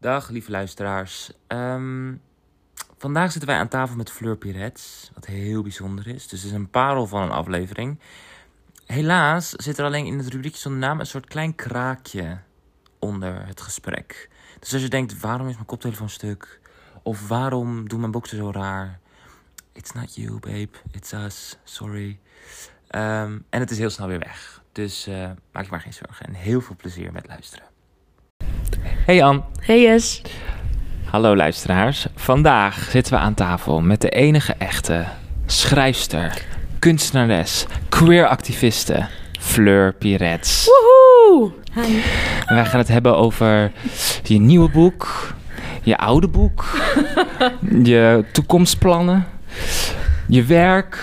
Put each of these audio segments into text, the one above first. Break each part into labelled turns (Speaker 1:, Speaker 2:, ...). Speaker 1: Dag, lieve luisteraars. Ehm, vandaag zitten wij aan tafel met Fleur Pirets, wat heel bijzonder is. Dus het is een parel van een aflevering. Helaas zit er alleen in het rubriekje zonder naam een soort klein kraakje onder het gesprek. Dus als je denkt, waarom is mijn koptelefoon stuk? Of waarom doen mijn boxen zo raar? It's not you, babe. It's us. Sorry. Ehm, en het is heel snel weer weg. Dus eh, maak je maar geen zorgen. En heel veel plezier met luisteren. Hey Ann.
Speaker 2: Hey Jess.
Speaker 1: Hallo luisteraars. Vandaag zitten we aan tafel met de enige echte schrijfster, kunstenares, queer-activiste, Fleur Pirets.
Speaker 2: Woehoe! Hi.
Speaker 1: En wij gaan het hebben over je nieuwe boek, je oude boek, je toekomstplannen, je werk.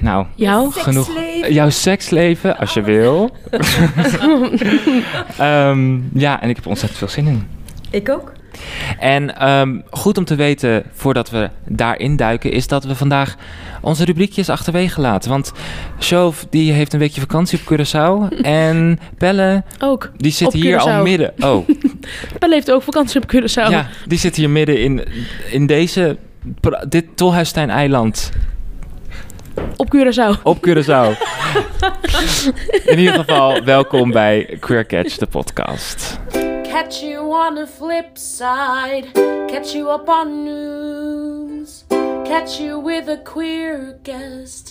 Speaker 1: Nou,
Speaker 2: Jou?
Speaker 1: genoeg. Jouw seksleven, als je wil. Ehm, ja, en ik heb er ontzettend veel zin in.
Speaker 3: Ik ook.
Speaker 1: En ehm, goed om te weten, voordat we daarin duiken, is dat we vandaag onze rubriekjes achterwege laten. Want Shove, die heeft een weekje vakantie op Curaçao. en Pelle,
Speaker 2: Ook.
Speaker 1: die zit
Speaker 2: Op
Speaker 1: hier al
Speaker 2: Curaçao.
Speaker 1: midden. Oh,
Speaker 2: Pelle heeft ook vakantie op Curaçao.
Speaker 1: ja, die zit hier midden in, in deze, pra- dit Tolhuistuin-eiland
Speaker 2: Op Curaçao.
Speaker 1: op Curaçao. in ieder geval, welkom bij Queer Catch, de podcast.
Speaker 4: Catch you on the flip side. Catch you up on news. Catch you with a queer guest.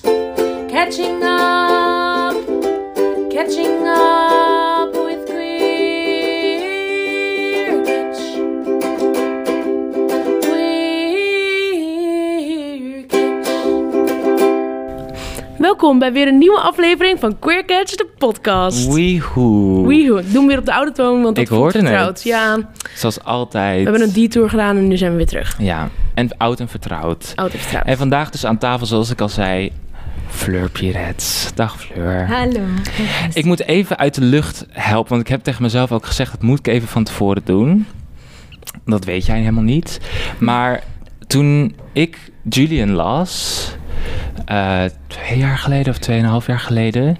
Speaker 4: Catching up. Catching up with queer catch. Queer catch.
Speaker 2: Welkom bij weer een nieuwe aflevering van Queer Catch, de podcast.
Speaker 1: Weehoe.
Speaker 2: Weehoe. Ik doe hem weer op de oude toon, want dat
Speaker 1: Ik hoorde
Speaker 2: voelt
Speaker 1: het.
Speaker 2: vertrouwd. Ja,
Speaker 1: Zoals
Speaker 2: we
Speaker 1: altijd.
Speaker 2: hebben een detour gedaan en nu zijn we weer terug.
Speaker 1: Ja, en oud en vertrouwd.
Speaker 2: Oud en vertrouwd.
Speaker 1: En vandaag dus aan tafel, zoals ik al zei, Fleur Pirets. Dag Fleur.
Speaker 3: Hallo.
Speaker 1: Ik moet even uit de lucht helpen, want ik heb tegen mezelf ook gezegd... dat moet ik even van tevoren doen. Dat weet jij helemaal niet. Maar toen ik Julian las, eh, twee jaar geleden of tweeënhalf jaar geleden...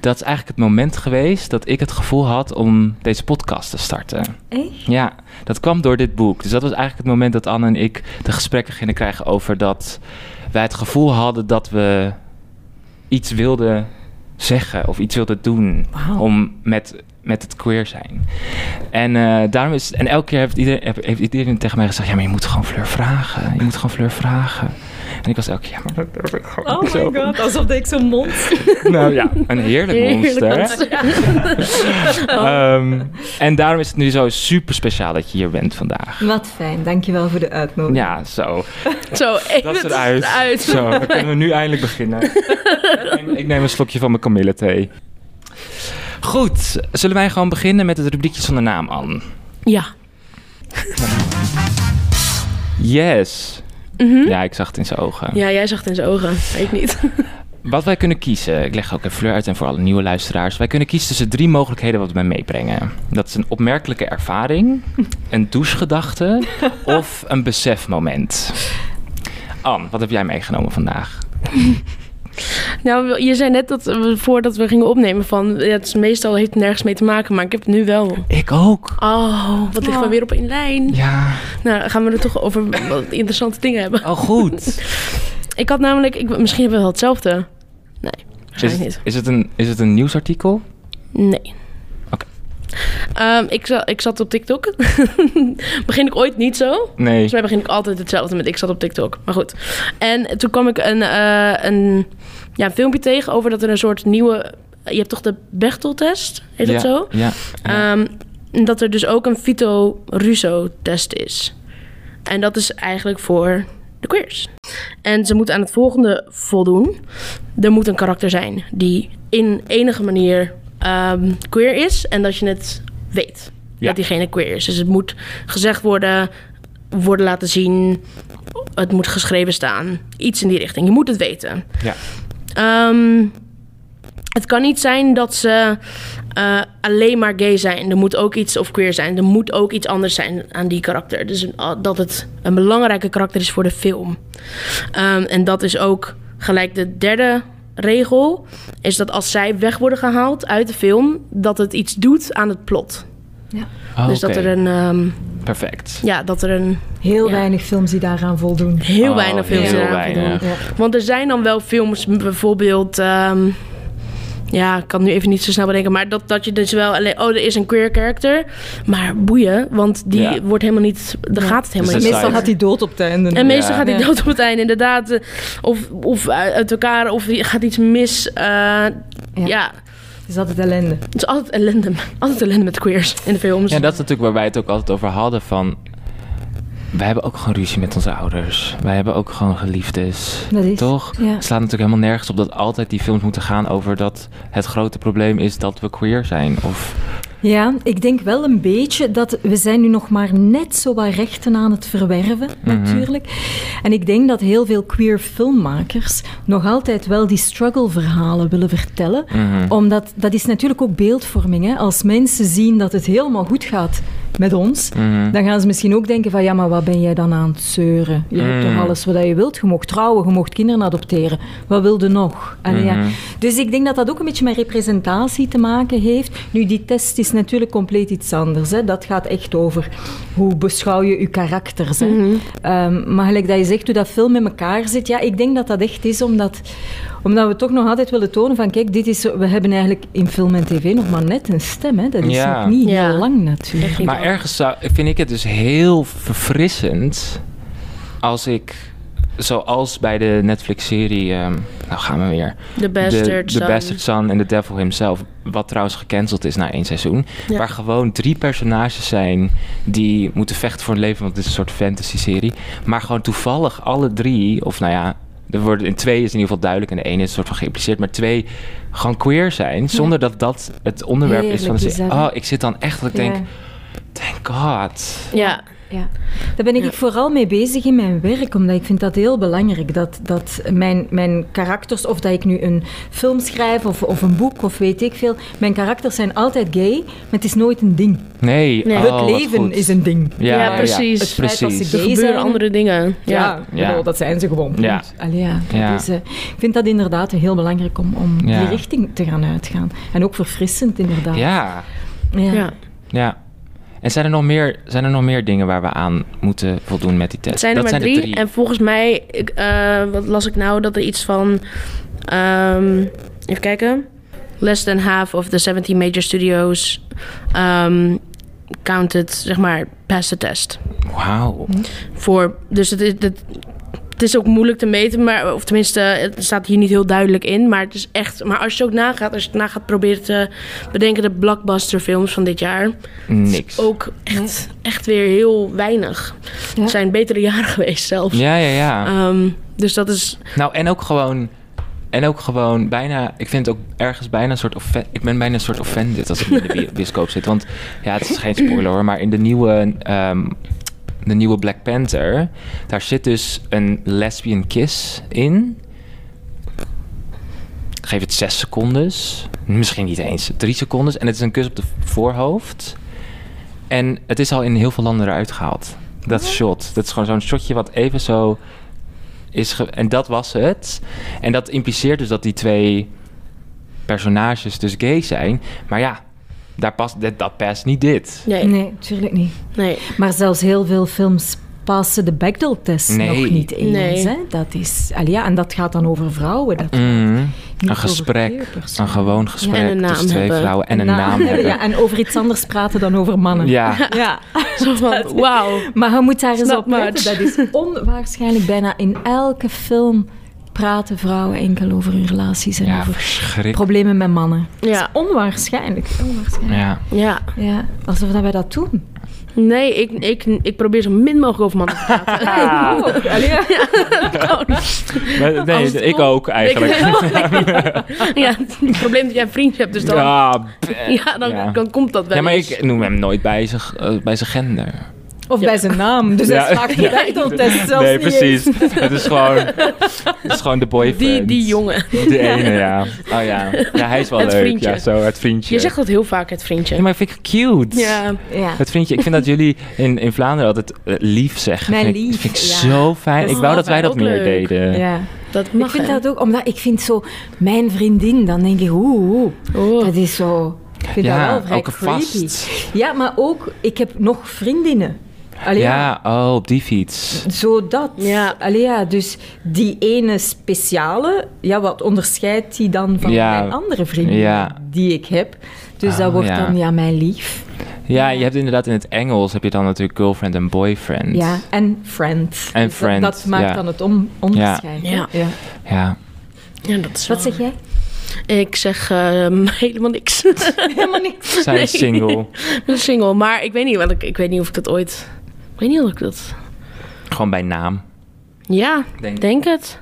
Speaker 1: dat is eigenlijk het moment geweest dat ik het gevoel had om deze podcast te starten.
Speaker 3: Echt?
Speaker 1: Ja, dat kwam door dit boek. Dus dat was eigenlijk het moment dat Anne en ik de gesprekken gingen krijgen over dat wij het gevoel hadden dat we iets wilden zeggen of iets wilden doen om met, met het queer zijn. En eh, daarom is en elke keer heeft iedereen, heb- heeft iedereen tegen mij gezegd: ja, maar je moet gewoon Fleur vragen. Je moet gewoon Fleur vragen. En ik was elke keer, ja, maar dat durf ik gewoon
Speaker 3: Oh my
Speaker 1: zo.
Speaker 3: god, alsof ik zo'n mond.
Speaker 1: Nou ja, een heerlijk monster. hè? Ehm, en daarom is het nu zo super speciaal dat je hier bent vandaag.
Speaker 3: Wat fijn, dankjewel voor de uitnodiging.
Speaker 1: Ja, zo.
Speaker 2: Zo, even
Speaker 1: Dat is
Speaker 2: het
Speaker 1: eruit.
Speaker 2: eruit.
Speaker 1: Zo, dan kunnen we nu eindelijk beginnen. En ik neem een slokje van mijn kamille thee. Goed, zullen wij gewoon beginnen met het rubriekje zonder naam, Anne?
Speaker 2: Ja.
Speaker 1: Yes.
Speaker 2: Mhm.
Speaker 1: Ja, ik zag het in zijn ogen.
Speaker 2: Ja, jij zag het in zijn ogen. Ik niet.
Speaker 1: Wat wij kunnen kiezen, ik leg ook even fleur uit en voor alle nieuwe luisteraars. Wij kunnen kiezen tussen drie mogelijkheden wat we meebrengen. Dat is een opmerkelijke ervaring, een douchegedachte of een besefmoment. Anne, wat heb jij meegenomen vandaag?
Speaker 2: Nou, je zei net dat we, voordat we gingen opnemen van... ja, het is meestal heeft het nergens mee te maken, maar ik heb het nu wel.
Speaker 1: Ik ook.
Speaker 2: Oh, wat liggen we weer op één lijn.
Speaker 1: Ja.
Speaker 2: Nou, dan gaan we er toch over wat interessante dingen hebben.
Speaker 1: Oh, goed.
Speaker 2: Ik had namelijk, ik, misschien hebben we wel hetzelfde. Nee,
Speaker 1: Is
Speaker 2: waarschijnlijk
Speaker 1: het, is het, een, is het een nieuwsartikel?
Speaker 2: niet. Nee.
Speaker 1: Oké.
Speaker 2: Ehm, ik, za- ik zat op TikTok. begin ik ooit niet zo.
Speaker 1: Nee.
Speaker 2: Volgens mij begin ik altijd hetzelfde met ik zat op TikTok. Maar goed. En toen kwam ik een, eh, een, ja, een filmpje tegen over dat er een soort nieuwe... Je hebt toch de Bechtel-test? Heet
Speaker 1: ja,
Speaker 2: dat zo?
Speaker 1: Ja. ja.
Speaker 2: Ehm, en dat er dus ook een Vito Russo-test is. En dat is eigenlijk voor de queers. En ze moeten aan het volgende voldoen. Er moet een karakter zijn die in enige manier ehm, queer is en dat je het weet
Speaker 1: Ja.
Speaker 2: dat diegene queer is. Dus het moet gezegd worden, worden laten zien, het moet geschreven staan. Iets in die richting. Je moet het weten.
Speaker 1: ja.
Speaker 2: Ehm, het kan niet zijn dat ze eh, alleen maar gay zijn. Er moet ook iets of queer zijn. Er moet ook iets anders zijn aan die karakter. Dus een- a- dat het een belangrijke karakter is voor de film. Ehm, en dat is ook gelijk de derde regel. Is dat als zij weg worden gehaald uit de film, dat het iets doet aan het plot.
Speaker 1: Oh,
Speaker 2: Dus dat
Speaker 1: oké.
Speaker 2: er een. ehm,
Speaker 1: Perfect.
Speaker 2: Ja, dat er een
Speaker 3: Heel
Speaker 2: Ja.
Speaker 3: weinig films die daaraan voldoen.
Speaker 2: heel
Speaker 1: Oh,
Speaker 2: weinig
Speaker 1: heel
Speaker 2: films zijn eraan
Speaker 1: weinig.
Speaker 2: voldoen.
Speaker 3: Ja.
Speaker 2: Want er zijn dan wel films, m- bijvoorbeeld. ehm, ja, ik kan nu even niet zo snel bedenken. Maar dat, dat je dus wel alleen. Oh, er is een queer character. Maar boeien, want die
Speaker 1: Ja.
Speaker 2: wordt helemaal niet. Daar gaat het helemaal
Speaker 1: Dus
Speaker 2: niet.
Speaker 1: dat
Speaker 3: Meestal
Speaker 1: Decided.
Speaker 3: gaat hij dood op het einde.
Speaker 2: En meestal
Speaker 1: Ja.
Speaker 2: gaat hij
Speaker 3: Ja.
Speaker 2: dood op het einde, inderdaad. Eh, Of, of uit elkaar, of je gaat iets mis. eh, ja.
Speaker 3: Het is altijd ellende.
Speaker 2: het is altijd ellende. Altijd ellende met queers in de films.
Speaker 1: Ja, dat is natuurlijk waar wij het ook altijd over hadden van... Wij hebben ook gewoon ruzie met onze ouders. Wij hebben ook gewoon geliefdes.
Speaker 3: Dat is-
Speaker 1: Toch?
Speaker 3: Ja.
Speaker 1: Het slaat natuurlijk helemaal nergens op dat altijd die films moeten gaan over dat het grote probleem is dat we queer zijn. Of
Speaker 3: Ja, ik denk wel een beetje dat we zijn nu nog maar net zo wat rechten aan het verwerven, natuurlijk. En ik denk dat heel veel queer filmmakers nog altijd wel die struggle-verhalen willen vertellen.
Speaker 1: mhm.
Speaker 3: Omdat dat is natuurlijk ook beeldvorming. Hè? Als mensen zien dat het helemaal goed gaat met ons, dan gaan ze misschien ook denken van ja, maar wat ben jij dan aan het zeuren? Je hebt
Speaker 1: Mhm.
Speaker 3: toch alles wat je wilt? Je mocht trouwen, je mocht kinderen adopteren. Wat wilde nog? Allee, ja.
Speaker 1: Mhm.
Speaker 3: Dus ik denk dat dat ook een beetje met representatie te maken heeft. Nu, die test is natuurlijk compleet iets anders. Hè. Dat gaat echt over hoe beschouw je je karakters. Hè. Ehm, maar gelijk dat je zegt hoe dat film met elkaar zit, ja, ik denk dat dat echt is omdat, omdat we toch nog altijd willen tonen van kijk, dit is, we hebben eigenlijk in film en tv nog maar net een stem. Hè. Dat is
Speaker 1: Ja.
Speaker 3: nog niet
Speaker 2: Ja.
Speaker 3: heel lang natuurlijk.
Speaker 2: Echt
Speaker 1: Maar
Speaker 2: niet.
Speaker 1: ergens zou- vind ik het dus heel verfrissend als ik, zoals bij de Netflix-serie, ehm, nou gaan we weer,
Speaker 2: The
Speaker 1: de,
Speaker 2: Bastard
Speaker 1: de
Speaker 2: Son.
Speaker 1: Bastard Son en The Devil Himself, wat trouwens gecanceld is na één seizoen,
Speaker 2: Ja.
Speaker 1: waar gewoon drie personages zijn die moeten vechten voor hun leven, want het is een soort fantasy-serie, maar gewoon toevallig alle drie, of nou ja, er worden, in twee is in ieder geval duidelijk en de ene is een soort van geïmpliceerd, maar twee gewoon queer zijn, zonder dat dat het onderwerp is van de
Speaker 3: Heerlijk
Speaker 1: serie.
Speaker 3: is dat,
Speaker 1: Oh,
Speaker 3: hè?
Speaker 1: ik zit dan echt dat ik denk, Thank God.
Speaker 2: Ja,
Speaker 3: Ja, daar ben ik
Speaker 2: Ja.
Speaker 3: vooral mee bezig in mijn werk, omdat ik vind dat heel belangrijk. Dat, dat mijn, mijn karakters, of dat ik nu een film schrijf of, of een boek of weet ik veel, mijn karakters zijn altijd gay, maar het is nooit een ding.
Speaker 1: Nee,
Speaker 2: Nee.
Speaker 1: oh, wat
Speaker 3: het leven
Speaker 1: goed.
Speaker 3: is een ding.
Speaker 1: Ja,
Speaker 2: Ja,
Speaker 1: ja,
Speaker 2: precies.
Speaker 1: ja,
Speaker 2: Het
Speaker 3: feit dat
Speaker 1: precies.
Speaker 3: ze
Speaker 2: er
Speaker 3: Gay
Speaker 2: gebeuren
Speaker 3: zijn.
Speaker 2: andere dingen. Ja.
Speaker 3: Ja,
Speaker 1: Ja.
Speaker 3: bedoel, dat zijn ze gewoon. punt.
Speaker 1: Ja.
Speaker 3: Allee, ja, dat
Speaker 1: Ja.
Speaker 3: is, eh, ik vind dat inderdaad heel belangrijk om, om
Speaker 1: Ja.
Speaker 3: die richting te gaan uitgaan. En ook verfrissend, inderdaad.
Speaker 1: Ja,
Speaker 3: Ja.
Speaker 2: ja.
Speaker 1: ja. En zijn er, nog meer, zijn er nog meer dingen waar we aan moeten voldoen met die test?
Speaker 2: Het zijn er
Speaker 1: dat
Speaker 2: maar
Speaker 1: zijn
Speaker 2: drie.
Speaker 1: de drie.
Speaker 2: En volgens mij, ik, eh, wat las ik nou, dat er iets van... ehm, even kijken. Less than half of the 17 major studios ehm, counted, zeg maar, past the test.
Speaker 1: Wauw.
Speaker 2: Voor, dus het is, het, het is ook moeilijk te meten, maar, of tenminste, het staat hier niet heel duidelijk in. Maar het is echt, maar als je ook nagaat, als je het na gaat proberen te bedenken, de blockbusterfilms van dit jaar. Hm?
Speaker 1: Niks.
Speaker 2: Ook echt, echt weer heel weinig.
Speaker 3: Ja.
Speaker 2: Het zijn betere jaren geweest zelfs.
Speaker 1: Ja, ja, ja.
Speaker 2: Ehm, dus dat is.
Speaker 1: Nou, en ook gewoon... En ook gewoon bijna... Ik vind het ook ergens bijna een soort... Offen, ik ben bijna een soort offended als ik in de bi- bioscoop zit. Want ja, het is geen spoiler hoor. Maar in de nieuwe... ehm, de nieuwe Black Panther... Daar zit dus een lesbian kiss in. Geef het zes secondes. Misschien niet eens. Drie secondes. En het is een kus op de voorhoofd. En het is al in heel veel landen eruit gehaald. Dat shot. Dat is gewoon zo'n shotje wat even zo is. ge- en dat was het. En dat impliceert dus dat die twee personages dus gay zijn. Maar ja, daar past, dat, dat past niet dit.
Speaker 2: Nee, nee.
Speaker 3: Nee, tuurlijk niet. Maar zelfs heel veel films passen de Bechdel-test
Speaker 1: Nee.
Speaker 3: nog niet eens.
Speaker 2: Nee.
Speaker 3: Hè? Dat is, allee, ja, en dat gaat dan over vrouwen. Dat
Speaker 1: Mhm.
Speaker 3: niet
Speaker 1: Een
Speaker 3: over
Speaker 1: gesprek.
Speaker 3: queerpers.
Speaker 1: Een gewoon gesprek
Speaker 2: En een naam
Speaker 1: tussen twee
Speaker 2: hebben.
Speaker 1: vrouwen en een
Speaker 3: Na-
Speaker 1: naam hebben.
Speaker 3: Ja, en over iets anders praten dan over mannen.
Speaker 1: Ja.
Speaker 3: Ja.
Speaker 2: Zo van, wauw.
Speaker 3: Maar je moet daar eens
Speaker 2: Snap
Speaker 3: op
Speaker 2: maar.
Speaker 3: letten. Dat is onwaarschijnlijk. Bijna in elke film praten vrouwen enkel over hun relaties en
Speaker 1: Ja,
Speaker 3: over
Speaker 1: verschrikkelijk.
Speaker 3: problemen met mannen.
Speaker 2: Ja,
Speaker 3: Onwaarschijnlijk. onwaarschijnlijk.
Speaker 1: Ja.
Speaker 2: ja.
Speaker 3: Ja. alsof dat wij dat doen.
Speaker 2: Nee, ik, ik, ik probeer zo min mogelijk over mannen te praten.
Speaker 1: Ah.
Speaker 3: Allee, ja.
Speaker 1: Maar, nee,
Speaker 2: Als het
Speaker 1: ik
Speaker 2: kon.
Speaker 1: ook eigenlijk.
Speaker 2: ja, het probleem dat jij een vriendje hebt, dus dan, ja,
Speaker 1: Ja,
Speaker 2: dan,
Speaker 1: Ja.
Speaker 2: dan komt dat wel
Speaker 1: ja, maar
Speaker 2: eens.
Speaker 1: ik noem hem nooit bij zijn, eh, bij zijn gender.
Speaker 3: Of bij zijn naam. Dus
Speaker 1: Ja.
Speaker 3: dat is vaak de Bechdel-test zelfs
Speaker 1: nee,
Speaker 3: niet eens.
Speaker 1: precies. Het is gewoon, het is gewoon de boyfriend.
Speaker 2: die, die jongen.
Speaker 1: Die ene, ja. Oh ja. Ja, hij is wel
Speaker 2: Het
Speaker 1: leuk.
Speaker 2: vriendje.
Speaker 1: Ja, zo, het vriendje.
Speaker 2: Je zegt dat heel vaak, het
Speaker 1: Ja,
Speaker 2: vriendje.
Speaker 1: maar vind ik cute.
Speaker 2: Ja,
Speaker 3: Ja.
Speaker 1: Het vriendje. Ik vind dat jullie in, in Vlaanderen altijd eh, lief zeggen.
Speaker 3: Mijn
Speaker 1: vind ik,
Speaker 3: lief,
Speaker 1: vind ik
Speaker 3: ja.
Speaker 1: zo fijn.
Speaker 3: Dat
Speaker 1: ik
Speaker 3: is
Speaker 1: wou
Speaker 2: wel
Speaker 1: dat wij dat
Speaker 2: fijn. Ook
Speaker 1: meer
Speaker 2: leuk.
Speaker 1: deken.
Speaker 3: Ja.
Speaker 2: dat
Speaker 3: Ik
Speaker 2: mag
Speaker 3: vind
Speaker 2: hè?
Speaker 3: dat ook, omdat ik vind zo, mijn vriendin, dan denk ik, oeh, oeh,
Speaker 2: Oh.
Speaker 3: dat is zo. Ik vind dat wel vrij
Speaker 1: ook
Speaker 3: creepy.
Speaker 1: vast.
Speaker 3: Ja, maar ook, ik heb nog vriendinnen Allee,
Speaker 1: ja, oh, op die fiets.
Speaker 3: Zodat.
Speaker 2: Ja.
Speaker 3: Allee, ja, dus die ene speciale, ja, wat onderscheidt die dan van
Speaker 1: Ja.
Speaker 3: mijn andere vrienden
Speaker 1: Ja.
Speaker 3: die ik heb? Dus
Speaker 1: Ah,
Speaker 3: dat wordt
Speaker 1: ja.
Speaker 3: dan, ja, mijn lief.
Speaker 1: Ja, je hebt inderdaad in het Engels heb je dan natuurlijk girlfriend en boyfriend.
Speaker 3: Ja, en friend.
Speaker 1: En
Speaker 3: Dus dat-
Speaker 1: friend,
Speaker 3: Dat, maakt
Speaker 1: ja.
Speaker 3: dan het on- onderscheid. hè?
Speaker 2: Ja.
Speaker 1: Ja.
Speaker 2: Ja, dat is
Speaker 3: Wat
Speaker 2: wel-
Speaker 3: zeg jij?
Speaker 2: Ik zeg ehm, helemaal niks.
Speaker 3: Helemaal niks.
Speaker 1: Zijn
Speaker 2: Nee.
Speaker 1: single.
Speaker 2: een single, maar ik weet niet, wel, ik, ik weet niet of ik dat ooit... Ik weet niet of ik dat...
Speaker 1: Gewoon bij naam.
Speaker 2: Ja,
Speaker 1: Denk-
Speaker 2: denk, het.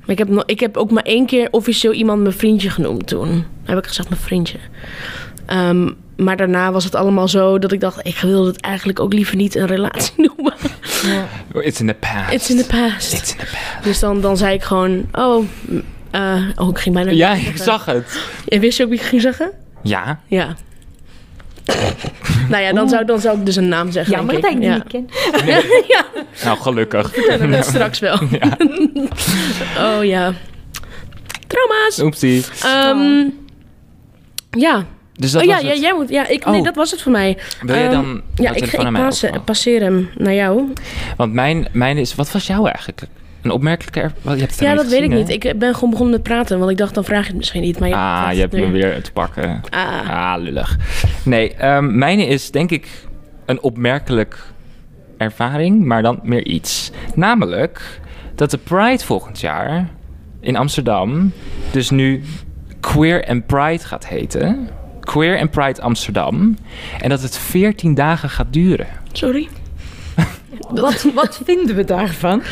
Speaker 2: Maar ik heb, no- ik heb ook maar één keer officieel iemand mijn vriendje genoemd toen. Heb ik gezegd mijn vriendje. Ehm, maar daarna was het allemaal zo dat ik dacht... ik wil het eigenlijk ook liever niet een relatie noemen.
Speaker 1: It's in the past.
Speaker 2: It's in the past.
Speaker 1: It's in the past.
Speaker 2: Dus dan, dan zei ik gewoon... Oh, mm, eh, oh, ik ging bijna...
Speaker 1: Ja, ik zag het.
Speaker 2: En wist je ook wie ik ging zeggen?
Speaker 1: Ja.
Speaker 2: Ja. nou ja, dan zou, dan zou ik dus een naam zeggen.
Speaker 3: Jammer
Speaker 2: denk
Speaker 3: dat ik die
Speaker 2: Ja.
Speaker 3: niet ken.
Speaker 1: Nou, gelukkig.
Speaker 2: Ja, dat straks wel. oh ja. Trauma's.
Speaker 1: Oepsie.
Speaker 2: Ehm, ja.
Speaker 1: Dus Oh. dat
Speaker 2: oh ja,
Speaker 1: was
Speaker 2: ja,
Speaker 1: het.
Speaker 2: jij moet. Ja, ik, nee,
Speaker 1: Oh.
Speaker 2: dat was het voor mij.
Speaker 1: Wil jij
Speaker 2: Ehm,
Speaker 1: dan jouw
Speaker 2: ja, ik,
Speaker 1: telefoon
Speaker 2: ik eh,
Speaker 1: aan mij
Speaker 2: paas-
Speaker 1: overhandigen?
Speaker 2: passeer hem naar jou.
Speaker 1: Want mijn, mijn is... Wat was jouw eigenlijk? Een opmerkelijke... Er, wel, je hebt het
Speaker 2: Ja,
Speaker 1: nog
Speaker 2: dat weet ik
Speaker 1: gezien,
Speaker 2: niet.
Speaker 1: hè?
Speaker 2: Ik eh, ben gewoon begonnen met praten, want ik dacht, dan vraag je het misschien niet. Maar je
Speaker 1: Ah,
Speaker 2: vraagt
Speaker 1: je hebt
Speaker 2: het
Speaker 1: me
Speaker 2: nu.
Speaker 1: weer te pakken.
Speaker 2: Ah.
Speaker 1: Ah, lullig. Nee, ehm mijne is denk ik een opmerkelijk ervaring, maar dan meer iets. Namelijk dat de Pride volgend jaar in Amsterdam dus nu Queer and Pride gaat heten. Queer and Pride Amsterdam. En dat het 14 dagen gaat duren.
Speaker 2: Sorry.
Speaker 3: Wat, wat vinden we daarvan?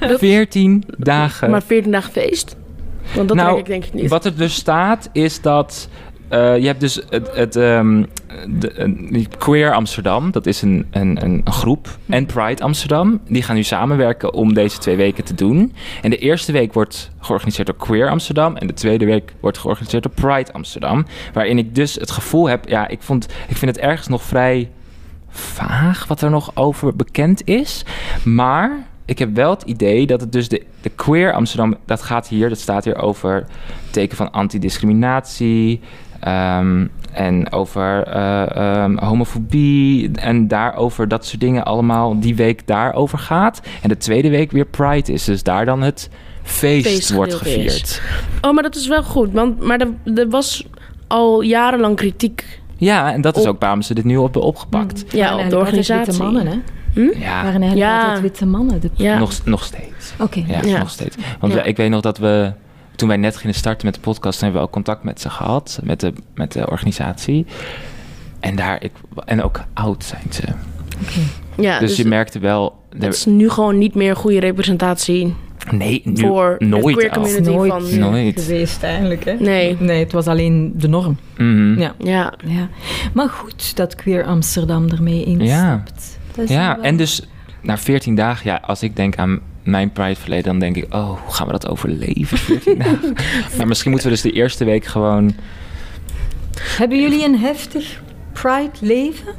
Speaker 1: 14 dagen.
Speaker 2: Maar 14 dagen feest? Want dat
Speaker 1: nou,
Speaker 2: denk ik denk ik niet.
Speaker 1: Wat er dus staat is dat. eh, je hebt dus het, het ehm, de, een- Queer Amsterdam, dat is een, een, een groep. En Pride Amsterdam. Die gaan nu samenwerken om deze twee weken te doen. En de eerste week wordt georganiseerd door Queer Amsterdam. En de tweede week wordt georganiseerd door Pride Amsterdam. Waarin ik dus het gevoel heb. Ja, ik, vond, ik vind het ergens nog vrij vaag wat er nog over bekend is. Maar ik heb wel het idee dat het dus de, de queer Amsterdam, dat gaat hier, dat staat hier over het teken van antidiscriminatie. ehm, en over eh, ehm, homofobie en daarover dat soort dingen allemaal die week daarover gaat. En de tweede week weer Pride is, dus daar dan het feest
Speaker 2: Feestgedeelte
Speaker 1: wordt gevierd.
Speaker 2: Oh, maar dat is wel goed. Want, maar er, er was al jarenlang kritiek
Speaker 1: Ja, en dat is
Speaker 2: Op-
Speaker 1: ook waarom ze dit nu op hebben opgepakt.
Speaker 2: ja, op de organisatie.
Speaker 3: Witte mannen, hè?
Speaker 1: Ja,
Speaker 3: Waren eigenlijk
Speaker 2: Ja.
Speaker 3: altijd witte mannen. De...
Speaker 2: Mm. Ja.
Speaker 1: nog, nog steeds.
Speaker 3: Oké.
Speaker 1: Ja,
Speaker 2: Ja.
Speaker 1: nog steeds. Want
Speaker 2: Ja.
Speaker 1: we- ik weet nog dat we, toen wij net gingen starten met de podcast, hebben we ook contact met ze gehad, met de, met de organisatie. En daar, ik, en ook oud zijn ze.
Speaker 2: Ja,
Speaker 1: dus,
Speaker 2: dus,
Speaker 1: je merkte wel, er-
Speaker 2: het is nu gewoon niet meer goede representatie
Speaker 1: nee, nu,
Speaker 2: voor de
Speaker 1: nooit
Speaker 2: queer
Speaker 1: al.
Speaker 2: community
Speaker 3: Nooit.
Speaker 2: van...
Speaker 1: Nooit.
Speaker 3: Geweest eigenlijk, hè?
Speaker 2: Nee.
Speaker 3: Nee, het was alleen de norm.
Speaker 1: Mhm.
Speaker 3: Ja.
Speaker 2: Ja,
Speaker 3: ja. Maar goed dat Queer Amsterdam ermee instapt. Dat is
Speaker 1: Ja,
Speaker 2: eh,
Speaker 3: wel-
Speaker 1: en dus na 14 dagen, ja, als ik denk aan mijn Pride verleden, dan denk ik, oh, hoe gaan we dat overleven? 14 dagen? Maar misschien moeten we dus de eerste week gewoon,
Speaker 3: Hebben jullie een heftig Pride-leven?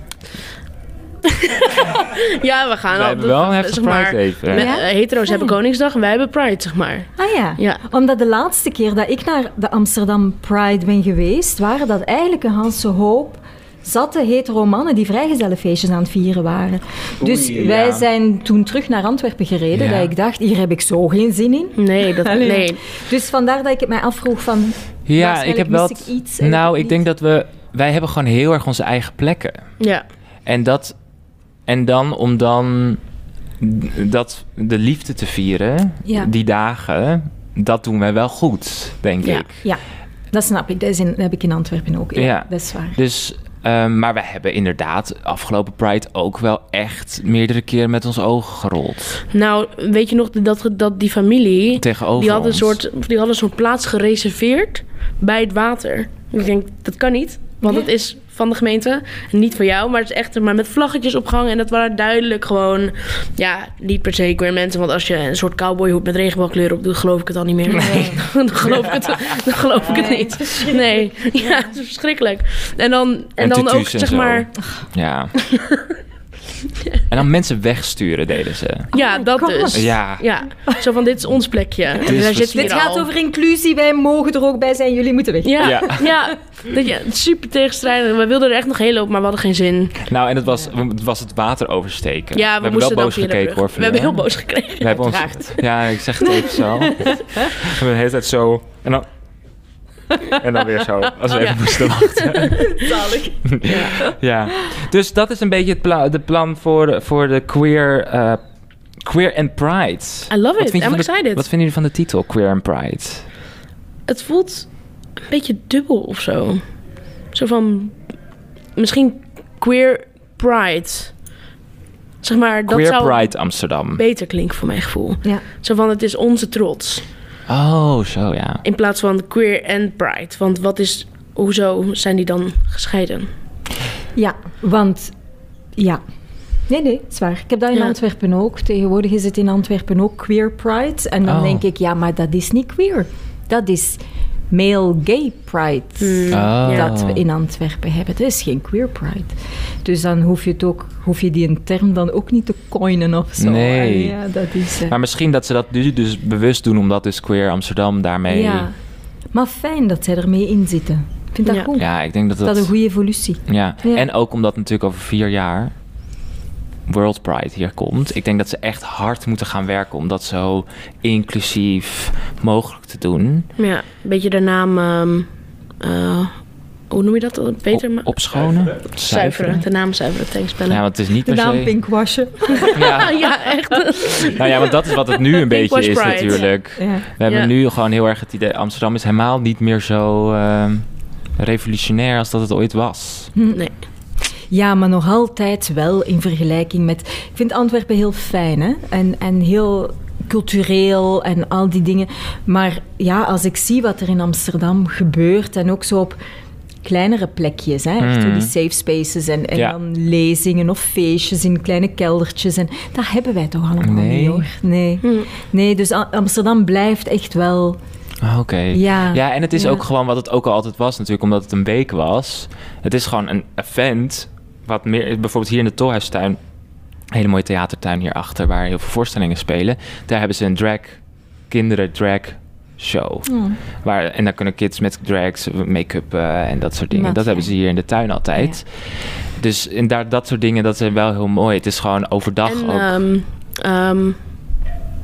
Speaker 2: ja we gaan
Speaker 1: we
Speaker 2: al...
Speaker 1: hebben wel een
Speaker 2: zeg
Speaker 1: heftig
Speaker 2: maar,
Speaker 1: Pride even.
Speaker 2: me-
Speaker 3: Ja?
Speaker 2: eh, hetero's hebben Koningsdag en wij hebben Pride, zeg maar.
Speaker 3: Ah ja.
Speaker 2: Ja.
Speaker 3: omdat de laatste keer dat ik naar de Amsterdam Pride ben geweest, waren dat eigenlijk een Hanse hoop zatte hetero mannen die vrijgezellenfeestjes aan het vieren waren. dus
Speaker 1: Oei,
Speaker 3: wij
Speaker 1: ja.
Speaker 3: zijn toen terug naar Antwerpen gereden,
Speaker 1: Ja.
Speaker 3: dat ik dacht, hier heb ik zo geen zin in.
Speaker 2: Nee, dat,
Speaker 3: Allee.
Speaker 2: nee.
Speaker 3: Dus vandaar dat ik het mij afvroeg van,
Speaker 1: Ja, ik
Speaker 3: Waarschijnlijk
Speaker 1: heb wel.
Speaker 3: mist
Speaker 1: het-
Speaker 3: ik iets en ik
Speaker 1: nou,
Speaker 3: het
Speaker 1: ik denk dat
Speaker 3: niet.
Speaker 1: we. Wij hebben gewoon heel erg onze eigen plekken.
Speaker 2: Ja,
Speaker 1: En dat. En dan om dan. Dat, de liefde te vieren.
Speaker 3: Ja.
Speaker 1: Die dagen. Dat doen wij wel goed, denk
Speaker 2: Ja.
Speaker 1: ik.
Speaker 3: ja, dat snap ik. Dat, is in, dat heb ik in Antwerpen ook. Ja,
Speaker 1: Ja.
Speaker 3: Dat is waar.
Speaker 1: Dus. ehm, maar we hebben inderdaad afgelopen Pride ook wel echt meerdere keren met ons oog gerold.
Speaker 2: nou, weet je nog dat, dat die familie...
Speaker 1: Tegenover
Speaker 2: Die hadden, een
Speaker 1: ons.
Speaker 2: soort, die hadden zo'n plaats gereserveerd bij het water. Ik denk, dat kan niet. Want
Speaker 3: Ja.
Speaker 2: het is van de gemeente. En niet van jou, maar het is echt maar met vlaggetjes opgehangen. En dat waren duidelijk gewoon... Ja, niet per se queer mensen. Want als je een soort cowboyhoed met regenboogkleur op doet... geloof ik het al niet meer. dan geloof ik het, dan geloof ik het niet. Nee, ja, het is verschrikkelijk. En dan, en
Speaker 1: En
Speaker 2: dan ook,
Speaker 1: tutus en
Speaker 2: zeg
Speaker 1: zo.
Speaker 2: maar...
Speaker 1: Ja. en dan mensen wegsturen, deden ze.
Speaker 2: Ja,
Speaker 3: Oh my
Speaker 2: dat
Speaker 3: God.
Speaker 2: dus.
Speaker 1: Ja.
Speaker 2: Ja, zo van, dit is ons plekje.
Speaker 1: is
Speaker 2: En daar zitten we
Speaker 1: verschrikkelijk.
Speaker 3: Dit
Speaker 2: hier
Speaker 3: gaat
Speaker 2: al.
Speaker 3: over inclusie. Wij mogen er ook bij zijn. Jullie moeten weg.
Speaker 2: Ja,
Speaker 1: Ja.
Speaker 2: ja. Dat je super tegenstrijdig. We wilden er echt nog heen lopen, maar we hadden geen zin.
Speaker 1: Nou, en het was, het was het water oversteken.
Speaker 2: Ja, we,
Speaker 1: hebben wel
Speaker 2: moesten dan
Speaker 1: boos
Speaker 2: via de
Speaker 1: gekeken
Speaker 2: brug.
Speaker 1: hoor.
Speaker 2: We hebben heel
Speaker 1: Fleur.
Speaker 2: boos gekregen.
Speaker 1: We hebben ons, ja, ik zeg het even zo. we hebben de hele tijd zo. En dan, en dan weer zo. Als we
Speaker 2: Oh,
Speaker 1: even
Speaker 2: ja.
Speaker 1: moesten wachten. ja. Dus dat is een beetje het pla- de plan voor, de- voor de queer, eh, queer and Pride.
Speaker 2: I love it.
Speaker 1: vind je
Speaker 2: I'm
Speaker 1: van de-
Speaker 2: excited.
Speaker 1: Wat vinden jullie van de titel Queer and Pride?
Speaker 2: Het voelt een beetje dubbel of zo. Zo van. Misschien queer pride. Zeg maar, dat
Speaker 1: queer
Speaker 2: zou
Speaker 1: Pride Amsterdam.
Speaker 2: beter klinken voor mijn gevoel.
Speaker 3: Ja.
Speaker 2: Zo van: het is onze trots.
Speaker 1: Oh, zo ja.
Speaker 2: In plaats van queer en pride. Want wat is. Hoezo zijn die dan gescheiden?
Speaker 3: Ja, want ja. Nee, nee, zwaar. Ik heb dat in
Speaker 2: Ja.
Speaker 3: Antwerpen ook. Tegenwoordig is het in Antwerpen ook queer pride. En dan
Speaker 1: Oh.
Speaker 3: denk ik, ja, maar dat is niet queer. Dat is male gay pride.
Speaker 2: Mm, Hmm.
Speaker 1: Oh.
Speaker 3: Dat we in Antwerpen hebben. Dat is geen queer pride. Dus dan hoef je, het ook, hoef je die een term dan ook niet te coinen of zo.
Speaker 1: Nee.
Speaker 3: En Ja, dat is... eh,
Speaker 1: Maar misschien dat ze dat nu dus bewust doen, omdat dus Queer Amsterdam daarmee...
Speaker 3: Ja. Maar fijn dat zij ermee in zitten. Ik vind dat
Speaker 2: Ja.
Speaker 3: goed.
Speaker 1: Ja, ik denk dat
Speaker 3: Dat
Speaker 1: dat...
Speaker 3: is een goede evolutie.
Speaker 1: ja.
Speaker 3: Ja.
Speaker 1: en ook omdat natuurlijk over vier jaar World Pride hier komt. Ik denk dat ze echt hard moeten gaan werken om dat zo inclusief mogelijk te doen.
Speaker 2: Maar ja, een beetje de naam. ehm, eh, hoe noem je dat? Beter
Speaker 1: Op-
Speaker 2: ma-
Speaker 1: opschonen? Zuiveren.
Speaker 2: zuiveren. De naam zuiveren, tankspellen.
Speaker 1: Ja, want het is niet per se...
Speaker 3: pinkwashen.
Speaker 1: Ja.
Speaker 2: ja, echt.
Speaker 1: Nou ja, want dat is wat het nu een beetje
Speaker 2: Pinkwash
Speaker 1: is
Speaker 2: Pride.
Speaker 1: natuurlijk.
Speaker 3: Ja.
Speaker 1: We hebben
Speaker 2: Ja.
Speaker 1: nu gewoon heel erg het idee... Amsterdam is helemaal niet meer zo ehm, revolutionair als dat het ooit was.
Speaker 2: Nee.
Speaker 3: Ja, maar nog altijd wel in vergelijking met. Ik vind Antwerpen heel fijn hè? En, en heel cultureel en al die dingen. Maar ja, als ik zie wat er in Amsterdam gebeurt en ook zo op kleinere plekjes, hè? echt zo die safe spaces en, en
Speaker 1: Mhm. Ja.
Speaker 3: dan lezingen of feestjes in kleine keldertjes. En dat hebben wij toch allemaal
Speaker 1: Nee.
Speaker 3: niet hoor. Nee. nee, dus A- Amsterdam blijft echt wel.
Speaker 1: Ah, Oké.
Speaker 3: Ja.
Speaker 1: Ja, en het is
Speaker 3: Ja.
Speaker 1: ook gewoon wat het ook al altijd was natuurlijk, omdat het een beek was. Het is gewoon een event, wat meer, bijvoorbeeld hier in de Tolhuistuin, een hele mooie theatertuin hierachter, waar heel veel voorstellingen spelen. Daar hebben ze een drag, kinderen drag show.
Speaker 3: Hmm.
Speaker 1: Waar, en daar kunnen kids met drags, make-up eh, en dat soort dingen.
Speaker 3: Wat
Speaker 1: dat hebben ze
Speaker 3: fijn.
Speaker 1: hier in de tuin altijd. Dus en daar, dat soort dingen, dat zijn wel heel mooi. Het is gewoon overdag
Speaker 2: en
Speaker 3: eh,
Speaker 1: ook.
Speaker 2: ehm, ehm,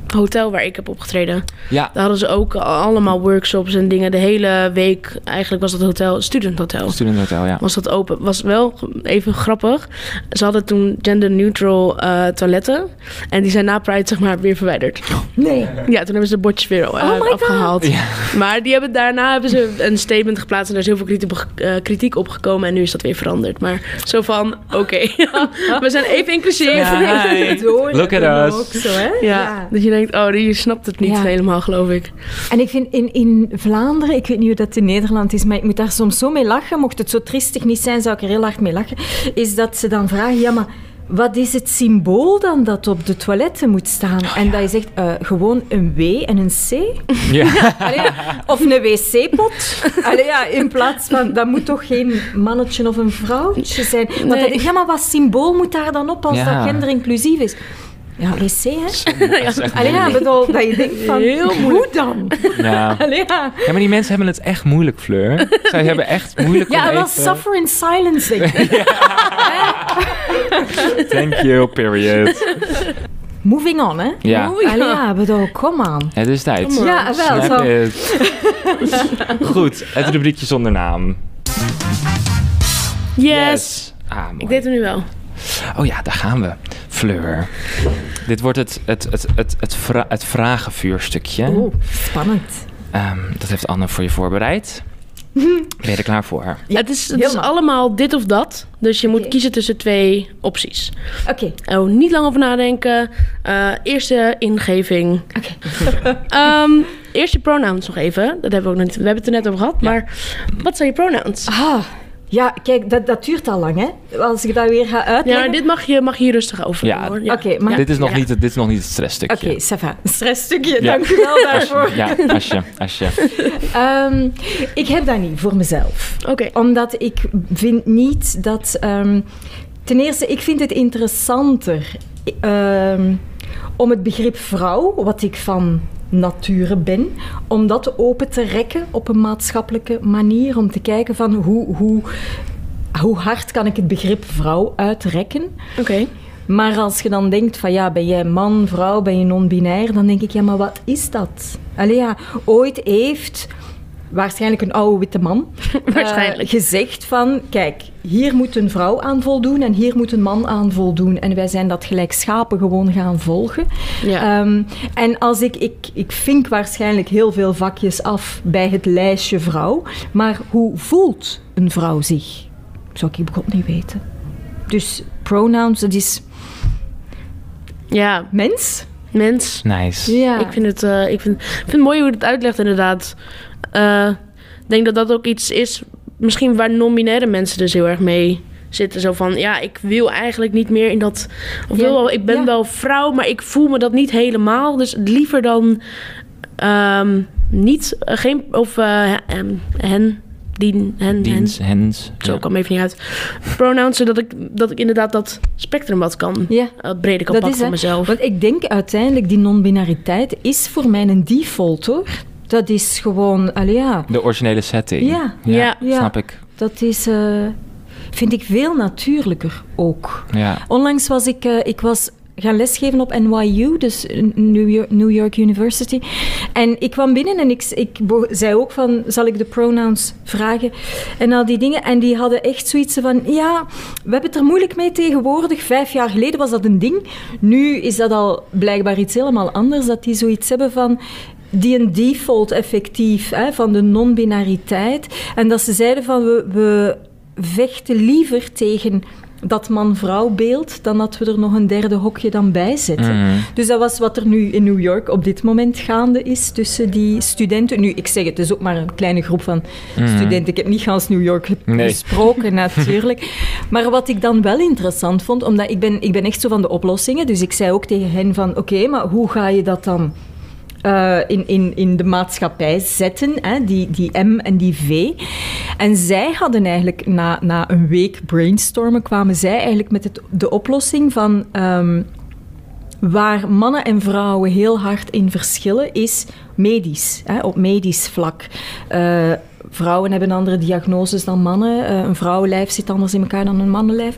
Speaker 2: het hotel waar ik heb opgetreden,
Speaker 1: ja,
Speaker 2: daar hadden ze ook allemaal workshops en dingen. De hele week, eigenlijk was dat hotel, studenthotel.
Speaker 1: studentenhotel, ja.
Speaker 2: Was dat open? Was wel even grappig. Ze hadden toen gender-neutral eh, toiletten. En die zijn na Pride, zeg maar, weer verwijderd.
Speaker 3: Nee.
Speaker 2: Ja, toen hebben ze de bordjes weer eh,
Speaker 3: Oh my God.
Speaker 2: afgehaald. Maar die hebben, daarna hebben ze een statement geplaatst. En daar is heel veel kritiek op, eh, kritiek op gekomen. En nu is dat weer veranderd. Maar zo van, oké, we zijn even inclusief.
Speaker 1: Ja, hi. Look at
Speaker 3: Ook
Speaker 1: us.
Speaker 3: zo, hè?
Speaker 2: Ja, dat je denkt, oh, die snapt het niet
Speaker 3: Ja.
Speaker 2: helemaal, geloof ik.
Speaker 3: En ik vind in, in Vlaanderen, ik weet niet hoe dat in Nederland is, maar ik moet daar soms zo mee lachen. Mocht het zo tristig niet zijn, zou ik er heel hard mee lachen. Is dat ze dan vragen, ja, maar wat is het symbool dan dat op de toiletten moet staan? en dat je zegt, eh, gewoon een W en een C.
Speaker 1: Ja.
Speaker 3: Allee, ja, of een wc-pot. Allee, ja, in plaats van, dat moet toch geen mannetje of een vrouwtje zijn. Want
Speaker 2: Nee.
Speaker 3: dat- ja, maar wat symbool moet daar dan op als
Speaker 1: Ja.
Speaker 3: dat gender-inclusief is? Ja, wc, hè?
Speaker 1: Dat is echt
Speaker 3: Allee, ja,
Speaker 1: moeilijk.
Speaker 3: bedoel, dat je denkt van,
Speaker 2: Heel
Speaker 3: hoe dan?
Speaker 1: ja.
Speaker 3: Allee, ja.
Speaker 1: Ja, maar die mensen hebben het echt moeilijk, Fleur. Zij hebben echt moeilijk om
Speaker 3: Ja, wel
Speaker 1: even-
Speaker 3: suffer in silence. denk ik.
Speaker 1: Thank you, period.
Speaker 3: Moving on, hè?
Speaker 1: Ja,
Speaker 2: Oei.
Speaker 3: Allee, ja, bedoel, kom aan.
Speaker 1: het is tijd.
Speaker 2: Kom
Speaker 3: Ja, wel.
Speaker 1: Snap
Speaker 3: Zo.
Speaker 1: it. Goed, het rubriekje zonder naam.
Speaker 2: Yes.
Speaker 1: Ah, mooi.
Speaker 2: Ik deed hem nu wel.
Speaker 1: Oh ja, daar gaan we. Fleur. Dit wordt het, het, het, het, het, vra- het vragenvuurstukje.
Speaker 3: Oeh, Oh, spannend.
Speaker 1: Ehm, dat heeft Anne voor je voorbereid. Ben je er klaar voor?
Speaker 2: het is, het is
Speaker 3: helemaal.
Speaker 2: allemaal dit of dat. Dus je moet
Speaker 3: Oké.
Speaker 2: kiezen tussen twee opties.
Speaker 3: Oké,
Speaker 2: Oh, niet lang over nadenken. Eh, eerste ingeving.
Speaker 3: Oké.
Speaker 2: Ehm, eerste pronouns nog even. Dat hebben we ook nog niet. We hebben het er net over gehad. Maar wat zijn je pronouns?
Speaker 3: ah, ja, kijk, dat, dat duurt al lang, hè? Als ik dat weer ga
Speaker 2: Ja,
Speaker 3: uitleggen...
Speaker 2: maar dit mag je, mag je hier rustig over
Speaker 1: Ja.
Speaker 2: hoor.
Speaker 3: Oké, maar-
Speaker 1: Dit, is nog
Speaker 2: Ja.
Speaker 1: niet, het- dit is nog niet het stressstukje.
Speaker 3: Oké, ça va. Stressstukje,
Speaker 1: Ja.
Speaker 3: dank u wel daarvoor.
Speaker 1: Ja, als je, als je.
Speaker 3: Ehm, ik heb dat niet voor mezelf.
Speaker 2: Oké.
Speaker 3: Omdat ik vind niet dat. ehm, ten eerste, ik vind het interessanter ehm, om het begrip vrouw, wat ik van nature ben, om dat open te rekken op een maatschappelijke manier, om te kijken van hoe, hoe, hoe hard kan ik het begrip vrouw uitrekken.
Speaker 2: Oké.
Speaker 3: Maar als je dan denkt van ja, ben jij man, vrouw, ben je non-binair, dan denk ik ja, maar wat is dat? Allee ja, ooit heeft waarschijnlijk een oude witte man eh,
Speaker 2: Waarschijnlijk.
Speaker 3: gezegd van kijk, hier moet een vrouw aan voldoen en hier moet een man aan voldoen. En wij zijn dat gelijk schapen gewoon gaan volgen.
Speaker 2: Ja.
Speaker 3: Ehm, en als ik, ik, ik vink waarschijnlijk heel veel vakjes af bij het lijstje vrouw, maar hoe voelt een vrouw zich? Zou ik bijvoorbeeld niet weten. Dus pronouns, dat is
Speaker 2: Ja,
Speaker 3: mens.
Speaker 2: mens.
Speaker 1: Nice.
Speaker 3: Ja.
Speaker 2: Ik, vind het, eh, ik, vind, ik vind het mooi hoe je het uitlegt, inderdaad. Eh, ik denk dat dat ook iets is, misschien waar non-binaire mensen dus heel erg mee zitten. Zo van, ja, ik wil eigenlijk niet meer in dat... Of
Speaker 3: Ja,
Speaker 2: wil wel, ik ben
Speaker 3: ja.
Speaker 2: wel vrouw, maar ik voel me dat niet helemaal. Dus liever dan ehm, niet, eh, geen... Of eh, hem- hen, die, hen, hen.
Speaker 1: Diens, hens.
Speaker 2: Zo
Speaker 1: ja.
Speaker 2: kwam even niet uit. Pronouns, zodat ik, dat ik inderdaad dat spectrum wat kan.
Speaker 3: Ja.
Speaker 2: Wat breder kan
Speaker 3: Dat
Speaker 2: pakken
Speaker 3: is,
Speaker 2: voor
Speaker 3: hè.
Speaker 2: mezelf.
Speaker 3: Want ik denk uiteindelijk, die non-binariteit is voor mij een default hoor. Dat is gewoon, allee, ja,
Speaker 1: De originele setting.
Speaker 3: Ja.
Speaker 2: Ja.
Speaker 3: Ja.
Speaker 1: Snap ik.
Speaker 3: dat is, eh, vind ik veel natuurlijker ook.
Speaker 1: Ja.
Speaker 3: Onlangs was ik, eh, ik was gaan lesgeven op NYU, dus New York, New York University. En ik kwam binnen en ik, ik bo- zei ook van, zal ik de pronouns vragen? En al die dingen. En die hadden echt zoiets van, ja, we hebben het er moeilijk mee tegenwoordig. Vijf jaar geleden was dat een ding. Nu is dat al blijkbaar iets helemaal anders, dat die zoiets hebben van... Die een default effectief hè, van de non-binariteit. En dat ze zeiden van we, we vechten liever tegen dat man-vrouw beeld dan dat we er nog een derde hokje dan bij
Speaker 2: eh,
Speaker 3: zetten.
Speaker 1: Mm.
Speaker 3: Dus dat was wat er nu in New York op dit moment gaande is tussen die studenten. Nu, ik zeg het, het is ook maar een kleine groep van
Speaker 1: Mhm.
Speaker 3: studenten. Ik heb niet gans New York ge-
Speaker 1: Mm-hmm. Nee.
Speaker 3: gesproken, natuurlijk. Maar wat ik dan wel interessant vond, omdat ik ben, ik ben echt zo van de oplossingen. Dus ik zei ook tegen hen van, oké, maar hoe ga je dat dan eh, in, in, in de maatschappij zetten, hè, die, die M en die V. En zij hadden eigenlijk, na, na een week brainstormen, kwamen zij eigenlijk met het, de oplossing van... ehm, Waar mannen en vrouwen heel hard in verschillen is medisch, hè, op medisch vlak. Eh, vrouwen hebben andere diagnoses dan mannen. Eh, een vrouwenlijf zit anders in elkaar dan een mannenlijf.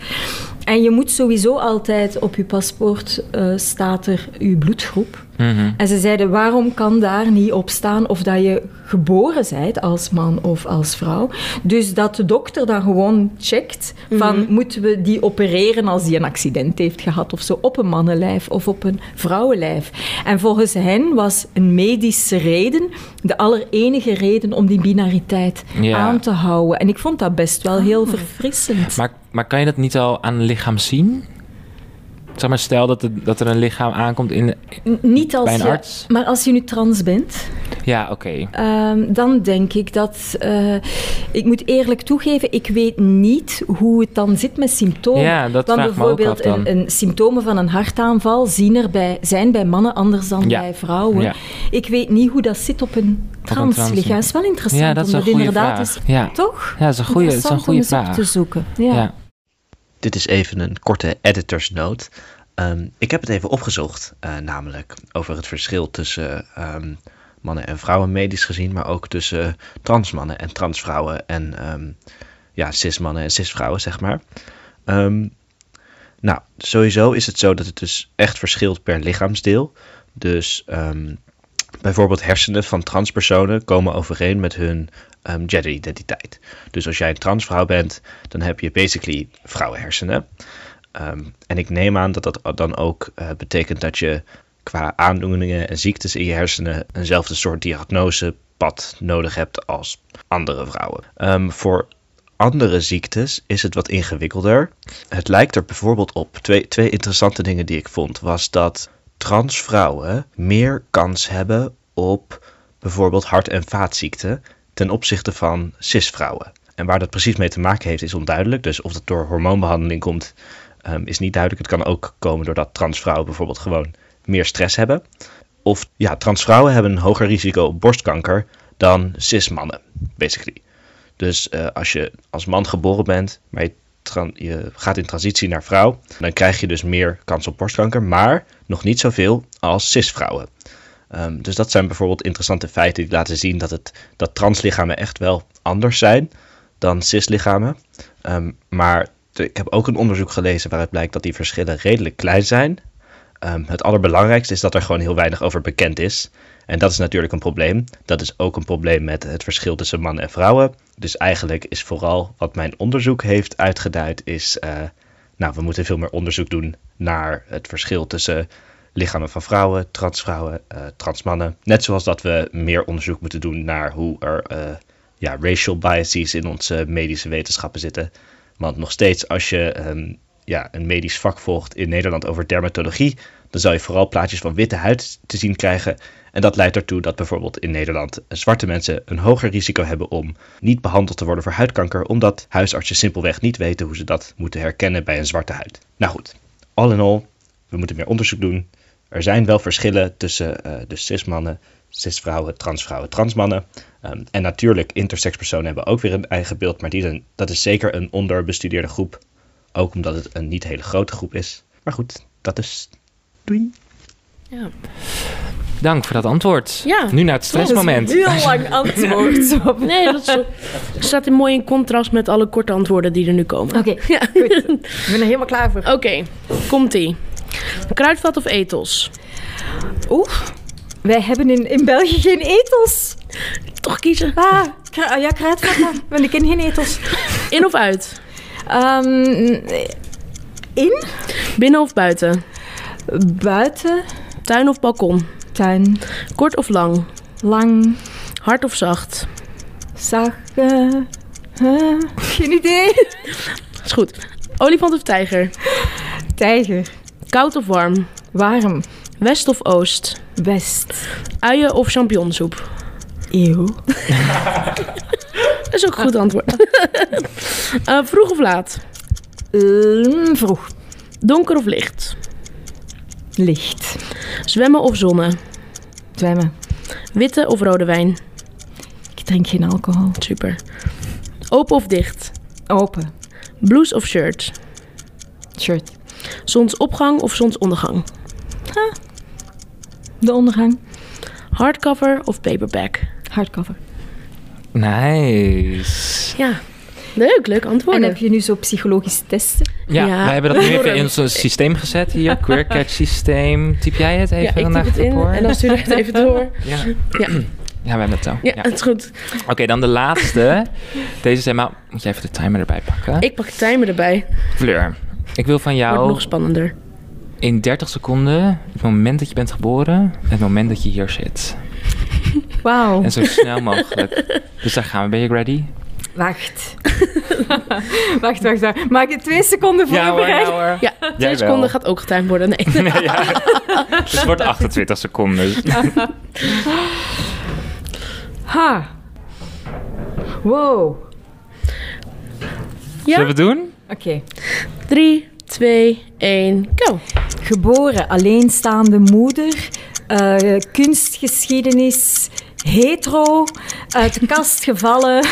Speaker 3: En je moet sowieso altijd op je paspoort eh, staat er je bloedgroep.
Speaker 1: Mhm.
Speaker 3: En ze zeiden, waarom kan daar niet op staan of dat je geboren bent als man of als vrouw? Dus dat de dokter dan gewoon checkt van, moeten we die opereren als die een accident heeft gehad of zo, op een mannenlijf of op een vrouwenlijf? En volgens hen was een medische reden de allerenige reden om die binariteit
Speaker 1: Ja.
Speaker 3: aan te houden. En ik vond dat best wel heel verfrissend.
Speaker 1: Maar, maar kan je dat niet al aan een lichaam zien? Zeg maar, stel dat, het- dat er een lichaam aankomt in...
Speaker 3: N- Niet als
Speaker 1: Bij een
Speaker 3: je,
Speaker 1: arts?
Speaker 3: Maar als je nu trans bent...
Speaker 1: Ja, oké.
Speaker 3: Ehm, dan denk ik dat. eh, ik moet eerlijk toegeven, ik weet niet hoe het dan zit met
Speaker 2: Oh,
Speaker 3: symptomen.
Speaker 1: Ja, dat
Speaker 3: Want
Speaker 1: vraag ik me ook
Speaker 3: bijvoorbeeld,
Speaker 1: af dan.
Speaker 3: Een, een, symptomen van een hartaanval zien er bij, zijn bij mannen anders dan
Speaker 1: Ja.
Speaker 3: bij vrouwen.
Speaker 1: Ja.
Speaker 3: Ik weet niet hoe dat zit op een
Speaker 1: trans-
Speaker 3: translichaam. Het is wel interessant,
Speaker 1: Ja, dat is een
Speaker 3: omdat
Speaker 1: goede
Speaker 3: inderdaad
Speaker 1: vraag.
Speaker 3: is.
Speaker 1: Ja.
Speaker 3: Toch?
Speaker 1: Ja, dat is een goede, dat is een
Speaker 3: Interessant
Speaker 1: goede
Speaker 3: om eens op
Speaker 1: vraag.
Speaker 3: te zoeken. Ja.
Speaker 1: Ja.
Speaker 5: Dit is even een korte editorsnoot. Ehm, ik heb het even opgezocht, eh, namelijk over het verschil tussen ehm, mannen en vrouwen medisch gezien, maar ook tussen transmannen en transvrouwen en ehm, ja, cismannen en cisvrouwen, zeg maar. Ehm, nou, sowieso is het zo dat het dus echt verschilt per lichaamsdeel. Dus ehm, bijvoorbeeld hersenen van transpersonen komen overeen met hun ehm genderidentiteit. Dus als jij een transvrouw bent, dan heb je basically vrouwenhersenen. Ehm, en ik neem aan dat dat dan ook eh, betekent dat je qua aandoeningen en ziektes in je hersenen eenzelfde soort diagnosepad nodig hebt als andere vrouwen. Ehm, voor andere ziektes is het wat ingewikkelder. Het lijkt er bijvoorbeeld op, twee, twee interessante dingen die ik vond, was dat transvrouwen meer kans hebben op bijvoorbeeld hart- en vaatziekten ten opzichte van cisvrouwen. En waar dat precies mee te maken heeft is onduidelijk. Dus of dat door hormoonbehandeling komt, ehm, is niet duidelijk. Het kan ook komen doordat transvrouwen bijvoorbeeld gewoon meer stress hebben. Of ja, transvrouwen hebben een hoger risico op borstkanker dan cis-mannen, basically. Dus eh, als je als man geboren bent, maar je, tran- je gaat in transitie naar vrouw, dan krijg je dus meer kans op borstkanker, maar nog niet zoveel als cis-vrouwen. Ehm, dus dat zijn bijvoorbeeld interessante feiten die laten zien dat, het, dat translichamen echt wel anders zijn dan cislichamen. Ehm, maar t- ik heb ook een onderzoek gelezen waaruit blijkt dat die verschillen redelijk klein zijn. Ehm, het allerbelangrijkste is dat er gewoon heel weinig over bekend is. En dat is natuurlijk een probleem. Dat is ook een probleem met het verschil tussen mannen en vrouwen. Dus eigenlijk is vooral wat mijn onderzoek heeft uitgeduid, is eh, nou, we moeten veel meer onderzoek doen naar het verschil tussen lichamen van vrouwen, transvrouwen, eh transmannen. Net zoals dat we meer onderzoek moeten doen naar hoe er eh, ja, racial biases in onze medische wetenschappen zitten. Want nog steeds, als je ehm, ja, een medisch vak volgt in Nederland over dermatologie, dan zal je vooral plaatjes van witte huid te zien krijgen. En dat leidt ertoe dat bijvoorbeeld in Nederland zwarte mensen een hoger risico hebben om niet behandeld te worden voor huidkanker, omdat huisartsen simpelweg niet weten hoe ze dat moeten herkennen bij een zwarte huid. Nou goed, all in all, we moeten meer onderzoek doen. Er zijn wel verschillen tussen eh dus cis-mannen, cis-vrouwen, transvrouwen, transmannen. Ehm, en natuurlijk, intersexpersonen hebben ook weer een eigen beeld, maar die zijn, dat is zeker een onderbestudeerde groep. Ook omdat het een niet hele grote groep is. Maar goed, dat is. Doei.
Speaker 1: Dank voor dat antwoord.
Speaker 2: Ja.
Speaker 1: Nu naar het stressmoment.
Speaker 3: Dat is een heel lang antwoord. Zo. Oké,
Speaker 2: Nee, dat is- staat in mooi in contrast met alle korte antwoorden die er nu komen.
Speaker 3: goed. Ik ben er helemaal klaar voor.
Speaker 2: Oké, komt-ie. Kruidvat of etels?
Speaker 3: Oeh, wij hebben in, in België geen etels.
Speaker 2: Toch kiezen.
Speaker 3: Ah, kra- ja, kruidvat, maar want ik ken geen etels.
Speaker 2: In of uit?
Speaker 3: Ehm, in,
Speaker 2: Binnen of buiten?
Speaker 3: buiten,
Speaker 2: Tuin of balkon?
Speaker 3: tuin,
Speaker 2: Kort of lang?
Speaker 3: lang,
Speaker 2: Hard of zacht?
Speaker 3: zacht. eh, eh, geen idee.
Speaker 2: Is goed. Olifant of tijger?
Speaker 3: Tijger,
Speaker 2: Koud of warm?
Speaker 3: warm,
Speaker 2: West of oost?
Speaker 3: best.
Speaker 2: Uien of champignonsoep?
Speaker 3: Eeuw.
Speaker 2: Dat is ook een goed antwoord. Eh, vroeg of laat?
Speaker 3: Ehm, vroeg,
Speaker 2: Donker of licht?
Speaker 3: licht,
Speaker 2: Zwemmen of zonnen?
Speaker 3: zwemmen.
Speaker 2: Witte of rode wijn?
Speaker 3: Ik drink geen alcohol.
Speaker 2: Super. Open of dicht?
Speaker 3: Open,
Speaker 2: Blouse of shirt?
Speaker 3: shirt.
Speaker 2: Zonsopgang of zonsondergang?
Speaker 3: De ondergang,
Speaker 2: Hardcover of paperback?
Speaker 3: hardcover.
Speaker 1: Nice.
Speaker 2: Ja, leuk, leuk
Speaker 3: En
Speaker 2: antwoorden.
Speaker 3: heb je nu zo psychologische testen?
Speaker 1: Ja,
Speaker 2: Ja.
Speaker 1: wij hebben dat nu even in ons eh, systeem gezet hier. QueerCatch systeem. Typ jij het even
Speaker 2: ja, ik
Speaker 1: vandaag
Speaker 2: typ het in
Speaker 1: voor?
Speaker 2: en dan stuur ik het even door.
Speaker 1: Ja.
Speaker 2: Ja.
Speaker 1: Ja, we hebben het zo.
Speaker 2: Ja,
Speaker 1: Ja.
Speaker 2: het is goed.
Speaker 1: Oké, dan de laatste. Deze zijn maar... Moet jij even de timer erbij pakken?
Speaker 2: Ik pak de timer erbij.
Speaker 1: Fleur, ik wil van
Speaker 2: Wordt
Speaker 1: jou
Speaker 2: nog spannender.
Speaker 1: in 30 seconden het moment dat je bent geboren... het moment dat je hier zit.
Speaker 3: Wauw.
Speaker 1: En zo snel mogelijk. Dus daar gaan we. Ben je ready?
Speaker 3: Wacht. wacht, wacht, wacht. Maak je twee seconden voorbereid.
Speaker 1: hoor.
Speaker 2: Ja, twee
Speaker 1: wel.
Speaker 2: seconden gaat ook getimed worden. Nee.
Speaker 1: Nee, ja. Dus het wordt 28 seconden.
Speaker 3: ha. Wow. Oké.
Speaker 1: Zullen we het doen?
Speaker 2: 3, 2, 1, go.
Speaker 3: Geboren, alleenstaande moeder, eh, kunstgeschiedenis, hetero, uit de kast gevallen,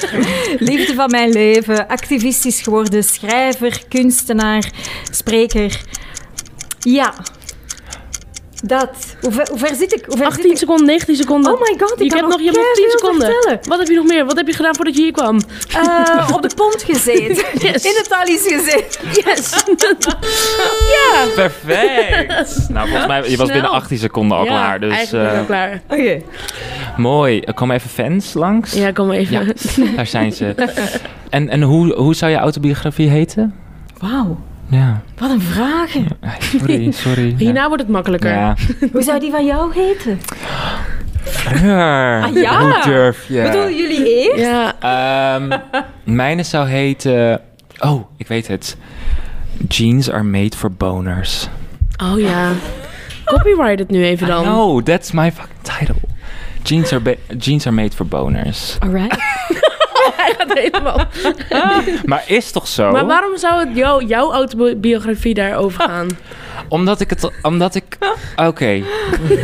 Speaker 3: liefde van mijn leven, activistisch geworden, schrijver, kunstenaar, spreker. Ja. Dat. Hoe ver, hoe ver zit ik? Hoe ver zit
Speaker 2: 18
Speaker 3: ik?
Speaker 2: seconden, 19 seconden.
Speaker 3: Oh my god, ik
Speaker 2: je
Speaker 3: kan
Speaker 2: hebt nog, je hebt nog
Speaker 3: keiveel
Speaker 2: 10 seconden.
Speaker 3: vertellen.
Speaker 2: Wat heb je nog meer? Wat heb je gedaan voordat je hier kwam?
Speaker 3: Eh, op de pont gezeten.
Speaker 2: Yes.
Speaker 3: In het Thalys gezeten.
Speaker 2: Yes.
Speaker 1: Perfect! nou, volgens mij, je was
Speaker 2: Snel.
Speaker 1: binnen 18 seconden al klaar. Dus
Speaker 2: eigenlijk
Speaker 1: eh,
Speaker 2: al klaar.
Speaker 3: Oké.
Speaker 1: mooi. Er komen even fans langs.
Speaker 2: Ja, kom maar even.
Speaker 1: Ja, daar zijn ze. En, en hoe, hoe zou je autobiografie heten?
Speaker 3: Wauw,
Speaker 1: Ja,
Speaker 3: wat een vraag.
Speaker 1: Ah, sorry, sorry.
Speaker 2: Hierna wordt het makkelijker.
Speaker 1: Ja.
Speaker 3: Hoe zou die van jou heten?
Speaker 1: Fleur,
Speaker 3: Ah, ja.
Speaker 1: Hoe durf je?
Speaker 3: Bedoel jullie eer?
Speaker 2: Ja,
Speaker 1: Ehm, mijne zou heten... Oh, ik weet het. Jeans are made for boners.
Speaker 2: oh ja. Copyright het nu even dan.
Speaker 1: No, that's my fucking title. Jeans are, ba- jeans are made for boners.
Speaker 3: Alright.
Speaker 2: Hij gaat helemaal.
Speaker 1: Maar is toch zo?
Speaker 2: Maar waarom zou het jou, jouw autobiografie daarover gaan?
Speaker 1: Omdat ik het... Omdat ik... Oké.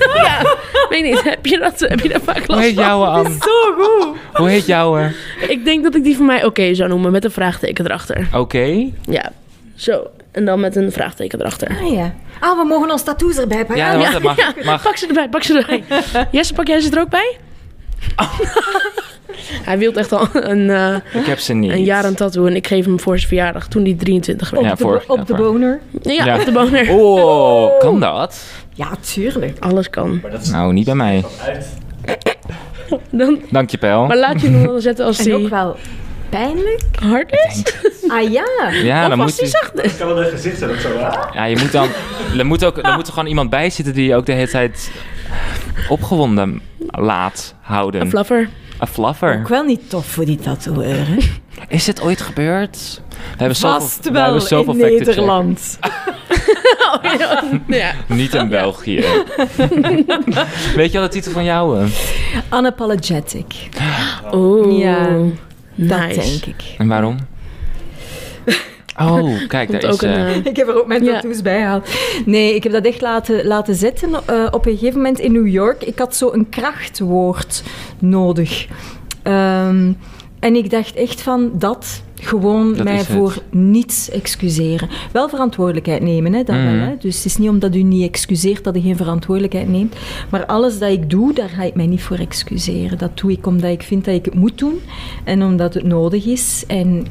Speaker 2: Weet niet, heb je, dat, heb je daar vaak
Speaker 1: Hoe
Speaker 2: last
Speaker 1: heet
Speaker 2: van?
Speaker 1: jouwe, Anne?
Speaker 3: Zo goed.
Speaker 1: Hoe heet jouwe?
Speaker 2: Ik denk dat ik die van mij oké zou noemen, met een vraagteken erachter.
Speaker 1: Oké.
Speaker 2: Ja, zo. En dan met een vraagteken erachter.
Speaker 3: Ah ja. Ah, we mogen ons tattoos erbij pakken.
Speaker 1: Ja,
Speaker 3: Ah,
Speaker 1: dat mag, dat mag, mag.
Speaker 2: Pak ze erbij, pak ze erbij. Jesse, pak jij ze er ook bij? hij wilde echt al een, eh
Speaker 1: Ik heb ze niet.
Speaker 2: een jaar een tattoo en ik geef hem voor zijn verjaardag toen hij 23 werd.
Speaker 3: Op,
Speaker 1: Ja,
Speaker 3: de,
Speaker 1: vorig
Speaker 3: op
Speaker 1: jaar,
Speaker 3: de
Speaker 1: vorig.
Speaker 3: boner.
Speaker 2: Ja,
Speaker 1: Ja.
Speaker 2: op de boner.
Speaker 1: Oh, kan dat?
Speaker 3: Ja, tuurlijk.
Speaker 2: Alles kan.
Speaker 1: Nou, niet bij mij.
Speaker 2: Dan,
Speaker 1: Dank je, Pel.
Speaker 2: maar laat je hem dan zetten als
Speaker 3: En ook
Speaker 2: hij
Speaker 3: wel pijnlijk.
Speaker 2: hard is.
Speaker 3: Ah ja.
Speaker 1: Ja,
Speaker 2: of
Speaker 1: dan
Speaker 2: als
Speaker 1: moet
Speaker 2: hij
Speaker 1: je,
Speaker 2: zacht is.
Speaker 6: kan wel een gezicht zijn, dat zo.
Speaker 1: ja, je moet dan, er moet ook, er moet er gewoon iemand bij zitten die je ook de hele tijd opgewonden laat houden.
Speaker 2: Een flapper.
Speaker 1: Een flapper.
Speaker 3: Ook wel niet tof voor die tatoeëren. hè?
Speaker 1: Is dit ooit gebeurd? We hebben zoveel,
Speaker 3: Vast
Speaker 1: we hebben
Speaker 3: wel
Speaker 1: zoveel
Speaker 3: in
Speaker 1: fact-check.
Speaker 3: Nederland.
Speaker 2: Ja.
Speaker 1: Niet in België. Weet je al de titel van jou? eh?
Speaker 3: Unapologetic.
Speaker 2: Oh.
Speaker 3: Ja, Dat
Speaker 2: nice.
Speaker 3: denk ik.
Speaker 1: En waarom? Oh, kijk, daar is...
Speaker 2: Komt ook een,
Speaker 1: eh,
Speaker 2: eh,
Speaker 3: Ik heb er ook mijn
Speaker 2: Ja.
Speaker 3: tattoos bij gehaald. Nee, ik heb dat echt laten, laten zitten eh, op een gegeven moment in New York. Ik had zo een krachtwoord nodig. Ehm, en ik dacht echt van dat gewoon
Speaker 1: Dat
Speaker 3: mij
Speaker 1: is het.
Speaker 3: voor niets excuseren. Wel verantwoordelijkheid nemen, hè, dat wel,
Speaker 1: Mhm.
Speaker 3: hè. Dus het is niet omdat u niet excuseert dat u geen verantwoordelijkheid neemt. Maar alles dat ik doe, daar ga ik mij niet voor excuseren. Dat doe ik omdat ik vind dat ik het moet doen en omdat het nodig is. En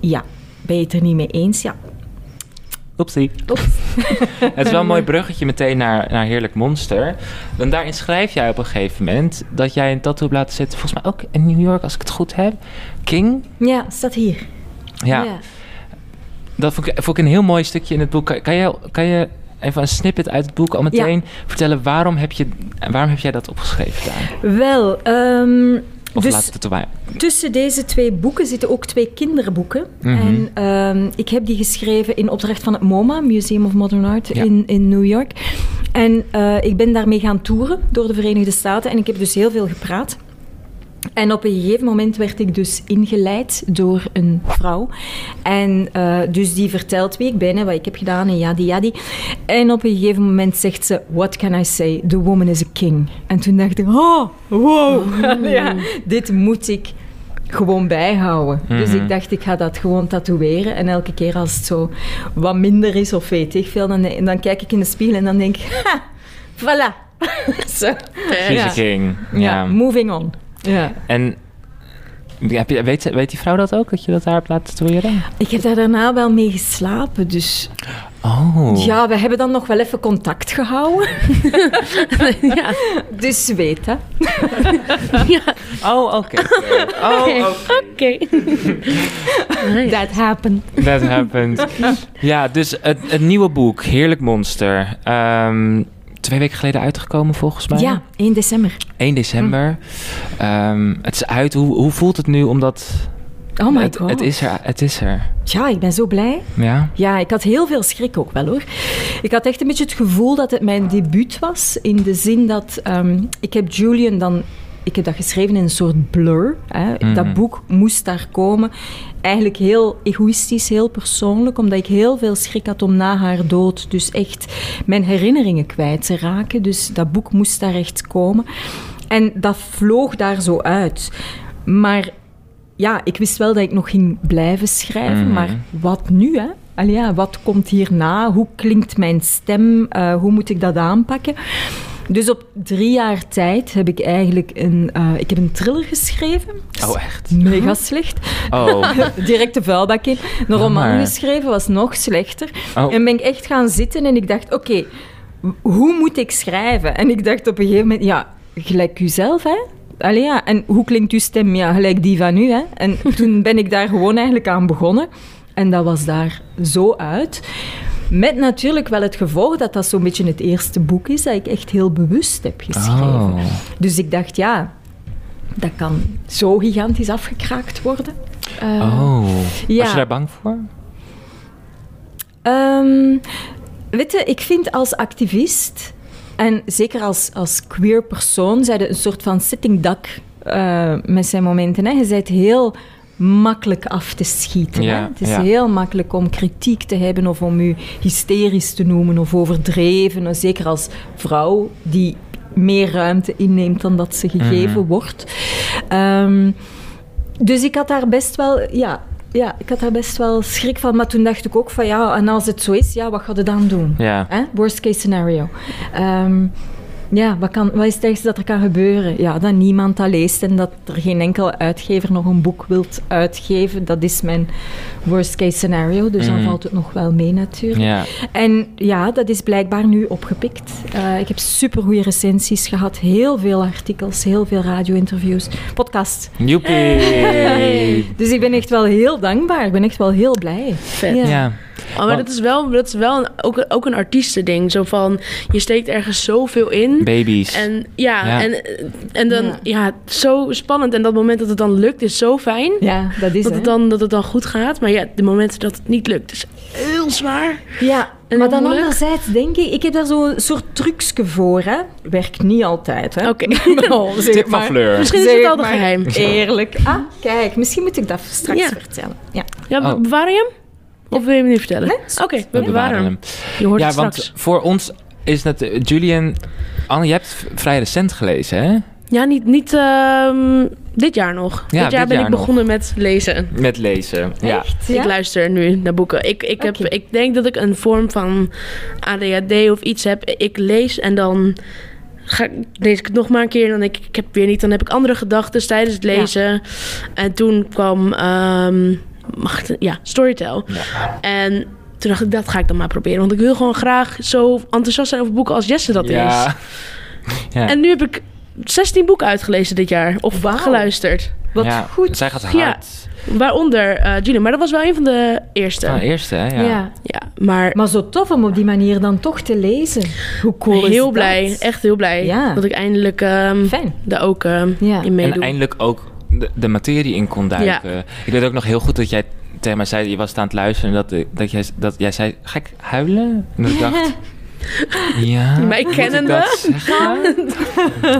Speaker 3: ja, ben je het er niet mee eens? Ja,
Speaker 1: Oepsie. het is wel een mooi bruggetje meteen naar, naar Heerlijk Monster. Want daarin schrijf jij op een gegeven moment dat jij een tattoo hebt laten zetten. Volgens mij ook in New York, als ik het goed heb. King.
Speaker 3: Ja, staat hier.
Speaker 1: Ja, dat vond ik, vond ik een heel mooi stukje in het boek. Kan, kan, je, kan je even een snippet uit het boek al meteen vertellen waarom heb, je, waarom heb jij dat opgeschreven daar?
Speaker 3: Wel, ehm,
Speaker 1: Of
Speaker 3: dus
Speaker 1: laat het erbij.
Speaker 3: tussen deze twee boeken zitten ook twee kinderboeken.
Speaker 1: Mhm.
Speaker 3: En ehm, ik heb die geschreven in opdracht van het MoMA, Museum of Modern Art,
Speaker 1: Ja.
Speaker 3: in, in New York. En eh, ik ben daarmee gaan toeren door de Verenigde Staten en ik heb dus heel veel gepraat. En op een gegeven moment werd ik dus ingeleid door een vrouw. En eh, dus die vertelt wie ik ben en wat ik heb gedaan en jadi jadi. En op een gegeven moment zegt ze, what can I say, the woman is a king. En toen dacht ik, oh, wow, ja, dit moet ik gewoon bijhouden. Dus ik dacht, ik ga dat gewoon tatoeëren. En elke keer als het zo wat minder is of weet ik veel, dan, dan kijk ik in de spiegel en dan denk ik, ha, voilà. Zo.
Speaker 1: She's a King. Ja.
Speaker 3: Ja, moving on. Ja.
Speaker 1: En heb je, weet, weet die vrouw dat ook, dat je dat daar hebt laten tatoeëren?
Speaker 3: Ik heb daar daarna wel mee geslapen, dus...
Speaker 1: Oh.
Speaker 3: Ja, we hebben dan nog wel even contact gehouden.
Speaker 1: eh,
Speaker 2: eh,
Speaker 3: Dus weet, hè.
Speaker 1: Oh, oké.
Speaker 3: Oh,
Speaker 2: Oké. Oké. Nice.
Speaker 3: That happened.
Speaker 1: That happened. ja, dus het, het nieuwe boek, Heerlijk Monster. ehm, twee weken geleden uitgekomen volgens mij.
Speaker 3: Ja, Hm. 1 december.
Speaker 1: 1 december. Ehm, het is uit. Hoe, hoe voelt het nu? Omdat
Speaker 3: Oh my
Speaker 1: het,
Speaker 3: god.
Speaker 1: het is er. Het is er.
Speaker 3: Ja, ik ben zo blij.
Speaker 1: Ja.
Speaker 3: Ja, ik had heel veel schrik ook wel hoor. Ik had echt een beetje het gevoel dat het mijn debuut was. In de zin dat ehm, ik heb Julian dan. Ik heb dat geschreven in een soort blur. Hè. Dat boek moest daar komen. Eigenlijk heel egoïstisch, heel persoonlijk, omdat ik heel veel schrik had om na haar dood dus echt mijn herinneringen kwijt te raken. Dus dat boek moest daar echt komen. En dat vloog daar zo uit. Maar ja, ik wist wel dat ik nog ging blijven schrijven,
Speaker 1: Mhm.
Speaker 3: maar wat nu, hè? Allee, ja, wat komt hierna? Hoe klinkt mijn stem? Eh, hoe moet ik dat aanpakken? Dus op drie jaar tijd heb ik eigenlijk een, eh, ik heb een thriller geschreven.
Speaker 1: Oh, echt?
Speaker 3: Mega slecht.
Speaker 1: Oh.
Speaker 3: Direct de vuilbak in. Een
Speaker 1: Jammer.
Speaker 3: roman geschreven was nog slechter.
Speaker 1: Oh.
Speaker 3: En ben ik echt gaan zitten en ik dacht, oké, w- hoe moet ik schrijven? En ik dacht op een gegeven moment, ja, gelijk uzelf, hè? Allee, ja, en hoe klinkt uw stem? Ja, gelijk die van u, hè? En toen ben ik daar gewoon eigenlijk aan begonnen. En dat was daar zo uit. Met natuurlijk wel het gevolg dat dat zo'n beetje het eerste boek is dat ik echt heel bewust heb geschreven.
Speaker 1: Oh.
Speaker 3: Dus ik dacht, ja, dat kan zo gigantisch afgekraakt worden. Eh,
Speaker 1: Oh.
Speaker 3: ja.
Speaker 1: Was je daar bang voor?
Speaker 3: Ehm, weet je, ik vind als activist en zeker als, als queer persoon, zij een soort van sitting duck eh, met zijn momenten. Hè. Je bent heel makkelijk af te schieten.
Speaker 1: Ja,
Speaker 3: hè. Het is
Speaker 1: ja.
Speaker 3: heel makkelijk om kritiek te hebben of om u hysterisch te noemen of overdreven. En Zeker als vrouw die meer ruimte inneemt dan dat
Speaker 1: Mhm.
Speaker 3: ze gegeven wordt. Ehm, dus ik had daar best wel, ja, ja, ik had daar best wel schrik van. Maar toen dacht ik ook van ja, en als het zo is, ja, wat gaat het dan doen?
Speaker 1: Ja.
Speaker 3: Hè? Worst case scenario. Ehm, ja, wat, kan, wat is het ergste dat er kan gebeuren? Ja, dat niemand dat leest en dat er geen enkele uitgever nog een boek wilt uitgeven. Dat is mijn worst case scenario. Dus dan
Speaker 1: Mhm.
Speaker 3: valt het nog wel mee natuurlijk.
Speaker 1: Ja.
Speaker 3: En ja, dat is blijkbaar nu opgepikt. Eh, ik heb supergoeie recensies gehad. Heel veel artikels, heel veel radio-interviews, podcast.
Speaker 1: Joepie.
Speaker 3: Dus ik ben echt wel heel dankbaar. Ik ben echt wel heel blij.
Speaker 2: Vet.
Speaker 3: Ja.
Speaker 1: Ja.
Speaker 2: Oh, maar
Speaker 1: Want-
Speaker 2: dat is wel, dat is wel een, ook, ook een artiestending. Zo van, je steekt ergens zoveel in.
Speaker 1: Baby's.
Speaker 2: En ja,
Speaker 1: Ja.
Speaker 2: En, en dan, ja.
Speaker 3: Ja.
Speaker 2: zo spannend. En dat moment dat het dan lukt is zo fijn.
Speaker 3: Ja, dat is
Speaker 2: Dat
Speaker 3: hè.
Speaker 2: het, dan, dat het dan goed gaat. Maar ja, de momenten dat het niet lukt is heel zwaar.
Speaker 3: Ja,
Speaker 2: En
Speaker 3: maar dan
Speaker 2: moeilijk?
Speaker 3: anderzijds denk ik, ik heb daar zo'n soort trucje voor, hè. Werkt niet altijd, hè.
Speaker 2: Oké. Oh,
Speaker 3: Nou, zeg
Speaker 1: Tip van
Speaker 3: maar.
Speaker 1: Fleur.
Speaker 2: Misschien is
Speaker 3: Zeg
Speaker 2: het al een
Speaker 3: maar
Speaker 2: geheim.
Speaker 3: Eerlijk. Ah, kijk, misschien moet ik dat straks
Speaker 2: Ja.
Speaker 3: vertellen. Ja.
Speaker 2: Ja, we
Speaker 1: Oh.
Speaker 2: bewaren je hem? Of wil je hem niet vertellen?
Speaker 3: Nee,
Speaker 2: Oké, we bewaren hem. Je hoort
Speaker 1: Ja,
Speaker 2: het straks.
Speaker 1: want voor ons is het... eh, Julian... Anne, je hebt v- vrij recent gelezen, hè?
Speaker 2: Ja, niet, niet ehm, dit jaar nog. dit jaar
Speaker 1: dit
Speaker 2: ben
Speaker 1: jaar
Speaker 2: ik
Speaker 1: nog.
Speaker 2: begonnen met lezen.
Speaker 1: Met lezen. Ja.
Speaker 3: Echt, ja?
Speaker 2: Ik luister nu naar boeken. Ik, ik, heb,
Speaker 3: Oké.
Speaker 2: ik denk dat ik een vorm van ADHD of iets heb. Ik lees en dan ga, ik- lees ik het nog maar een keer. En dan denk ik, ik heb het weer niet. Dan heb ik andere gedachten tijdens het lezen. En toen kwam ehm, mag ik het- ja, Storytel. En toen dacht ik, dat ga ik dan maar proberen. Want ik wil gewoon graag zo enthousiast zijn over boeken als Jesse dat is.
Speaker 1: Ja. Ja.
Speaker 2: En nu heb ik 16 boeken uitgelezen dit jaar. Of
Speaker 3: Wauw.
Speaker 2: geluisterd.
Speaker 3: Wat
Speaker 1: Ja,
Speaker 3: goed.
Speaker 1: Zij gaat hard.
Speaker 2: Ja. Waaronder eh Julian. Maar dat was wel een van de eerste.
Speaker 1: Van de eerste, hè? Ja.
Speaker 3: Ja.
Speaker 2: Ja, maar
Speaker 3: Maar zo tof om op die manier dan toch te lezen. Hoe cool is
Speaker 2: heel
Speaker 3: dat?
Speaker 2: blij. Echt heel blij.
Speaker 3: Ja.
Speaker 2: Dat ik eindelijk ehm,
Speaker 3: Fijn.
Speaker 2: daar ook ehm,
Speaker 3: Ja.
Speaker 2: in
Speaker 1: En
Speaker 2: meedoe.
Speaker 1: eindelijk ook de, de materie in kon duiken. Ik weet ook nog heel goed dat jij tegen mij zei... Je was aan het luisteren en dat, eh, dat, jij, dat jij zei... Ga ik huilen? En dat ik dacht... Ja,
Speaker 2: Mij
Speaker 1: moet ik
Speaker 2: kennende.
Speaker 1: dat zeggen?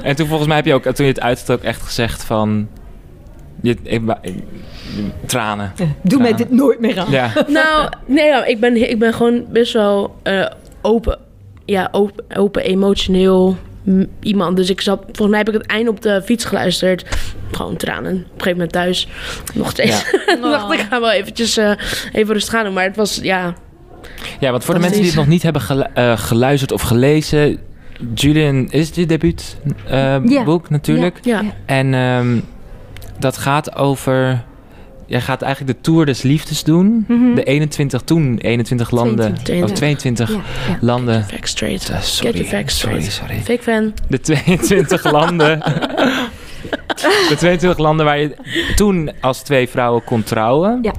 Speaker 1: en toen volgens mij heb je ook... Toen je het uitstak echt gezegd van... Je, ik- ik- tranen.
Speaker 3: Doe mij
Speaker 1: Ja.
Speaker 3: dit nooit meer aan.
Speaker 1: Ja.
Speaker 2: Nou, nee, ja, ik, ben, ik ben gewoon best wel eh, open. Ja, open, open emotioneel m- iemand. Dus ik zat, volgens mij heb ik het einde op de fiets geluisterd. Gewoon tranen. Op een gegeven moment thuis. Nog steeds. Toen dacht ik, ik ga wel eventjes eh, even rustig aan doen. Maar het was, ja,
Speaker 1: ja, want voor de
Speaker 2: Dat
Speaker 1: mensen die
Speaker 2: is-
Speaker 1: het nog niet hebben gelu- eh, geluisterd of gelezen... Julian is het je debuutboek
Speaker 3: Ja.
Speaker 1: eh, boek natuurlijk.
Speaker 2: ja.
Speaker 1: En ehm, dat gaat over... Jij gaat eigenlijk de Tour des Liefdes doen.
Speaker 3: Mhm.
Speaker 1: De 21 toen, 21 landen.
Speaker 3: 22.
Speaker 1: Of 22
Speaker 3: Ja, ja.
Speaker 1: landen.
Speaker 2: Fact straight.
Speaker 1: Eh,
Speaker 2: Get your
Speaker 1: sorry,
Speaker 2: facts
Speaker 1: sorry,
Speaker 2: straight.
Speaker 1: sorry.
Speaker 2: Fake fan.
Speaker 1: De 22 landen. De 22 landen waar je toen als twee vrouwen kon trouwen.
Speaker 3: Ja.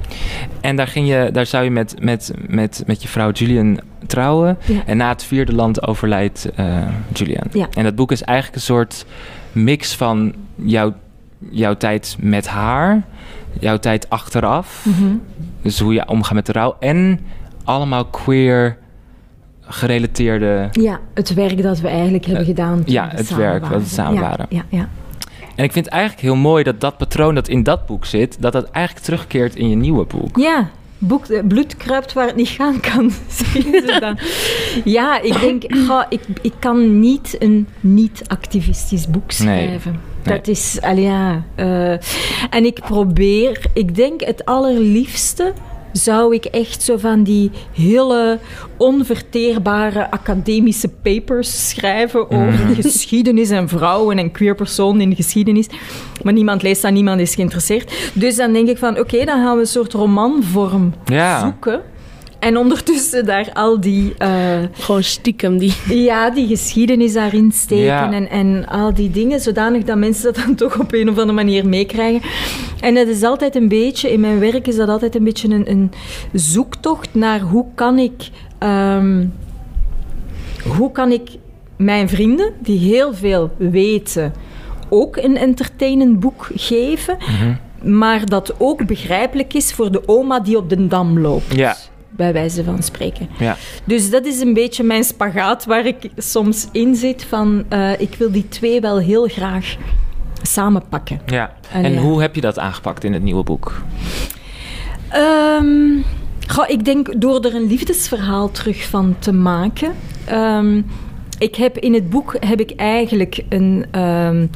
Speaker 1: En daar, ging je, daar zou je met, met, met, met je vrouw Julian trouwen.
Speaker 3: Ja.
Speaker 1: En na het vierde land overlijdt eh, Julian.
Speaker 3: Ja.
Speaker 1: En dat boek is eigenlijk een soort mix van jouw, jouw tijd met haar, jouw tijd achteraf.
Speaker 3: Mhm.
Speaker 1: Dus hoe je omgaat met de rouw. En allemaal queer gerelateerde.
Speaker 3: Ja, het werk dat we eigenlijk hebben gedaan. toen
Speaker 1: Eh, ja,
Speaker 3: we
Speaker 1: het
Speaker 3: samen
Speaker 1: werk dat we
Speaker 3: waren.
Speaker 1: samen
Speaker 3: Ja,
Speaker 1: waren.
Speaker 3: Ja, ja.
Speaker 1: En ik vind het eigenlijk heel mooi dat dat patroon dat in dat boek zit, dat dat eigenlijk terugkeert in je nieuwe boek.
Speaker 3: Ja, boek, eh, bloed kruipt waar het niet gaan kan. zeggen ze dan. ja, ik denk, goh, ik, ik kan niet een niet-activistisch boek schrijven.
Speaker 1: Nee.
Speaker 3: Dat is, allee, ja. eh, en ik probeer, ik denk het allerliefste zou ik echt zo van die hele onverteerbare academische papers schrijven over geschiedenis en vrouwen en queer personen in de geschiedenis. Maar niemand leest dat, niemand is geïnteresseerd. Dus dan denk ik van, oké, dan gaan we een soort romanvorm
Speaker 1: Ja.
Speaker 3: zoeken. En ondertussen daar al die, eh,
Speaker 2: Gewoon stiekem die
Speaker 3: ja, die geschiedenis daarin steken
Speaker 1: Ja.
Speaker 3: en, en al die dingen, zodanig dat mensen dat dan toch op een of andere manier meekrijgen. En dat is altijd een beetje, in mijn werk is dat altijd een beetje een, een zoektocht naar hoe kan ik... ehm, hoe kan ik mijn vrienden, die heel veel weten, ook een entertainend boek geven, maar dat ook begrijpelijk is voor de oma die op de dam loopt?
Speaker 1: Ja.
Speaker 3: Bij wijze van spreken.
Speaker 1: Ja.
Speaker 3: Dus dat is een beetje mijn spagaat waar ik soms in zit van eh, ik wil die twee wel heel graag samenpakken.
Speaker 1: ja.
Speaker 3: En
Speaker 1: En
Speaker 3: Ah, ja.
Speaker 1: hoe heb je dat aangepakt in het nieuwe boek?
Speaker 3: Ehm, goh, ik denk door er een liefdesverhaal terug van te maken. Ehm, ik heb in het boek heb ik eigenlijk een, ehm,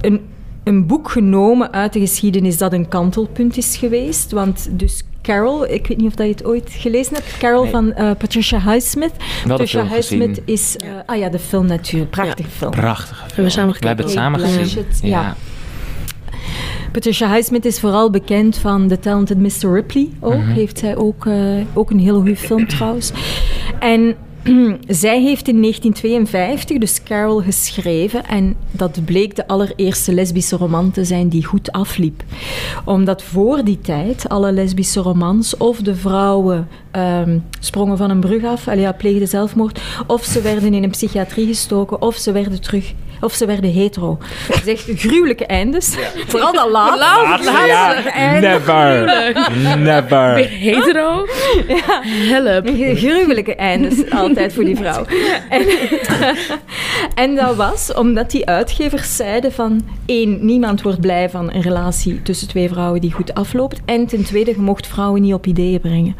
Speaker 3: een een boek genomen uit de geschiedenis dat een kantelpunt is geweest. Want dus Carol, ik weet niet of dat je het ooit gelezen hebt, Carol
Speaker 1: Nee.
Speaker 3: van eh, Patricia Highsmith. Patricia
Speaker 1: film
Speaker 3: Highsmith
Speaker 1: gezien.
Speaker 3: is... eh, ah ja, de film natuurlijk. Prachtige film.
Speaker 1: Prachtig.
Speaker 2: Hebben we samen
Speaker 1: We hebben het
Speaker 2: gekeken.
Speaker 1: samen
Speaker 3: Blanchett,
Speaker 1: gezien.
Speaker 3: ja. Patricia Highsmith is vooral bekend van The Talented Mr. Ripley. Ook heeft zij ook, eh, ook een hele goede film trouwens. En zij heeft in 1952 dus Carol geschreven en dat bleek de allereerste lesbische roman te zijn die goed afliep. Omdat voor die tijd alle lesbische romans of de vrouwen ehm, sprongen van een brug af, allee, ja, pleegden zelfmoord, of ze werden in een psychiatrie gestoken, of ze werden terug, of ze werden hetero. Dat is echt gruwelijke eindes. Vooral dat laatste.
Speaker 1: Laatste jaar. Never. Never.
Speaker 2: Hetero? Help.
Speaker 3: Een gruwelijke eindes altijd voor die vrouw. En, en dat was omdat die uitgevers zeiden van... één, niemand wordt blij van een relatie tussen twee vrouwen die goed afloopt. En ten tweede, je mocht vrouwen niet op ideeën brengen.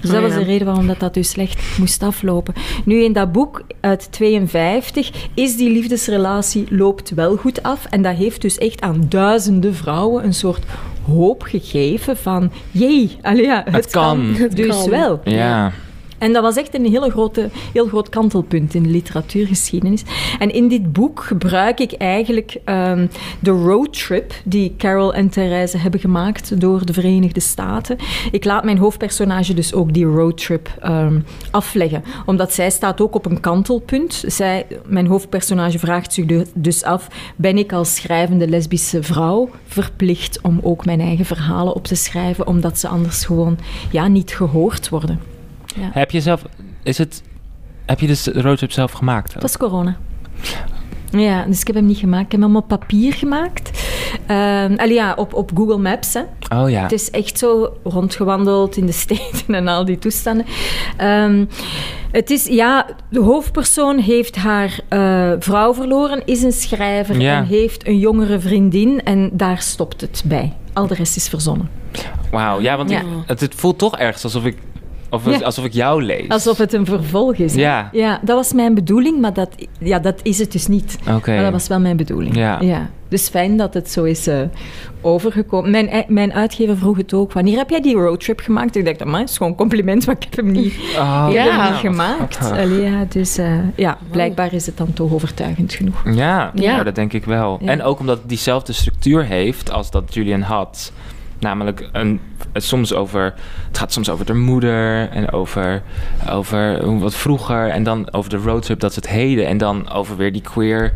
Speaker 3: Dus dat
Speaker 2: Oh ja.
Speaker 3: was de reden waarom dat, dat dus slecht moest aflopen. Nu, in dat boek uit 52 is die liefdesrelatie loopt wel goed af. En dat heeft dus echt aan duizenden vrouwen een soort hoop gegeven van... Jee, allee, ja, het,
Speaker 1: kan.
Speaker 2: Het
Speaker 3: dus
Speaker 2: kan.
Speaker 3: wel.
Speaker 1: Ja.
Speaker 3: En dat was echt een hele grote, heel groot kantelpunt in de literatuurgeschiedenis. En in dit boek gebruik ik eigenlijk ehm, de roadtrip die Carol en Therese hebben gemaakt door de Verenigde Staten. Ik laat mijn hoofdpersonage dus ook die roadtrip ehm, afleggen. Omdat zij staat ook op een kantelpunt. Zij, mijn hoofdpersonage vraagt zich du- dus af, ben ik als schrijvende lesbische vrouw verplicht om ook mijn eigen verhalen op te schrijven, omdat ze anders gewoon ja, niet gehoord worden.
Speaker 1: Heb je zelf... Is het... Heb je dus de roadtrip zelf gemaakt? ook?
Speaker 3: Het was corona. Ja, dus ik heb hem niet gemaakt. Ik heb hem op papier gemaakt. Ehm allee, ja, op, op Google Maps. Hè.
Speaker 1: Oh ja.
Speaker 3: Het is echt zo rondgewandeld in de steden en al die toestanden. Ehm, het is, ja, de hoofdpersoon heeft haar eh, vrouw verloren, is een schrijver
Speaker 1: Ja.
Speaker 3: en heeft een jongere vriendin. En daar stopt het bij. Al de rest is verzonnen.
Speaker 1: Wauw. Ja, want
Speaker 3: Ja.
Speaker 1: ik- het, het voelt toch ergens alsof ik... Of
Speaker 3: Ja.
Speaker 1: alsof ik jou lees.
Speaker 3: Alsof het een vervolg is. hè.
Speaker 1: Ja.
Speaker 3: ja dat was mijn bedoeling, maar dat, ja, dat is het dus niet.
Speaker 1: Oké.
Speaker 3: Maar dat was wel mijn bedoeling.
Speaker 1: Ja.
Speaker 3: Dus fijn dat het zo is eh, overgekomen. Mijn, eh, mijn uitgever vroeg het ook. Wanneer heb jij die roadtrip gemaakt? Ik dacht, maar is gewoon een compliment, maar ik heb hem niet, ik
Speaker 1: Oh, Ah.
Speaker 3: heb hem
Speaker 2: Ja.
Speaker 3: niet gemaakt. Allee, ja, dus eh, ja, blijkbaar is het dan toch overtuigend genoeg.
Speaker 1: Ja,
Speaker 2: Ja.
Speaker 1: nou, dat denk ik wel.
Speaker 3: Ja.
Speaker 1: En ook omdat het diezelfde structuur heeft als dat Julian had. Namelijk een, soms over, het gaat soms over de moeder en over, over hoe- wat vroeger. En dan over de roadtrip, dat is het heden. En dan over weer die queer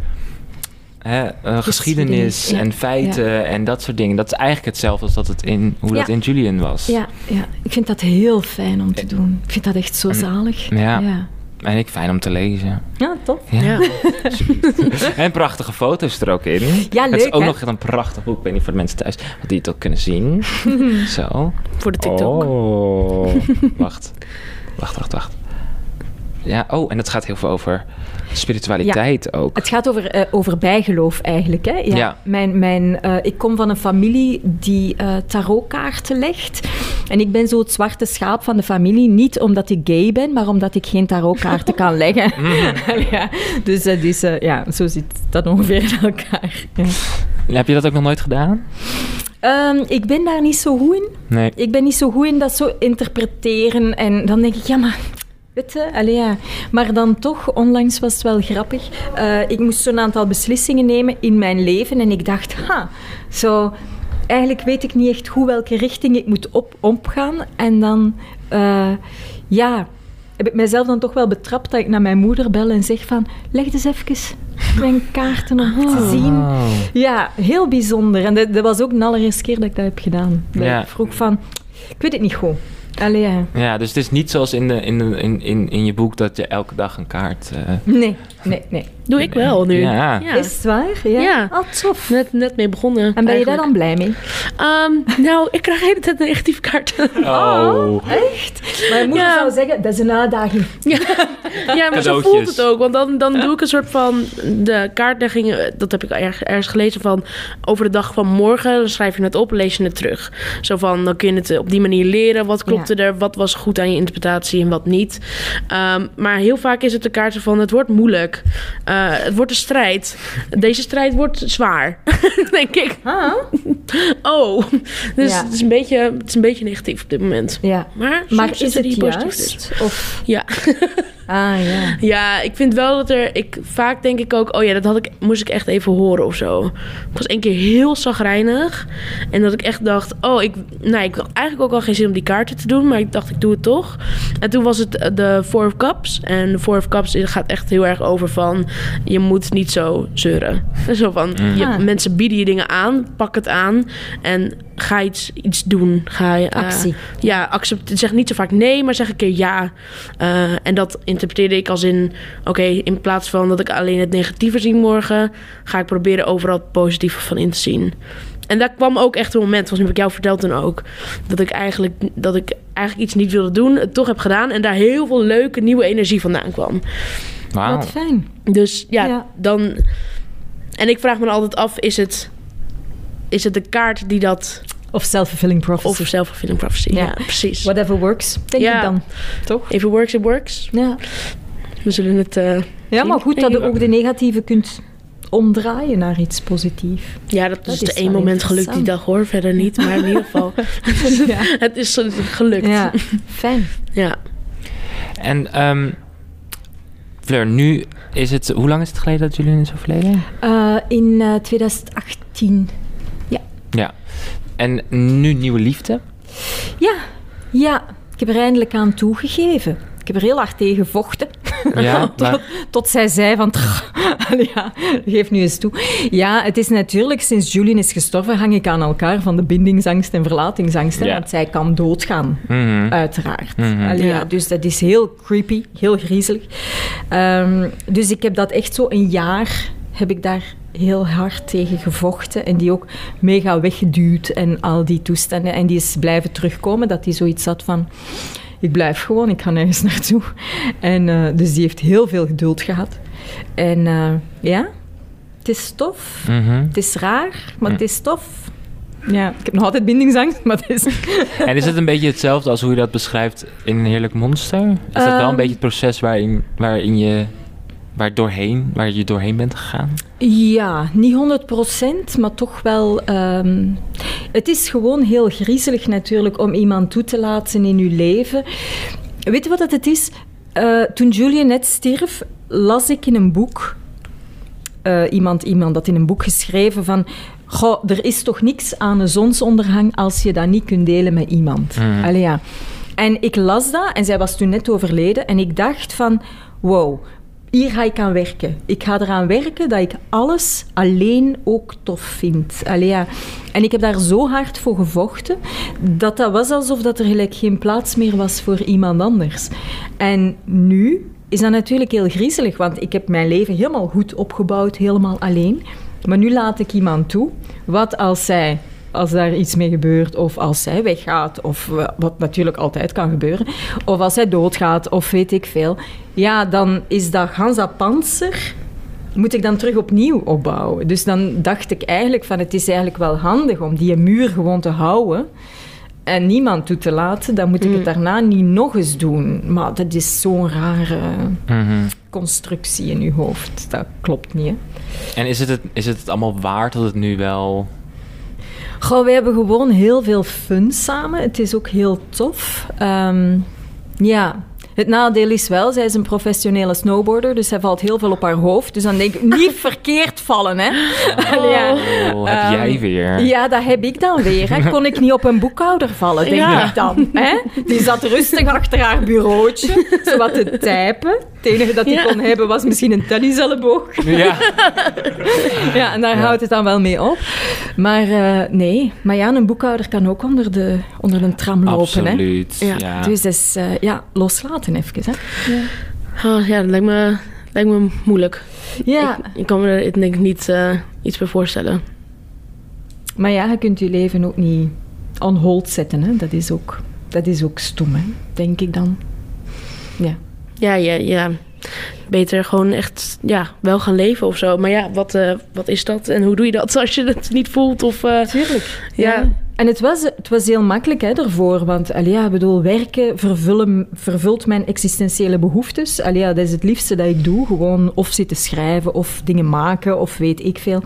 Speaker 1: hè, eh, geschiedenis
Speaker 3: ja.
Speaker 1: en feiten en dat soort dingen. Dat is eigenlijk hetzelfde als dat het in, hoe dat
Speaker 3: Ja.
Speaker 1: in Julian was.
Speaker 3: Ja, ja, ik vind dat heel fijn om te doen. Ik vind dat echt zo zalig.
Speaker 1: Eh. Ja.
Speaker 3: ja.
Speaker 1: En ik fijn om te lezen.
Speaker 3: Ja, tof.
Speaker 1: Ja.
Speaker 2: Ja.
Speaker 1: En prachtige foto's er ook in.
Speaker 3: Ja,
Speaker 1: Het is
Speaker 3: leuk,
Speaker 1: ook
Speaker 3: hè?
Speaker 1: nog echt een prachtig boek. Ik weet niet voor de mensen thuis wat die het ook kunnen zien. Zo.
Speaker 2: Voor de TikTok.
Speaker 1: Oh. wacht. Wacht, wacht, wacht. Ja, oh, en het gaat heel veel over spiritualiteit ook.
Speaker 3: Het gaat over, eh, over bijgeloof eigenlijk. Hè? Ja.
Speaker 1: Ja.
Speaker 3: Mijn, mijn, eh, ik kom van een familie die eh, tarotkaarten legt. En ik ben zo het zwarte schaap van de familie. Niet omdat ik gay ben, maar omdat ik geen tarotkaarten kan leggen. ja, dus dat is, eh, ja, zo zit dat ongeveer in elkaar. Ja.
Speaker 1: Heb je dat ook nog nooit gedaan?
Speaker 3: Ehm, ik ben daar niet zo goed in.
Speaker 1: Nee.
Speaker 3: Ik ben niet zo goed in dat zo interpreteren. En dan denk ik, ja, maar... Weet je, allee, ja. Maar dan toch, onlangs was het wel grappig. Eh, ik moest zo'n aantal beslissingen nemen in mijn leven. En ik dacht, ha, zo... Eigenlijk weet ik niet echt goed welke richting ik moet op, opgaan. En dan, eh, ja... Heb ik mijzelf dan toch wel betrapt dat ik naar mijn moeder bel en zeg van... Leg eens even mijn kaarten om te zien.
Speaker 1: Oh.
Speaker 3: Ja, heel bijzonder. En dat, dat was ook de allereerste keer dat ik dat heb gedaan. Dat
Speaker 1: Ja.
Speaker 3: Ik vroeg van, ik weet het niet goed. Allee, ja.
Speaker 1: Ja, dus het is niet zoals in, de, in, de, in, in, in je boek dat je elke dag een kaart... eh,
Speaker 3: Nee, nee, nee.
Speaker 2: Doe ik wel nu.
Speaker 1: Ja.
Speaker 3: Is het waar? Ja.
Speaker 2: Ja.
Speaker 3: Ah, tof.
Speaker 2: Net, net mee begonnen.
Speaker 3: En ben je daar dan blij mee?
Speaker 2: Ehm, nou, ik krijg de hele tijd een negatieve kaart.
Speaker 1: Oh.
Speaker 3: Echt? Mijn moeder
Speaker 2: Ja.
Speaker 3: zou zeggen, dat is een uitdaging.
Speaker 2: ja, maar zo
Speaker 1: Cadeautjes.
Speaker 2: voelt het ook. Want dan, dan doe ik een soort van... De kaartlegging, eh, dat heb ik erg- ergens gelezen van... Over de dag van morgen dan schrijf je het op, lees je het terug. Zo van, dan kun je het eh, op die manier leren. Wat klopte er? Wat was goed aan je interpretatie en wat niet? Ehm, maar heel vaak is het de kaart zo van... Het wordt moeilijk. Eh, eh, het wordt een strijd. Deze strijd wordt zwaar, denk ik.
Speaker 3: Ah.
Speaker 2: Oh, dus
Speaker 3: Ja.
Speaker 2: het, is een beetje, het is een beetje negatief op dit moment.
Speaker 3: Ja.
Speaker 2: Maar, soms
Speaker 3: Maar is
Speaker 2: zitten
Speaker 3: het
Speaker 2: die positieve dus.
Speaker 3: juist? Of,
Speaker 2: Ja.
Speaker 3: ah ja.
Speaker 2: ja, ik vind wel dat er... Ik, vaak denk ik ook, oh ja, dat had ik, moest ik echt even horen of zo. Ik was één keer heel zagrijnig. En dat ik echt dacht, oh, ik, nou, ik had eigenlijk ook al geen zin om die kaarten te doen. Maar ik dacht, ik doe het toch. En toen was het eh, de Four of Cups. En de Four of Cups gaat echt heel erg over van... je moet niet zo zeuren. Zo van, je,
Speaker 3: Ah.
Speaker 2: mensen bieden je dingen aan, pak het aan. En ga iets, iets doen. Ga je, eh,
Speaker 3: Actie.
Speaker 2: ja, accept, zeg niet zo vaak nee, maar zeg een keer ja. Eh, en dat interpreteerde ik als in... Oké, in plaats van dat ik alleen het negatieve zie morgen... ga ik proberen overal het positieve van in te zien. En daar kwam ook echt een moment, volgens mij heb ik jou verteld toen ook... dat ik eigenlijk, dat ik eigenlijk iets niet wilde doen, het toch heb gedaan... en daar heel veel leuke nieuwe energie vandaan kwam.
Speaker 1: Wauw.
Speaker 3: Wat fijn.
Speaker 2: Dus ja,
Speaker 3: Ja.
Speaker 2: dan... En ik vraag me dan altijd af, is het... Is het de kaart die dat...
Speaker 3: Of self-fulfilling prophecy.
Speaker 2: Of self-fulfilling prophecy. Ja,
Speaker 3: Ja.
Speaker 2: precies.
Speaker 3: Whatever works, denk
Speaker 2: Ja.
Speaker 3: ik dan. Toch?
Speaker 2: If it works, it works.
Speaker 3: Ja.
Speaker 2: We zullen het... eh,
Speaker 3: ja, maar goed dat je
Speaker 2: Ja.
Speaker 3: ook de negatieve kunt omdraaien naar iets positiefs.
Speaker 2: ja, dat, is
Speaker 3: is
Speaker 2: de
Speaker 3: wel
Speaker 2: één moment gelukt die
Speaker 3: interessant.
Speaker 2: dag hoor. Verder niet, maar in ieder geval.
Speaker 3: Ja.
Speaker 2: het is gelukt.
Speaker 3: ja,
Speaker 2: Ja.
Speaker 3: fijn.
Speaker 1: En ehm Fleur, nu is het... Hoe lang is het geleden dat jullie is overleden?
Speaker 3: Eh, in eh, 2018.
Speaker 1: Ja. En nu nieuwe liefde?
Speaker 3: Ja, ja, ik heb er eindelijk aan toegegeven. Ik heb er heel hard tegen gevochten.
Speaker 1: Ja,
Speaker 3: tot, tot zij zei van... "Tch, allee, ja, geef nu eens toe. Ja, het is natuurlijk... Sinds Julian is gestorven hang ik aan elkaar van de bindingsangst en verlatingsangst. hè,
Speaker 1: Ja.
Speaker 3: Want zij kan doodgaan.
Speaker 1: Mhm.
Speaker 3: Uiteraard.
Speaker 1: Mhm.
Speaker 3: Allee,
Speaker 2: Ja.
Speaker 3: ja, dus dat is heel creepy, heel griezelig. Ehm, dus ik heb dat echt zo een jaar heb ik daar heel hard tegen gevochten en die ook mega weggeduwd en al die toestanden. En die is blijven terugkomen, dat die zoiets had van, ik blijf gewoon, ik ga nergens naartoe. En eh, dus die heeft heel veel geduld gehad. En eh, ja, het is tof.
Speaker 1: Mhm.
Speaker 3: Het is raar, maar het is tof. Ja, ik heb nog altijd bindingsangst, maar het is...
Speaker 1: En is het een beetje hetzelfde als hoe je dat beschrijft in een heerlijk monster? Is dat wel een
Speaker 3: Ehm.
Speaker 1: beetje het proces waarin, waarin je... Waar, doorheen, waar je doorheen bent gegaan?
Speaker 3: Ja, niet 100%, maar toch wel. ehm, het is gewoon heel griezelig natuurlijk om iemand toe te laten in uw leven. Weet je wat dat het is? Eh, toen Julian net stierf, las ik in een boek. eh, iemand, iemand dat in een boek geschreven van. Goh, er is toch niks aan een zonsondergang als je dat niet kunt delen met iemand. Allee, ja. En ik las dat en zij was toen net overleden. En ik dacht van, wow, hier ga ik aan werken. Ik ga eraan werken dat ik alles alleen ook tof vind. Allee, ja. En ik heb daar zo hard voor gevochten, dat dat was alsof dat er gelijk geen plaats meer was voor iemand anders. En nu is dat natuurlijk heel griezelig, want ik heb mijn leven helemaal goed opgebouwd, helemaal alleen. Maar nu laat ik iemand toe. Wat als zij, als daar iets mee gebeurt, of als zij weggaat, of wa- wat natuurlijk altijd kan gebeuren, of als zij doodgaat, of weet ik veel. Ja, dan is dat gans dat panzer, moet ik dan terug opnieuw opbouwen. Dus dan dacht ik eigenlijk van, het is eigenlijk wel handig om die muur gewoon te houden en niemand toe te laten, dan moet ik het daarna niet nog eens doen. Maar dat is zo'n rare
Speaker 1: Mhm.
Speaker 3: constructie in uw hoofd. Dat klopt niet, hè.
Speaker 1: En is het, het, is het het allemaal waard dat het nu wel...
Speaker 3: Goh, we hebben gewoon heel veel fun samen. Het is ook heel tof. Ehm, ja. Het nadeel is wel, zij is een professionele snowboarder, dus zij valt heel veel op haar hoofd. Dus dan denk ik, niet verkeerd vallen, hè? Allee, ja.
Speaker 1: Oh, heb
Speaker 3: Ehm,
Speaker 1: jij weer?
Speaker 3: Ja, dat heb ik dan weer. Hè. Kon ik niet op een boekhouder vallen, denk
Speaker 2: Ja.
Speaker 3: ik dan. Hè? Die zat rustig achter haar bureautje, zo wat te typen. Het enige dat die
Speaker 2: Ja.
Speaker 3: kon hebben was misschien een tenniselleboog.
Speaker 1: Ja.
Speaker 3: Ja, en daar houdt het dan wel mee op. Maar eh, nee, maar ja, een boekhouder kan ook onder, de, onder een tram lopen. Hè?
Speaker 1: Absoluut.
Speaker 2: Ja.
Speaker 1: Ja.
Speaker 3: Dus dat is, eh, ja, loslaten even. Hè?
Speaker 2: Oh, ja, dat lijkt me, lijkt me moeilijk.
Speaker 3: Ja,
Speaker 2: Ik, ik kan me er denk ik niet eh, iets bij voorstellen.
Speaker 3: maar ja, je kunt je leven ook niet on hold zetten. Hè? Dat, is ook, dat is ook stom, hè? denk ik dan. Ja.
Speaker 2: Ja, ja, ja. Beter gewoon echt ja, wel gaan leven of zo. Maar ja, wat, eh, wat is dat? En hoe doe je dat als je het niet voelt? Of, eh,
Speaker 3: Tuurlijk.
Speaker 2: ja.
Speaker 3: Ja. En het was, het was heel makkelijk hè, daarvoor, want allee, ja, ik bedoel, werken vervullen, vervult mijn existentiële behoeftes. Allee, ja, dat is het liefste dat ik doe, gewoon of zitten schrijven of dingen maken of weet ik veel.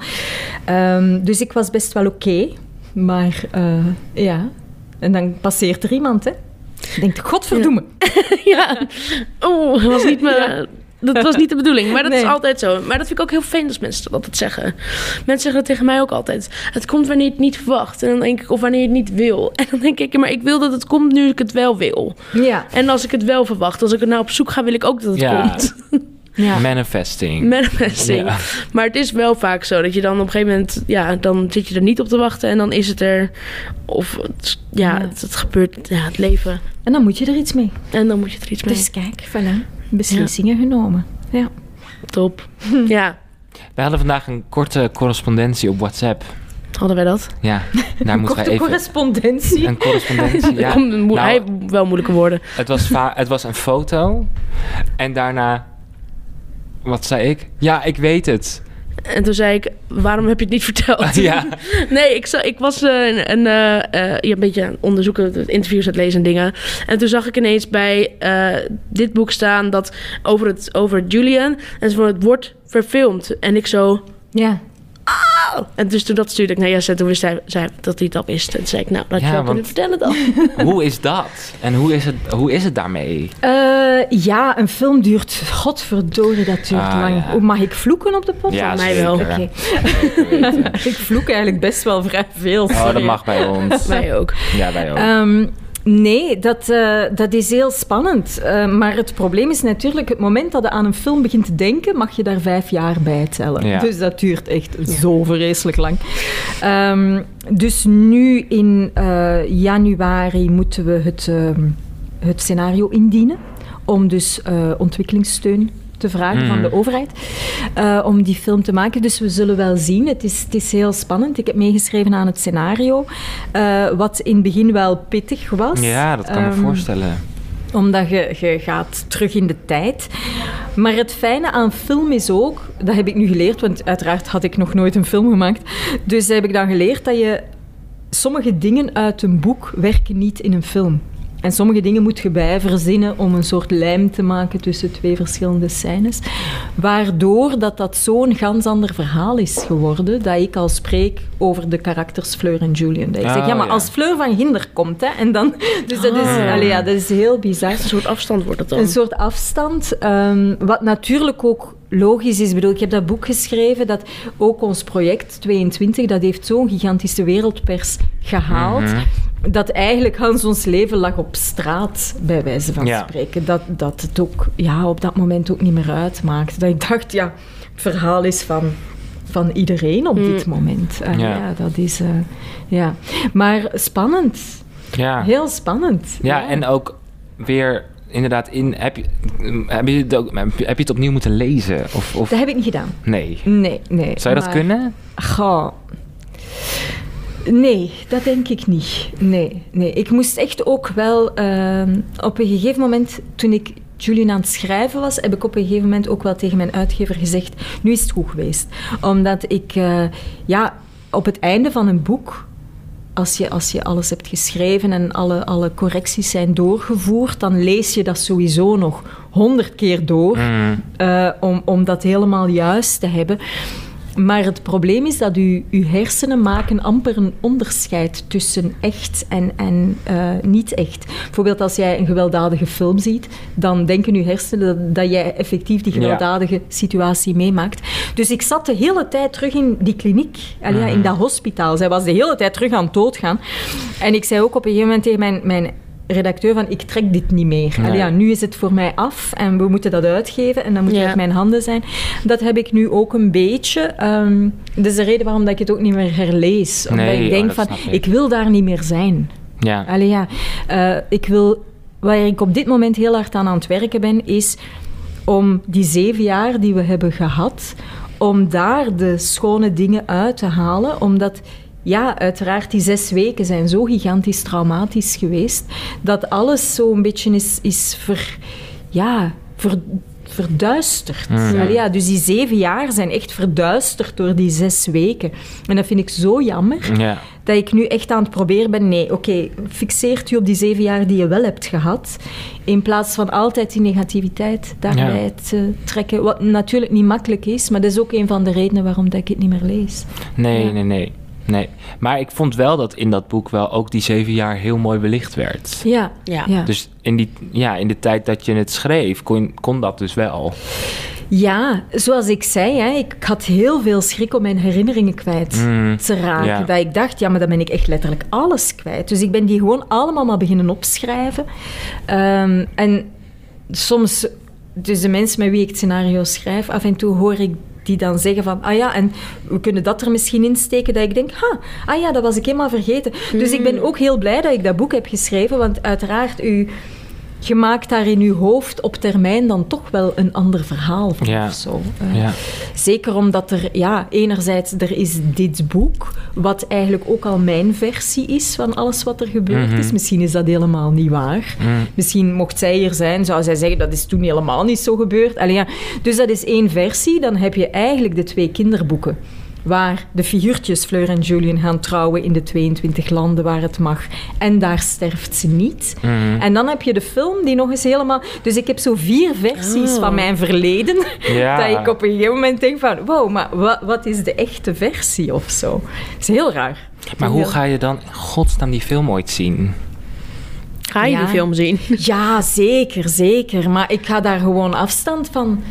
Speaker 3: Ehm, dus ik was best wel oké, maar eh, ja, en dan passeert er iemand hè. Denkt, godverdomme.
Speaker 2: ja. Oeh, was niet mijn. Dat was niet de bedoeling, maar dat is
Speaker 3: Nee.
Speaker 2: altijd zo. Maar dat vind ik ook heel fijn als mensen dat altijd zeggen. Mensen zeggen dat tegen mij ook altijd. Het komt wanneer je het niet verwacht. En dan denk ik, of wanneer je het niet wil. En dan denk ik, ja, maar ik wil dat het komt nu ik het wel wil.
Speaker 3: Ja,
Speaker 2: En als ik het wel verwacht, als ik er nou op zoek ga, wil ik ook dat het
Speaker 1: Ja.
Speaker 2: komt.
Speaker 3: ja.
Speaker 1: Manifesting.
Speaker 2: Manifesting.
Speaker 1: Ja.
Speaker 2: Maar het is wel vaak zo dat je dan op een gegeven moment, ja, dan zit je er niet op te wachten en dan is het er. Of het- ja,
Speaker 3: Ja.
Speaker 2: Het, het gebeurt, ja, het leven.
Speaker 3: En dan moet je er iets mee.
Speaker 2: En dan moet je er iets mee.
Speaker 3: Dus kijk, voilà, beslissingen genomen. Ja.
Speaker 2: Top. Ja,
Speaker 1: We hadden vandaag een korte correspondentie op WhatsApp.
Speaker 2: hadden wij dat?
Speaker 1: Ja, daar moeten we
Speaker 3: Korte
Speaker 1: even...
Speaker 3: correspondentie.
Speaker 1: Een correspondentie, ja.
Speaker 2: Om een moe-
Speaker 1: Nou,
Speaker 2: hij wel moeilijke woorden.
Speaker 1: Het was, va- het was een foto. En daarna. Wat zei ik? Ja, ik weet het.
Speaker 2: En toen zei ik, waarom heb je het niet verteld?
Speaker 1: ja.
Speaker 2: Nee, ik, za- ik was eh, een, een, eh, eh, ja, een beetje aan het onderzoeken, interviews aan het lezen en dingen. En toen zag ik ineens bij eh, dit boek staan dat over, het, over Julian. En ze van het wordt verfilmd. En ik zo.
Speaker 3: Ja.
Speaker 2: En dus toen dat stuurde ik naar Jesse. En toen wist hij, zij dat hij dat wist. En toen zei ik, nou, dat
Speaker 1: Ja,
Speaker 2: je wel
Speaker 1: want-
Speaker 2: kunnen vertellen dan.
Speaker 1: Hoe is dat? En hoe is het, hoe is het daarmee?
Speaker 3: Eh, ja, een film duurt, godverdorie, dat duurt
Speaker 1: Ah,
Speaker 3: lang.
Speaker 1: ja.
Speaker 3: Oh, Mag ik vloeken op de pot?
Speaker 2: mij wel.
Speaker 1: zeker.
Speaker 3: Oké.
Speaker 1: Zeker weten.
Speaker 3: Ik vloek eigenlijk best wel vrij veel.
Speaker 1: Oh, dat
Speaker 3: sorry.
Speaker 1: mag bij ons.
Speaker 2: Mij ook.
Speaker 1: Ja, wij ook.
Speaker 3: Ehm, nee, dat, eh, dat is heel spannend. Eh, maar het probleem is natuurlijk, het moment dat je aan een film begint te denken, mag je daar vijf jaar bij tellen.
Speaker 1: Ja.
Speaker 3: Dus dat duurt echt zo vreselijk lang. Ehm, dus nu in eh, januari moeten we het, ehm, het scenario indienen om dus eh, ontwikkelingssteun te vragen van
Speaker 1: Mhm.
Speaker 3: de overheid eh, om die film te maken. Dus we zullen wel zien. Het is, het is heel spannend. Ik heb meegeschreven aan het scenario, eh, wat in het begin wel pittig was.
Speaker 1: Ja, dat kan ik me
Speaker 3: Ehm,
Speaker 1: voorstellen.
Speaker 3: Omdat je, je gaat terug in de tijd. Maar het fijne aan film is ook, dat heb ik nu geleerd, want uiteraard had ik nog nooit een film gemaakt. Dus heb ik dan geleerd dat je sommige dingen uit een boek werken niet in een film. En sommige dingen moet je bij verzinnen om een soort lijm te maken tussen twee verschillende scènes. Waardoor dat, dat zo'n gans ander verhaal is geworden, dat ik al spreek over de karakters Fleur en Julian. Dat ik zeg,
Speaker 1: Ah,
Speaker 3: ja, maar
Speaker 1: ja.
Speaker 3: als Fleur van Ginder komt, hè, en dan... Dus dat is,
Speaker 1: Ah.
Speaker 3: allee, ja, dat is heel bizar.
Speaker 2: Een soort afstand wordt het dan.
Speaker 3: Een soort afstand, ehm, wat natuurlijk ook logisch is. Ik bedoel, ik heb dat boek geschreven, dat ook ons project 22, dat heeft zo'n gigantische wereldpers gehaald.
Speaker 1: Mhm.
Speaker 3: Dat eigenlijk Hans ons leven lag op straat, bij wijze van
Speaker 1: Ja.
Speaker 3: spreken. Dat, dat het ook ja, op dat moment ook niet meer uitmaakt. Dat ik dacht, ja, het verhaal is van, van iedereen op dit moment. Ah,
Speaker 1: Mm. Ja.
Speaker 3: ja. dat is... eh, ja. Maar spannend.
Speaker 1: Ja.
Speaker 3: Heel spannend.
Speaker 1: Ja, en ook weer inderdaad in. Heb je, heb je, het, ook- heb je het opnieuw moeten lezen? Of, of
Speaker 3: Dat heb ik niet gedaan.
Speaker 1: nee?
Speaker 3: Nee, nee.
Speaker 1: Zou je dat
Speaker 3: maar-
Speaker 1: kunnen?
Speaker 3: Goh. Nee, dat denk ik niet. Nee, nee. Ik moest echt ook wel... ehm, op een gegeven moment, toen ik Julian aan het schrijven was, heb ik op een gegeven moment ook wel tegen mijn uitgever gezegd, nu is het goed geweest. Omdat ik, eh, ja, op het einde van een boek, als je, als je alles hebt geschreven en alle, alle correcties zijn doorgevoerd, dan lees je dat sowieso nog honderd keer door
Speaker 1: Mm,
Speaker 3: eh, om, om dat helemaal juist te hebben. Maar het probleem is dat u, uw hersenen maken amper een onderscheid tussen echt en, en eh, niet echt. Bijvoorbeeld als jij een gewelddadige film ziet, dan denken uw hersenen dat, dat jij effectief die
Speaker 1: Ja.
Speaker 3: gewelddadige situatie meemaakt. Dus ik zat de hele tijd terug in die kliniek, allee, ja,
Speaker 1: Mhm.
Speaker 3: in dat hospitaal. Zij was de hele tijd terug aan het doodgaan. En ik zei ook op een gegeven moment tegen mijn, mijn redacteur van, ik trek dit niet meer. Allee,
Speaker 1: Nee.
Speaker 3: ja, nu is het voor mij af en we moeten dat uitgeven en dan moet
Speaker 2: Ja.
Speaker 3: het uit mijn handen zijn. Dat heb ik nu ook een beetje. ehm dat is de reden waarom dat ik het ook niet meer herlees. Omdat
Speaker 1: Nee,
Speaker 3: ik
Speaker 1: oh,
Speaker 3: denk
Speaker 1: dat
Speaker 3: van,
Speaker 1: snap ik.
Speaker 3: ik wil daar niet meer zijn.
Speaker 1: ja.
Speaker 3: Allee, ja. eh, ik wil, waar ik op dit moment heel hard aan aan het werken ben, is om die zeven jaar die we hebben gehad, om daar de schone dingen uit te halen. Omdat, ja, uiteraard, die zes weken zijn zo gigantisch traumatisch geweest, dat alles zo'n beetje is, is ver... Ja, ver, verduisterd. Allee, ja, dus die zeven jaar zijn echt verduisterd door die zes weken. En dat vind ik zo jammer
Speaker 1: Ja.
Speaker 3: dat ik nu echt aan het proberen ben. Nee, oké, fixeert u op die zeven jaar die je wel hebt gehad. In plaats van altijd die negativiteit daarbij te trekken. Wat natuurlijk niet makkelijk is, maar dat is ook een van de redenen waarom dat ik het niet meer lees.
Speaker 1: Nee, nee, nee, nee. Maar ik vond wel dat in dat boek wel ook die zeven jaar heel mooi belicht werd.
Speaker 3: Ja,
Speaker 2: Ja.
Speaker 3: ja.
Speaker 1: Dus in, die, ja, in de tijd dat je het schreef, kon, kon dat dus wel.
Speaker 3: Ja, zoals ik zei, hè, ik had heel veel schrik om mijn herinneringen kwijt
Speaker 1: Mm,
Speaker 3: te raken.
Speaker 1: ja.
Speaker 3: Dat ik dacht, ja, maar dan ben ik echt letterlijk alles kwijt. Dus ik ben die gewoon allemaal maar beginnen opschrijven. Ehm, en soms, dus de mensen met wie ik het scenario schrijf, af en toe hoor ik die dan zeggen van, ah ja, en we kunnen dat er misschien insteken, dat ik denk, ha, ah ja, dat was ik helemaal vergeten. Dus ik ben ook heel blij dat ik dat boek heb geschreven, want uiteraard, u, je maakt daar in uw hoofd op termijn dan toch wel een ander verhaal van
Speaker 1: Ja.
Speaker 3: of zo. Eh,
Speaker 1: Ja.
Speaker 3: Zeker omdat er, ja, enerzijds er is dit boek, wat eigenlijk ook al mijn versie is van alles wat er gebeurd
Speaker 1: Mhm.
Speaker 3: is. Misschien is dat helemaal niet waar.
Speaker 1: Mm.
Speaker 3: Misschien mocht zij hier zijn, zou zij zeggen dat is toen helemaal niet zo gebeurd. Allee, ja. Dus dat is één versie. Dan heb je eigenlijk de twee kinderboeken. Waar de figuurtjes Fleur en Julian gaan trouwen in de 22 landen waar het mag. En daar sterft ze niet.
Speaker 1: Mhm.
Speaker 3: En dan heb je de film die nog eens helemaal. Dus ik heb zo vier versies
Speaker 2: Oh.
Speaker 3: van mijn verleden.
Speaker 1: Ja.
Speaker 3: Dat ik op een gegeven moment denk van, wow, maar wa- wat is de echte versie of zo? Het is heel raar.
Speaker 1: Maar hoe ga je dan in godsnaam die film ooit zien?
Speaker 2: Ga je
Speaker 3: Ja.
Speaker 2: die film zien?
Speaker 3: Ja, zeker, zeker. Maar ik ga daar gewoon afstand van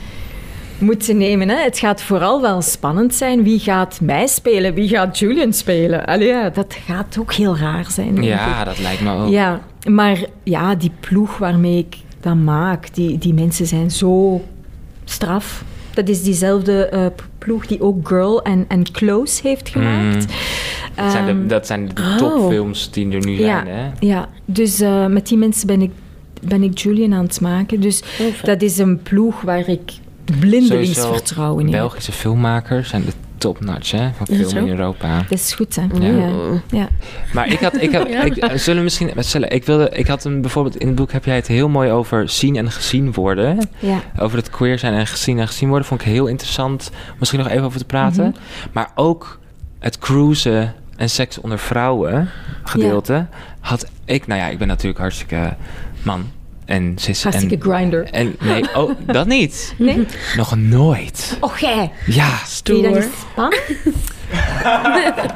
Speaker 3: moeten nemen. Hè. Het gaat vooral wel spannend zijn. Wie gaat mij spelen? Wie gaat Julian spelen? Allee, ja, dat gaat ook heel raar zijn. denk ik.
Speaker 1: Ja, dat lijkt me ook.
Speaker 3: Ja, maar ja, die ploeg waarmee ik dat maak, die, die mensen zijn zo straf. Dat is diezelfde eh, p- ploeg die ook Girl en, en Close heeft gemaakt.
Speaker 1: Mm. Dat zijn de,
Speaker 3: Ehm, oh.
Speaker 1: dat zijn de
Speaker 2: oh.
Speaker 1: topfilms die er nu
Speaker 3: ja,
Speaker 1: zijn, hè?
Speaker 3: ja, dus eh, met die mensen ben ik, ben ik Julian aan het maken. Dus dat is een ploeg waar ik blindelings
Speaker 1: Sowieso
Speaker 3: vertrouwen in heb.
Speaker 1: Belgische filmmakers zijn de topnotch, hè? Van
Speaker 2: Is dat
Speaker 1: film in
Speaker 2: zo?
Speaker 1: Europa.
Speaker 3: Dat is goed, hè?
Speaker 1: Ja.
Speaker 3: Ja. ja.
Speaker 1: Maar ik had, ik had,
Speaker 2: Ja.
Speaker 1: ik, eh, zullen we misschien, eh, Celle, ik wilde, ik had een, bijvoorbeeld in het boek heb jij het heel mooi over zien en gezien worden.
Speaker 3: ja.
Speaker 1: Over het queer zijn en gezien en gezien worden vond ik heel interessant. Misschien nog even over te praten.
Speaker 3: Mhm.
Speaker 1: Maar ook het cruisen en seks onder vrouwen gedeelte had ik, nou ja, ik ben natuurlijk hartstikke man en cis
Speaker 3: Hartstikke
Speaker 1: en,
Speaker 3: grinder.
Speaker 1: en nee, oh, dat niet.
Speaker 3: Nee?
Speaker 1: Nog nooit.
Speaker 3: Och, jij.
Speaker 1: Ja.
Speaker 3: Vind je dat
Speaker 2: Stoer.
Speaker 3: niet spannend?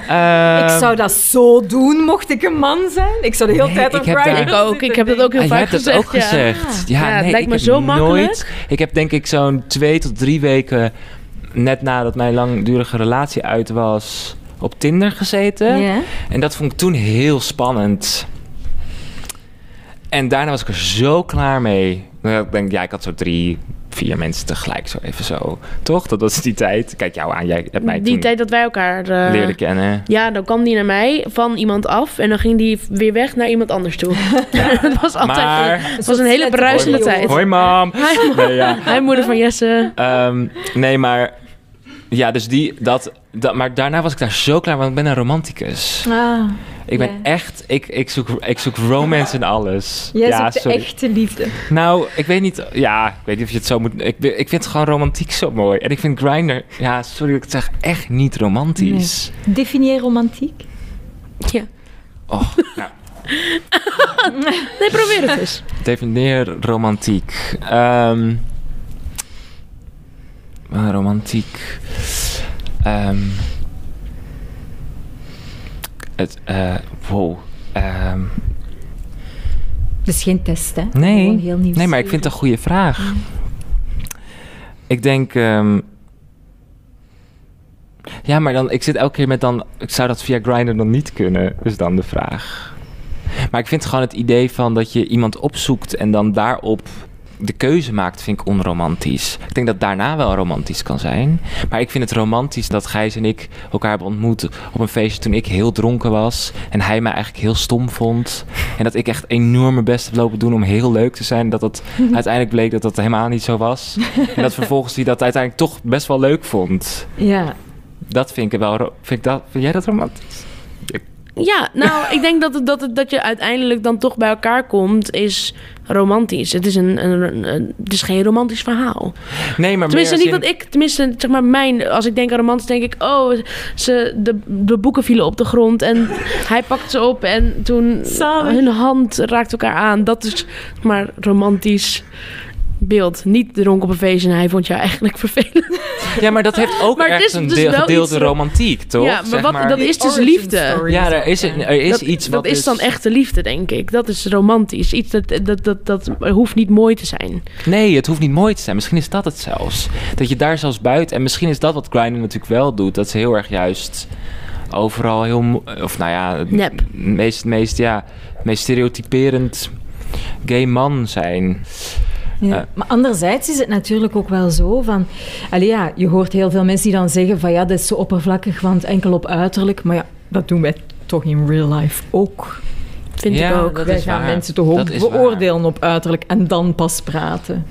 Speaker 1: eh,
Speaker 3: ik zou dat zo doen, mocht ik een man zijn. Ik zou de hele
Speaker 1: Nee,
Speaker 3: tijd
Speaker 1: ik
Speaker 3: op
Speaker 1: heb
Speaker 3: Friday
Speaker 1: daar-
Speaker 2: Ik ook. Ik heb dat ook heel
Speaker 1: Ah, jij
Speaker 2: vaak
Speaker 1: hebt dat
Speaker 2: gezegd.
Speaker 1: ook
Speaker 2: ja.
Speaker 1: gezegd. Ja,
Speaker 2: Ja, het
Speaker 1: nee,
Speaker 2: lijkt
Speaker 1: ik
Speaker 2: me
Speaker 1: heb
Speaker 2: zo
Speaker 1: nooit-
Speaker 2: makkelijk.
Speaker 1: Ik heb denk ik zo'n twee tot drie weken, net nadat mijn langdurige relatie uit was, op Tinder gezeten.
Speaker 3: Ja.
Speaker 1: En dat vond ik toen heel spannend. En daarna was ik er zo klaar mee. Dat Ik denk, ja, ik had zo drie, vier mensen tegelijk, zo even zo. Toch? Dat was die tijd. Kijk jou aan, jij hebt mij
Speaker 2: Die
Speaker 1: toen
Speaker 2: tijd dat wij elkaar... eh,
Speaker 1: leren kennen.
Speaker 2: Ja, dan kwam die naar mij van iemand af en dan ging die weer weg naar iemand anders toe. dat was altijd.
Speaker 1: Maar,
Speaker 2: Het was een hele bruisende
Speaker 3: Hoi,
Speaker 2: tijd.
Speaker 1: hoi mam.
Speaker 2: Hij,
Speaker 1: Nee, ja.
Speaker 2: hij moeder van Jesse.
Speaker 1: Ehm, nee, maar... Ja, dus die... Dat, dat, maar daarna was ik daar zo klaar, want ik ben een romanticus.
Speaker 3: Ah,
Speaker 1: Ik ben
Speaker 3: Ja.
Speaker 1: echt... Ik, ik, zoek, ik zoek romance in alles.
Speaker 3: jij
Speaker 1: ja,
Speaker 3: zoekt de echte liefde.
Speaker 1: Nou, ik weet niet... Ja, ik weet niet of je het zo moet... Ik, ik vind gewoon romantiek zo mooi. En ik vind Grindr... Ja, sorry dat ik het zeg. Echt niet romantisch.
Speaker 3: Definieer romantiek.
Speaker 1: Oh, nou,
Speaker 2: Nee, probeer het eens.
Speaker 1: definieer romantiek. Ehm, eh, romantiek... Ehm, het... eh, wow. Ehm,
Speaker 3: Dat is geen test, hè?
Speaker 1: Nee.
Speaker 3: Gewoon heel nieuws.
Speaker 1: Nee, maar ik vind het een goede vraag. Ik denk. ehm, ja, maar dan, ik zit elke keer met dan. Ik zou dat via Grindr dan niet kunnen, is dan de vraag. Maar ik vind gewoon het idee van dat je iemand opzoekt en dan daarop de keuze maakt, vind ik onromantisch. Ik denk dat daarna wel romantisch kan zijn. Maar ik vind het romantisch dat Gijs en ik elkaar hebben ontmoet op een feestje toen ik heel dronken was. En hij mij eigenlijk heel stom vond. En dat ik echt enorm mijn best heb lopen doen om heel leuk te zijn. Dat dat uiteindelijk bleek dat dat helemaal niet zo was. En dat vervolgens hij dat uiteindelijk toch best wel leuk vond.
Speaker 3: Ja.
Speaker 1: Dat vind ik wel... ro- Vind, ik dat, vind jij dat romantisch? Ik
Speaker 2: Ja, nou, ik denk dat, het, dat, het, dat je uiteindelijk dan toch bij elkaar komt, is romantisch. Het is, een, een, een- het is geen romantisch verhaal.
Speaker 1: Nee, maar
Speaker 2: Tenminste,
Speaker 1: meer
Speaker 2: niet
Speaker 1: als
Speaker 2: wat ik, tenminste, zeg maar, mijn, als ik denk aan romans, denk ik, oh, ze, de, de boeken vielen op de grond en hij pakt ze op en toen
Speaker 3: Samen.
Speaker 2: hun hand raakt elkaar aan. Dat is zeg maar romantisch beeld. Niet dronken op een feestje en hij vond jou eigenlijk vervelend.
Speaker 1: in- Ja, maar dat heeft ook
Speaker 2: Maar het
Speaker 1: ergens
Speaker 2: is
Speaker 1: een
Speaker 2: dus
Speaker 1: deel,
Speaker 2: wel
Speaker 1: gedeelte
Speaker 2: iets-
Speaker 1: romantiek, toch?
Speaker 2: Ja, maar
Speaker 1: Zeg
Speaker 2: wat- dat is dus
Speaker 3: Origin
Speaker 2: liefde.
Speaker 3: story
Speaker 1: Ja,
Speaker 3: is
Speaker 1: er
Speaker 3: het,
Speaker 1: is,
Speaker 3: ja.
Speaker 1: een- er is
Speaker 2: dat
Speaker 1: iets
Speaker 2: dat
Speaker 1: wat dus
Speaker 2: is dan echte liefde, denk ik. Dat is romantisch. Iets dat, dat, dat, dat hoeft niet mooi te zijn.
Speaker 1: Nee, het hoeft niet mooi te zijn. Misschien is dat het zelfs. Dat je daar zelfs buiten... En misschien is dat wat Grindr natuurlijk wel doet. Dat ze heel erg juist overal heel... mo- Of nou ja... het
Speaker 2: Nep.
Speaker 1: Meest, het meest, ja, het meest stereotyperend gay man zijn.
Speaker 3: Ja.
Speaker 1: Eh.
Speaker 3: Maar anderzijds is het natuurlijk ook wel zo van... Allee, ja, je hoort heel veel mensen die dan zeggen van ja, dat is zo oppervlakkig, want enkel op uiterlijk. Maar ja, dat doen wij toch in real life ook.
Speaker 2: Vind
Speaker 1: Ja,
Speaker 2: ik ook.
Speaker 1: dat
Speaker 3: wij
Speaker 1: is
Speaker 3: gaan
Speaker 1: waar.
Speaker 3: mensen toch ook
Speaker 1: Dat is waar.
Speaker 3: beoordelen op uiterlijk en dan pas praten.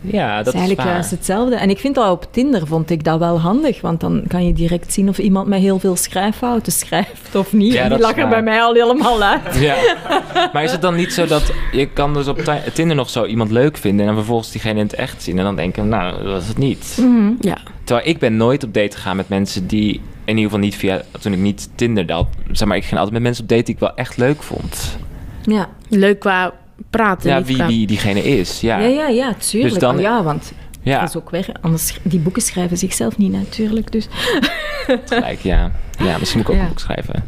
Speaker 1: Ja, dat
Speaker 3: dat is
Speaker 1: is
Speaker 3: eigenlijk
Speaker 1: waar.
Speaker 3: juist hetzelfde. En ik vind dat op Tinder vond ik dat wel handig, want dan kan je direct zien of iemand met heel veel schrijffouten schrijft of niet.
Speaker 1: Ja,
Speaker 3: en
Speaker 1: dat
Speaker 3: die
Speaker 1: is
Speaker 3: lag er
Speaker 1: waar.
Speaker 3: bij mij al helemaal uit.
Speaker 1: Ja. Maar is het dan niet zo dat je kan dus op Ti- Tinder nog zo iemand leuk vinden en dan vervolgens diegene in het echt zien en dan denken, nou, dat was het niet.
Speaker 2: Ja.
Speaker 1: Terwijl ik ben nooit op date gegaan met mensen die, in ieder geval niet via, toen ik niet Tinder deed, zeg maar, ik ging altijd met mensen op date die ik wel echt leuk vond.
Speaker 3: Ja,
Speaker 2: Leuk qua praten.
Speaker 1: Ja,
Speaker 2: niet
Speaker 1: wie
Speaker 2: qua-
Speaker 1: die, diegene is, ja.
Speaker 3: ja, ja, ja tuurlijk.
Speaker 1: Dus dan-
Speaker 3: Maar ja, want
Speaker 1: Ja,
Speaker 3: dat is ook weer... Anders, die boeken schrijven zichzelf niet natuurlijk, dus...
Speaker 1: gelijk, ja. Ja, misschien moet ik ook
Speaker 3: Ja.
Speaker 1: een boek schrijven.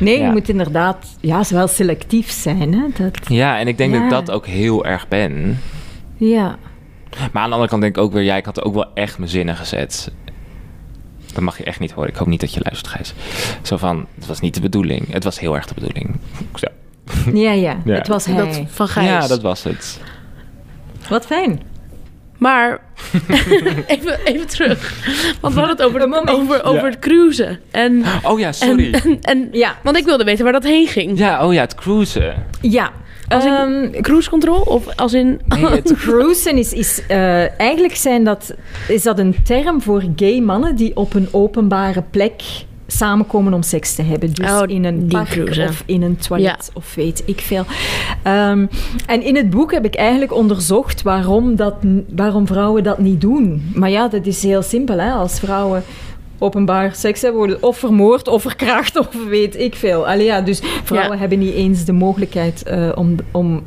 Speaker 3: Nee,
Speaker 1: Ja.
Speaker 3: je moet inderdaad ja, ze wel selectief zijn. Hè? Dat,
Speaker 1: Ja, en ik denk dat ik
Speaker 3: Ja.
Speaker 1: dat ook heel erg ben.
Speaker 3: ja.
Speaker 1: Maar aan de andere kant denk ik ook weer, ja, ik had ook wel echt mijn zinnen gezet. Dat mag je echt niet horen. Ik hoop niet dat je luistert, Gijs. Zo van, het was niet de bedoeling. Het was heel erg de bedoeling. Zo.
Speaker 3: Ja, ja,
Speaker 1: Ja.
Speaker 3: het was hij.
Speaker 2: Dat van Gijs.
Speaker 1: Ja, dat was het.
Speaker 3: Wat fijn.
Speaker 2: Maar even, even terug. Want we hadden het
Speaker 3: Een
Speaker 2: over,
Speaker 3: moment.
Speaker 2: over, over
Speaker 1: Ja.
Speaker 2: het cruisen. En,
Speaker 3: Ah.
Speaker 1: Oh ja,
Speaker 2: en,
Speaker 1: sorry.
Speaker 2: en, en-
Speaker 3: Ja,
Speaker 2: want ik wilde weten waar dat heen ging.
Speaker 1: Ja, oh ja, het cruisen.
Speaker 3: ja.
Speaker 2: Als ik-
Speaker 3: Ehm,
Speaker 2: Cruise control? Of als in...
Speaker 1: Nee, het,
Speaker 3: Cruisen is, is eh, eigenlijk zijn dat, is dat een term voor gay mannen die op een openbare plek samenkomen om seks te hebben. Dus
Speaker 2: Oh,
Speaker 3: in een
Speaker 2: die
Speaker 3: park
Speaker 2: cruise, ja.
Speaker 3: of in een toilet
Speaker 2: Ja.
Speaker 3: of weet ik veel. Ehm, en in het boek heb ik eigenlijk onderzocht waarom, dat, n- waarom vrouwen dat niet doen. Maar ja, dat is heel simpel. Hè? Als vrouwen openbaar seks hebben, worden of vermoord of verkracht of weet ik veel. Allee, ja, dus vrouwen
Speaker 2: Ja.
Speaker 3: hebben niet eens de mogelijkheid eh, om, om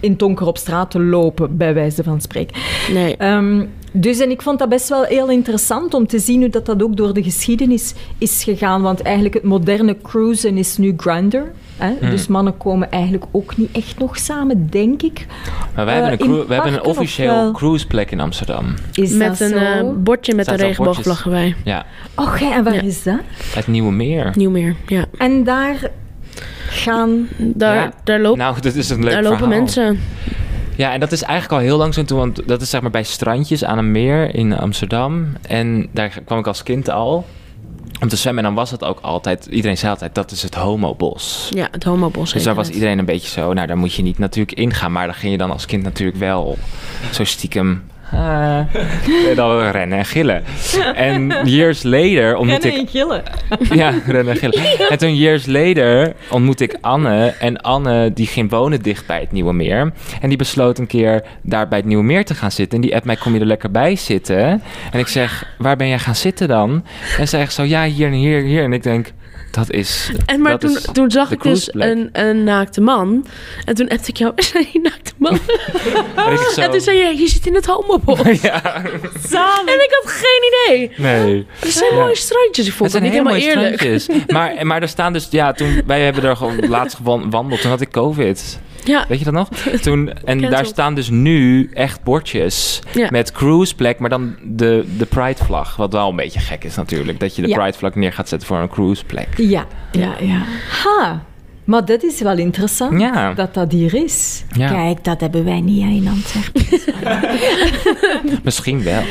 Speaker 3: in het donker op straat te lopen, bij wijze van spreken.
Speaker 2: Nee.
Speaker 3: Ehm, dus en ik vond dat best wel heel interessant om te zien hoe dat, dat ook door de geschiedenis is gegaan. Want eigenlijk het moderne cruisen is nu Grindr. Hè? Dus mannen komen eigenlijk ook niet echt nog samen, denk ik.
Speaker 1: maar wij
Speaker 3: Eh,
Speaker 1: hebben een,
Speaker 3: in
Speaker 1: cru- wij hebben een
Speaker 3: parken of
Speaker 1: officieel
Speaker 3: wel?
Speaker 1: cruiseplek in Amsterdam.
Speaker 3: Is
Speaker 2: met
Speaker 3: dat
Speaker 2: een
Speaker 3: zo?
Speaker 2: eh, bordje met
Speaker 1: Staat
Speaker 2: een
Speaker 1: al bordjes.
Speaker 2: regenboogvlag erbij.
Speaker 1: Ja,
Speaker 3: Och, ja, en waar
Speaker 2: Ja.
Speaker 3: is dat?
Speaker 1: het Nieuwe Meer.
Speaker 2: Nieuw meer, ja.
Speaker 3: En daar gaan...
Speaker 2: Daar,
Speaker 1: Ja.
Speaker 2: daar, loopt,
Speaker 1: Nou, dat is een leuk
Speaker 2: daar lopen
Speaker 1: verhaal.
Speaker 2: mensen.
Speaker 1: Ja, en dat is eigenlijk al heel lang zo toen, want dat is zeg maar bij strandjes aan een meer in Amsterdam. En daar kwam ik als kind al om te zwemmen. En dan was het ook altijd, iedereen zei altijd, dat is het homobos.
Speaker 2: Ja, het homobos.
Speaker 1: Dus
Speaker 2: heet
Speaker 1: daar was
Speaker 2: het.
Speaker 1: iedereen een beetje zo, nou daar moet je niet natuurlijk ingaan. Maar daar ging je dan als kind natuurlijk wel zo stiekem... ah, en dan rennen en gillen. En years later ontmoette
Speaker 3: Rennen
Speaker 1: ik
Speaker 3: en gillen.
Speaker 1: ja, rennen en gillen. En toen years later ontmoette ik Anne. En Anne die ging wonen dicht bij het Nieuwe Meer. En die besloot een keer daar bij het Nieuwe Meer te gaan zitten. En die app mij, kom je er lekker bij zitten? En ik zeg, waar ben jij gaan zitten dan? En zij zegt zo, ja, hier en hier en hier. En ik denk, dat is...
Speaker 2: En maar
Speaker 1: dat
Speaker 2: toen,
Speaker 1: is
Speaker 2: toen zag
Speaker 1: de
Speaker 2: ik dus
Speaker 1: cruiseplek.
Speaker 2: een, een naakte man. En toen appte ik jou, is hij die naakte man?
Speaker 1: En ik zo,
Speaker 2: En toen zei je, je zit in het homobos.
Speaker 1: ja,
Speaker 2: En ik had geen idee.
Speaker 1: nee.
Speaker 2: Het zijn mooie strandjes. Ik vond
Speaker 1: Het
Speaker 2: het
Speaker 1: zijn
Speaker 2: niet
Speaker 1: hele
Speaker 2: helemaal
Speaker 1: mooie
Speaker 2: eerlijk.
Speaker 1: strandjes. Maar, maar er staan dus... Ja, toen, wij hebben er gewoon laatst gewandeld. Toen had ik covid.
Speaker 2: Ja,
Speaker 1: Weet je dat nog? Toen, en
Speaker 2: Cancel.
Speaker 1: daar staan dus nu echt bordjes
Speaker 2: Ja.
Speaker 1: met cruiseplek, maar dan de, de Pride vlag. Wat wel een beetje gek is natuurlijk, dat je de
Speaker 3: Ja.
Speaker 1: Pride vlag neer gaat zetten voor een cruiseplek.
Speaker 3: Ja, ja, ja. Ha, maar dat is wel interessant.
Speaker 1: Ja.
Speaker 3: Dat dat hier is.
Speaker 1: Ja.
Speaker 3: Kijk, dat hebben wij niet hè, in Antwerpen.
Speaker 1: Misschien wel.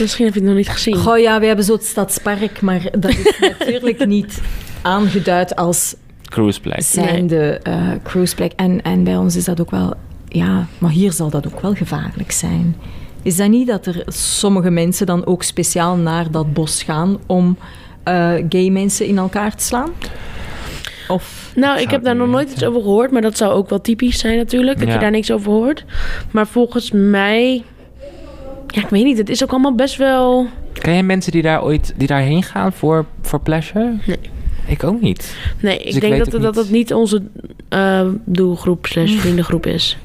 Speaker 2: misschien heb je het nog niet gezien.
Speaker 3: Goh ja, we hebben zo het stadspark, maar dat is natuurlijk niet aangeduid als
Speaker 1: Cruiseplek.
Speaker 3: zijnde eh cruiseplek. En, en bij ons is dat ook wel, ja, maar hier zal dat ook wel gevaarlijk zijn. Is dat niet dat er sommige mensen dan ook speciaal naar dat bos gaan om eh, gay mensen in elkaar te slaan? Of
Speaker 2: Nou, ik
Speaker 1: zou
Speaker 2: heb
Speaker 1: ik
Speaker 2: daar
Speaker 1: niet
Speaker 2: nog nooit
Speaker 1: weten.
Speaker 2: iets over gehoord, maar dat zou ook wel typisch zijn natuurlijk, dat
Speaker 1: Ja.
Speaker 2: je daar niks over hoort. Maar volgens mij, ja, ik weet niet, het is ook allemaal best wel.
Speaker 1: Ken jij mensen die daar ooit die daarheen gaan voor, voor pleasure?
Speaker 2: Nee.
Speaker 1: Ik ook niet.
Speaker 2: Nee, ik
Speaker 1: Dus ik
Speaker 2: denk
Speaker 1: weet
Speaker 2: dat
Speaker 1: ook
Speaker 2: het, dat
Speaker 1: niet. Mm.
Speaker 2: het niet onze eh, doelgroep slash vriendengroep is.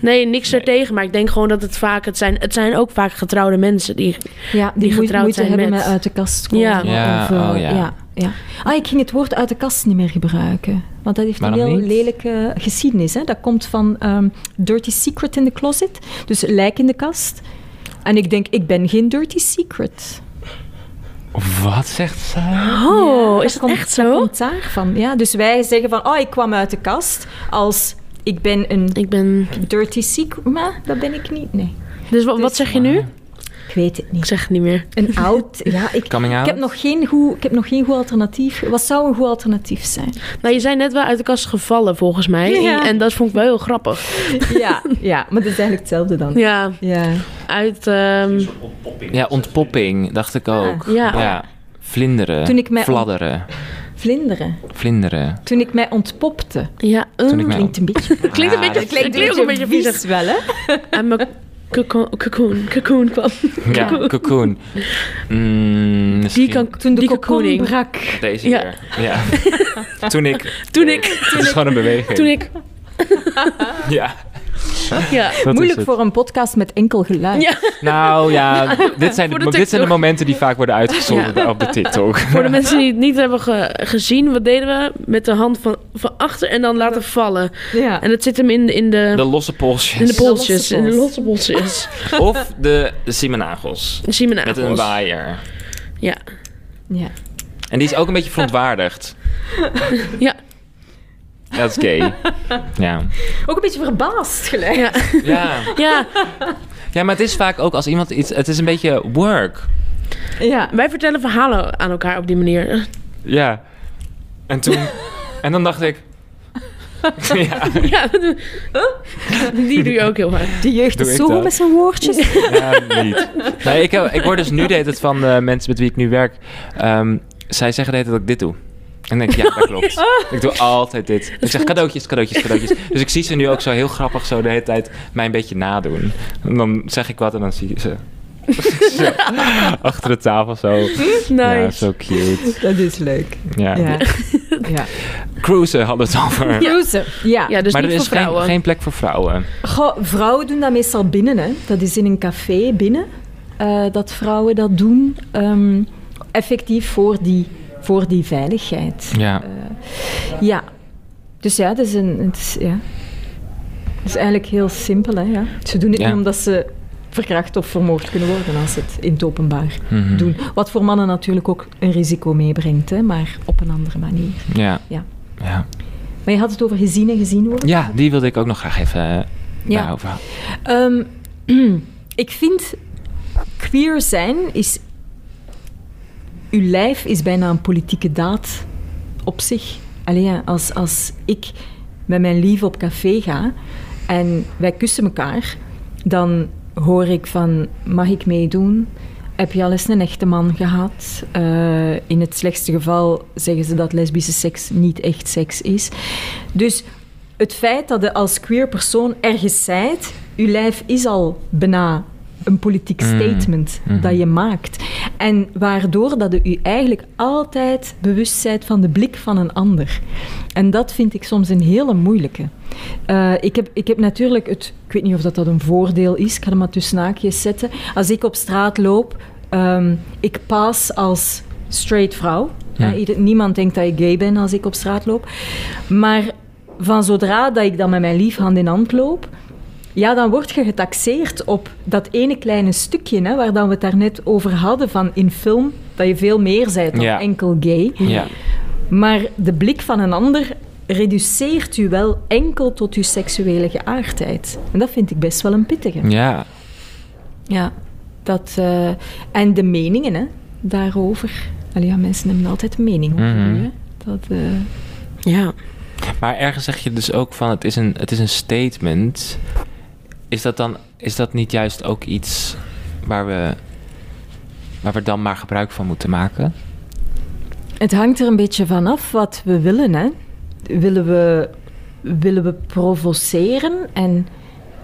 Speaker 2: Nee, niks ertegen, maar ik denk gewoon dat het vaak, het zijn, het zijn ook vaak getrouwde mensen die
Speaker 3: ja, die,
Speaker 2: Die
Speaker 3: moe-
Speaker 2: getrouwd
Speaker 3: moeite
Speaker 2: zijn
Speaker 3: hebben
Speaker 2: met-
Speaker 3: met uit de kast komen.
Speaker 2: Ja.
Speaker 1: Ja,
Speaker 3: of, eh,
Speaker 1: oh ja.
Speaker 3: ja, ja. Ah, ik ging het woord uit de kast niet meer gebruiken. Want dat heeft
Speaker 1: Waarom
Speaker 3: een heel
Speaker 1: niet?
Speaker 3: lelijke geschiedenis. Hè? Dat komt van ehm, Dirty Secret in the Closet. Dus lijk in de kast. En ik denk, ik ben geen Dirty Secret.
Speaker 1: Wat zegt zij?
Speaker 2: Oh,
Speaker 3: Ja,
Speaker 2: is dat
Speaker 3: komt-
Speaker 2: echt zo?
Speaker 3: Komt daarvan, ja. Dus wij zeggen van, oh, ik kwam uit de kast als ik ben een
Speaker 2: Ik ben.
Speaker 3: dirty secret. Maar dat ben ik niet, nee.
Speaker 2: Dus wat, wat zeg je nu?
Speaker 3: Ik weet het
Speaker 2: Ik
Speaker 3: niet.
Speaker 2: zeg het niet meer.
Speaker 3: Een oud, ja, ik,
Speaker 1: Coming
Speaker 3: ik,
Speaker 1: out?
Speaker 3: heb nog geen goed, ik heb nog geen goed alternatief. Wat zou een goed alternatief zijn?
Speaker 2: Nou, je zijn net wel uit de kast gevallen volgens mij.
Speaker 3: Ja.
Speaker 2: En dat vond ik wel heel grappig.
Speaker 3: Ja, ja, maar dat is eigenlijk hetzelfde dan. Ja.
Speaker 2: Ja, uit. ehm,
Speaker 1: Ja, ontpopping, dacht ik ook.
Speaker 2: Ah, Ja.
Speaker 1: Vlinderen.
Speaker 3: Toen ik mij-
Speaker 1: Fladderen.
Speaker 3: Vlinderen.
Speaker 1: Vlinderen.
Speaker 3: Toen ik mij ontpopte.
Speaker 2: ja,
Speaker 1: Toen ik
Speaker 2: mm.
Speaker 1: mij
Speaker 3: Klinkt een beetje...
Speaker 2: Klinkt
Speaker 1: Ah,
Speaker 2: een beetje,
Speaker 1: dat
Speaker 2: klinkt ook een beetje viezig.
Speaker 3: wel, hè?
Speaker 2: En mijn cocoon, cocoon, cocoon kwam.
Speaker 1: Ja, cocoon. Mm,
Speaker 2: Die
Speaker 1: misschien
Speaker 2: kan,
Speaker 3: Toen de
Speaker 2: die
Speaker 3: cocoon
Speaker 2: cocooning.
Speaker 3: brak.
Speaker 1: Deze
Speaker 2: Ja.
Speaker 1: weer. Ja. toen ik...
Speaker 2: Toen ik,
Speaker 1: Het is gewoon een beweging.
Speaker 2: toen ik,
Speaker 1: Ja.
Speaker 2: ja.
Speaker 1: dat is
Speaker 3: Moeilijk
Speaker 1: het.
Speaker 3: voor een podcast met enkel geluid.
Speaker 2: Ja.
Speaker 1: Nou ja, dit zijn,
Speaker 2: Voor
Speaker 1: de,
Speaker 2: de
Speaker 1: mo- dit zijn de
Speaker 2: TikTok.
Speaker 1: momenten die vaak worden uitgezonden op de TikTok.
Speaker 2: Voor de mensen die het niet hebben ge- gezien, wat deden we? Met de hand van, van achter en dan laten vallen.
Speaker 3: Ja.
Speaker 2: En dat zit hem in, de- in de...
Speaker 1: De losse polsjes.
Speaker 2: in de polsjes,
Speaker 3: losse
Speaker 2: in de
Speaker 3: pols.
Speaker 2: losse polsjes.
Speaker 1: Of de, de simmenagels.
Speaker 2: Dan zien we
Speaker 1: Met een waaier.
Speaker 2: Ja.
Speaker 3: Ja.
Speaker 1: En die is ook een beetje verontwaardigd.
Speaker 2: Ja.
Speaker 1: Dat is gay. Ja.
Speaker 3: Ook een beetje verbaasd gelijk.
Speaker 2: Ja.
Speaker 1: ja.
Speaker 2: ja,
Speaker 1: Ja, maar het is vaak ook als iemand iets... Het is een beetje work.
Speaker 3: Ja.
Speaker 2: wij vertellen verhalen aan elkaar op die manier.
Speaker 1: Ja. En toen... En dan dacht ik... ja,
Speaker 2: Ja, die doe je ook heel hard.
Speaker 3: De jeugd
Speaker 1: Doe
Speaker 3: is
Speaker 1: ik
Speaker 3: zo
Speaker 1: dat?
Speaker 3: goed met zijn woordjes.
Speaker 1: ja, niet. Nee, ik, heb, ik hoor dus nu deed het van eh, mensen met wie ik nu werk. Ehm, zij zeggen de hele tijd dat ik dit doe. En dan denk ik, ja, dat klopt. Ik doe altijd dit. Ik zeg cadeautjes, cadeautjes, cadeautjes. Dus ik zie ze nu ook zo heel grappig zo de hele tijd mij een beetje nadoen. En dan zeg ik wat en dan zie je ze. Zo, achter de tafel zo. Ja,
Speaker 2: Hm? Nice.
Speaker 1: zo cute.
Speaker 3: Dat is leuk.
Speaker 1: Ja.
Speaker 3: Ja. ja.
Speaker 1: Cruisen hadden we het over.
Speaker 3: Cruisen. Ja.
Speaker 2: Ja, dus
Speaker 1: maar er
Speaker 2: niet
Speaker 1: is
Speaker 2: voor vrouwen.
Speaker 1: geen, geen plek voor vrouwen.
Speaker 3: Goh, vrouwen doen dat meestal binnen, hè. Dat is in een café binnen, eh, dat vrouwen dat doen. ehm, effectief voor die, voor die veiligheid.
Speaker 1: Ja.
Speaker 3: Ja. Dus ja, dat is, een, het is, ja. Het is eigenlijk heel simpel, hè. Ja. Ze doen het
Speaker 1: Ja.
Speaker 3: niet omdat ze verkracht of vermoord kunnen worden als ze het in het openbaar
Speaker 1: Mhm.
Speaker 3: doen. Wat voor mannen natuurlijk ook een risico meebrengt, hè, maar op een andere manier.
Speaker 1: Ja.
Speaker 3: Ja.
Speaker 1: Ja.
Speaker 3: Maar je had het over gezien en gezien worden?
Speaker 1: ja, die wilde ik ook nog graag even ja. daarover.
Speaker 3: Ehm, ik vind queer zijn is. Uw lijf is bijna een politieke daad op zich. Allee, ja, als, als ik met mijn lief op café ga en wij kussen elkaar, dan hoor ik van: mag ik meedoen? Heb je al eens een echte man gehad? Eh, in het slechtste geval zeggen ze dat lesbische seks niet echt seks is. Dus het feit dat je als queer persoon ergens zijt, je lijf is al bijna een politiek statement dat je maakt. En waardoor dat je je eigenlijk altijd bewust bent van de blik van een ander. En dat vind ik soms een hele moeilijke. Eh, ik, heb, ik heb natuurlijk het, ik weet niet of dat, dat een voordeel is, ik ga er maar tussen haakjes zetten. Als ik op straat loop, ehm, ik pas als straight vrouw. Ja, ieder- niemand denkt dat ik gay ben als ik op straat loop. Maar van zodra dat ik dan met mijn lief hand in hand loop, ja, dan word je getaxeerd op dat ene kleine stukje hè, waar dan we het daarnet over hadden van in film, dat je veel meer bent dan
Speaker 1: Ja.
Speaker 3: enkel gay.
Speaker 1: Ja.
Speaker 3: Maar de blik van een ander reduceert u wel enkel tot uw seksuele geaardheid. En dat vind ik best wel een pittige.
Speaker 1: Ja.
Speaker 3: Ja, dat, eh, en de meningen hè, daarover. Allee, ja, mensen hebben altijd een mening over
Speaker 1: Mhm.
Speaker 3: u. Hè. Dat, eh,
Speaker 2: Ja.
Speaker 1: Maar ergens zeg je dus ook van het is een, het is een statement. Is dat dan is dat niet juist ook iets waar we, waar we dan maar gebruik van moeten maken?
Speaker 3: het hangt er een beetje vanaf wat we willen. Hè. willen we, willen we provoceren en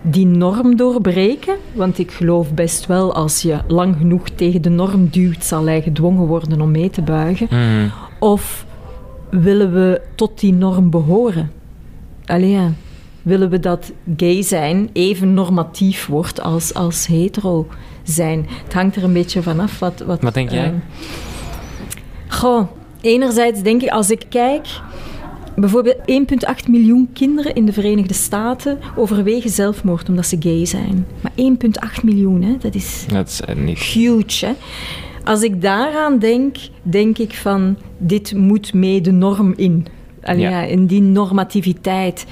Speaker 3: die norm doorbreken? Want ik geloof best wel als je lang genoeg tegen de norm duwt, zal hij gedwongen worden om mee te buigen.
Speaker 7: Mhm.
Speaker 3: Of willen we tot die norm behoren? Allee, ja. willen we dat gay zijn even normatief wordt als, als hetero zijn? Het hangt er een beetje vanaf wat... Wat,
Speaker 1: Wat denk jij?
Speaker 3: ehm,
Speaker 2: Eh.
Speaker 3: goh, enerzijds denk ik, als ik kijk... Bijvoorbeeld 1,8 miljoen kinderen in de Verenigde Staten overwegen zelfmoord omdat ze gay zijn. Maar 1,8 miljoen, hè, dat is
Speaker 1: Dat is eh, niet.
Speaker 3: huge. Hè? Als ik daaraan denk, denk ik van dit moet mee de norm in. Allee,
Speaker 1: Ja.
Speaker 3: ja, in die normativiteit.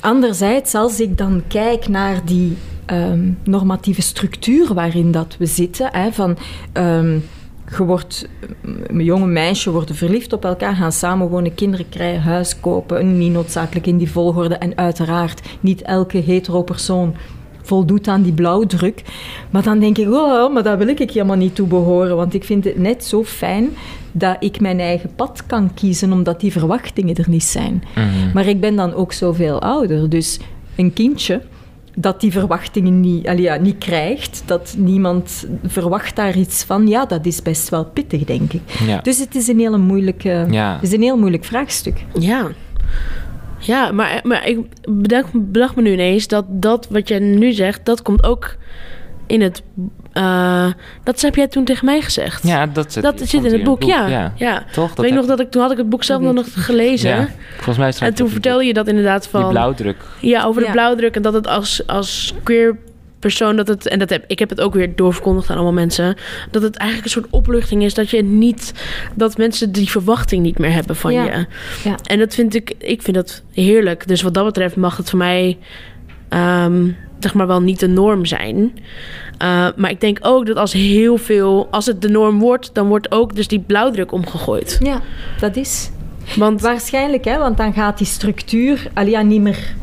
Speaker 3: Anderzijds, als ik dan kijk naar die ehm, normatieve structuur waarin dat we zitten, hè, van ehm, je wordt, een jonge meisje worden verliefd op elkaar, gaan samenwonen, kinderen krijgen, huis kopen, niet noodzakelijk in die volgorde. En uiteraard, niet elke hetero persoon voldoet aan die blauwdruk. Maar dan denk ik, oh, maar daar wil ik helemaal niet toe behoren. Want ik vind het net zo fijn dat ik mijn eigen pad kan kiezen, omdat die verwachtingen er niet zijn.
Speaker 1: Hm.
Speaker 3: Maar ik ben dan ook zoveel ouder. Dus een kindje dat die verwachtingen niet, allee, ja, niet krijgt, dat niemand verwacht daar iets van, ja, dat is best wel pittig, denk ik.
Speaker 1: Ja.
Speaker 3: Dus het is een, hele moeilijke,
Speaker 1: Ja.
Speaker 3: het is een heel moeilijk vraagstuk.
Speaker 2: Ja. Ja, maar, maar ik bedacht, bedacht me nu ineens dat dat wat jij nu zegt, dat komt ook in het... eh, dat heb jij toen tegen mij gezegd.
Speaker 1: ja, dat zit,
Speaker 2: dat
Speaker 1: komt
Speaker 2: zit in het boek, ja. ja.
Speaker 1: Toch?
Speaker 2: Weet ik
Speaker 1: heb-
Speaker 2: nog dat ik toen had ik het boek zelf nog
Speaker 3: Dat
Speaker 2: nog gelezen.
Speaker 1: ja. Volgens mij staat
Speaker 2: En toen vertelde je dat inderdaad van...
Speaker 1: Die blauwdruk.
Speaker 2: Ja, over de
Speaker 3: Ja.
Speaker 2: blauwdruk. En dat het als, als queer persoon dat het... En dat heb, ik heb het ook weer doorverkondigd aan allemaal mensen. Dat het eigenlijk een soort opluchting is dat je niet... Dat mensen die verwachting niet meer hebben van
Speaker 3: Ja.
Speaker 2: je.
Speaker 3: Ja.
Speaker 2: En dat vind ik... Ik vind dat heerlijk. Dus wat dat betreft mag het voor mij... ehm, zeg maar wel niet de norm zijn. Eh, maar ik denk ook dat als heel veel... Als het de norm wordt, dan wordt ook dus die blauwdruk omgegooid.
Speaker 3: Ja, dat is.
Speaker 2: Want
Speaker 3: Waarschijnlijk, hè, want dan gaat die structuur allee, ja, niet meer...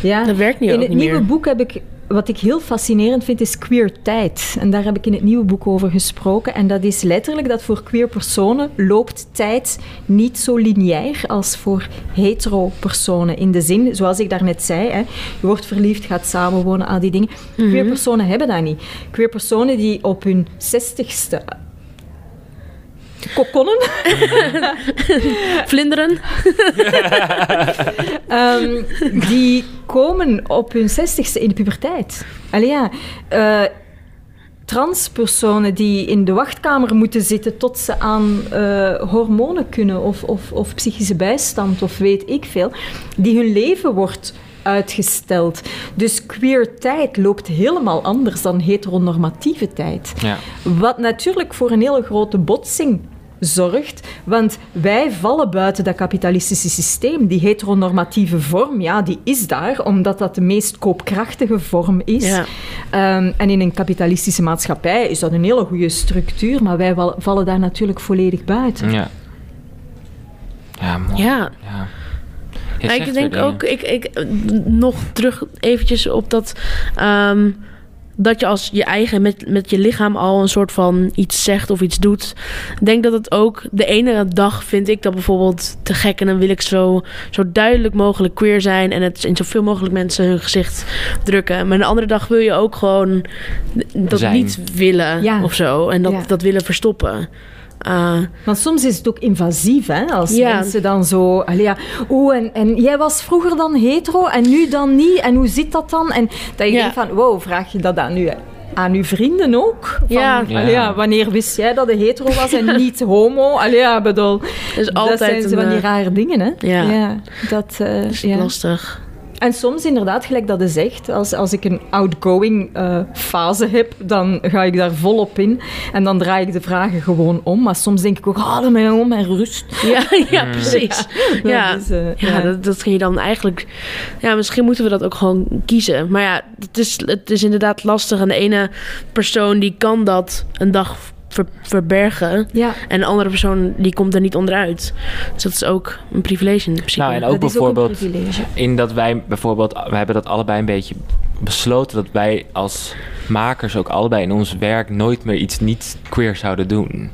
Speaker 3: Ja.
Speaker 2: dat werkt nu
Speaker 3: in
Speaker 2: ook
Speaker 3: het
Speaker 2: niet
Speaker 3: nieuwe
Speaker 2: meer.
Speaker 3: boek heb ik, wat ik heel fascinerend vind, is queer tijd. En daar heb ik in het nieuwe boek over gesproken. En dat is letterlijk dat voor queer personen loopt tijd niet zo lineair als voor hetero personen. In de zin, zoals ik daarnet zei, hè, je wordt verliefd, gaat samenwonen, al die dingen. Queer
Speaker 2: Mhm.
Speaker 3: personen hebben dat niet. Queer personen die op hun zestigste kokonnen
Speaker 2: Vlinderen?
Speaker 3: Ehm, die komen op hun zestigste in de puberteit. Allee, ja. eh, transpersonen die in de wachtkamer moeten zitten tot ze aan eh, hormonen kunnen of, of, of psychische bijstand of weet ik veel, die hun leven wordt uitgesteld. Dus queer tijd loopt helemaal anders dan heteronormatieve tijd.
Speaker 1: Ja.
Speaker 3: Wat natuurlijk voor een hele grote botsing zorgt, want wij vallen buiten dat kapitalistische systeem. Die heteronormatieve vorm, ja, die is daar, omdat dat de meest koopkrachtige vorm is.
Speaker 2: Ja.
Speaker 3: Ehm, en in een kapitalistische maatschappij is dat een hele goede structuur, maar wij wa- vallen daar natuurlijk volledig buiten.
Speaker 1: Ja. Ja, mooi.
Speaker 2: Ja.
Speaker 1: Ja. Je zegt
Speaker 2: Ja, ik
Speaker 1: weer
Speaker 2: denk
Speaker 1: dingen.
Speaker 2: ook, ik, ik, eh, nog terug eventjes op dat, ehm, dat je als je eigen, met, met je lichaam al een soort van iets zegt of iets doet. Ik denk dat het ook, de ene dag vind ik dat bijvoorbeeld te gek en dan wil ik zo, zo duidelijk mogelijk queer zijn en het in zoveel mogelijk mensen hun gezicht drukken. Maar de andere dag wil je ook gewoon dat
Speaker 1: Zijn.
Speaker 2: niet willen
Speaker 3: Ja.
Speaker 2: of zo en dat,
Speaker 3: Ja.
Speaker 2: dat willen verstoppen. Eh,
Speaker 3: Want soms is het ook invasief, hè? Als
Speaker 2: Ja.
Speaker 3: mensen dan zo... Allee, ja, oeh, en, en jij was vroeger dan hetero en nu dan niet. En hoe zit dat dan? En dat je
Speaker 2: Ja.
Speaker 3: denkt van, wow, vraag je dat aan, u, aan uw vrienden ook? Van,
Speaker 2: Ja.
Speaker 3: allee,
Speaker 1: Ja.
Speaker 3: ja, wanneer wist jij dat je hetero was en niet homo? Allee, ja, bedoel...
Speaker 2: dus
Speaker 3: dat
Speaker 2: altijd
Speaker 3: zijn ze
Speaker 2: een,
Speaker 3: van die
Speaker 2: eh,
Speaker 3: rare dingen, hè?
Speaker 2: ja.
Speaker 3: dat, eh,
Speaker 2: is
Speaker 3: ja.
Speaker 2: lastig.
Speaker 3: En soms inderdaad, gelijk dat je zegt, als, als ik een outgoing eh, fase heb, dan ga ik daar volop in. En dan draai ik de vragen gewoon om. Maar soms denk ik ook, haal mij nou om en rust.
Speaker 2: Ja, ja
Speaker 1: Mm.
Speaker 2: precies. Ja, ja.
Speaker 3: Dat is, eh,
Speaker 2: dat, dat ging je dan eigenlijk. Ja, misschien moeten we dat ook gewoon kiezen. Maar ja, het is, het is inderdaad lastig. En de ene persoon die kan dat een dag ver- verbergen.
Speaker 3: Ja.
Speaker 2: En de andere persoon die komt er niet onderuit. Dus dat is ook een privilege in principe.
Speaker 1: Nou, en ook
Speaker 3: dat is
Speaker 1: bijvoorbeeld
Speaker 3: ook een privilege.
Speaker 1: in dat wij bijvoorbeeld, we hebben dat allebei een beetje besloten dat wij als makers ook allebei in ons werk nooit meer iets niet queer zouden doen.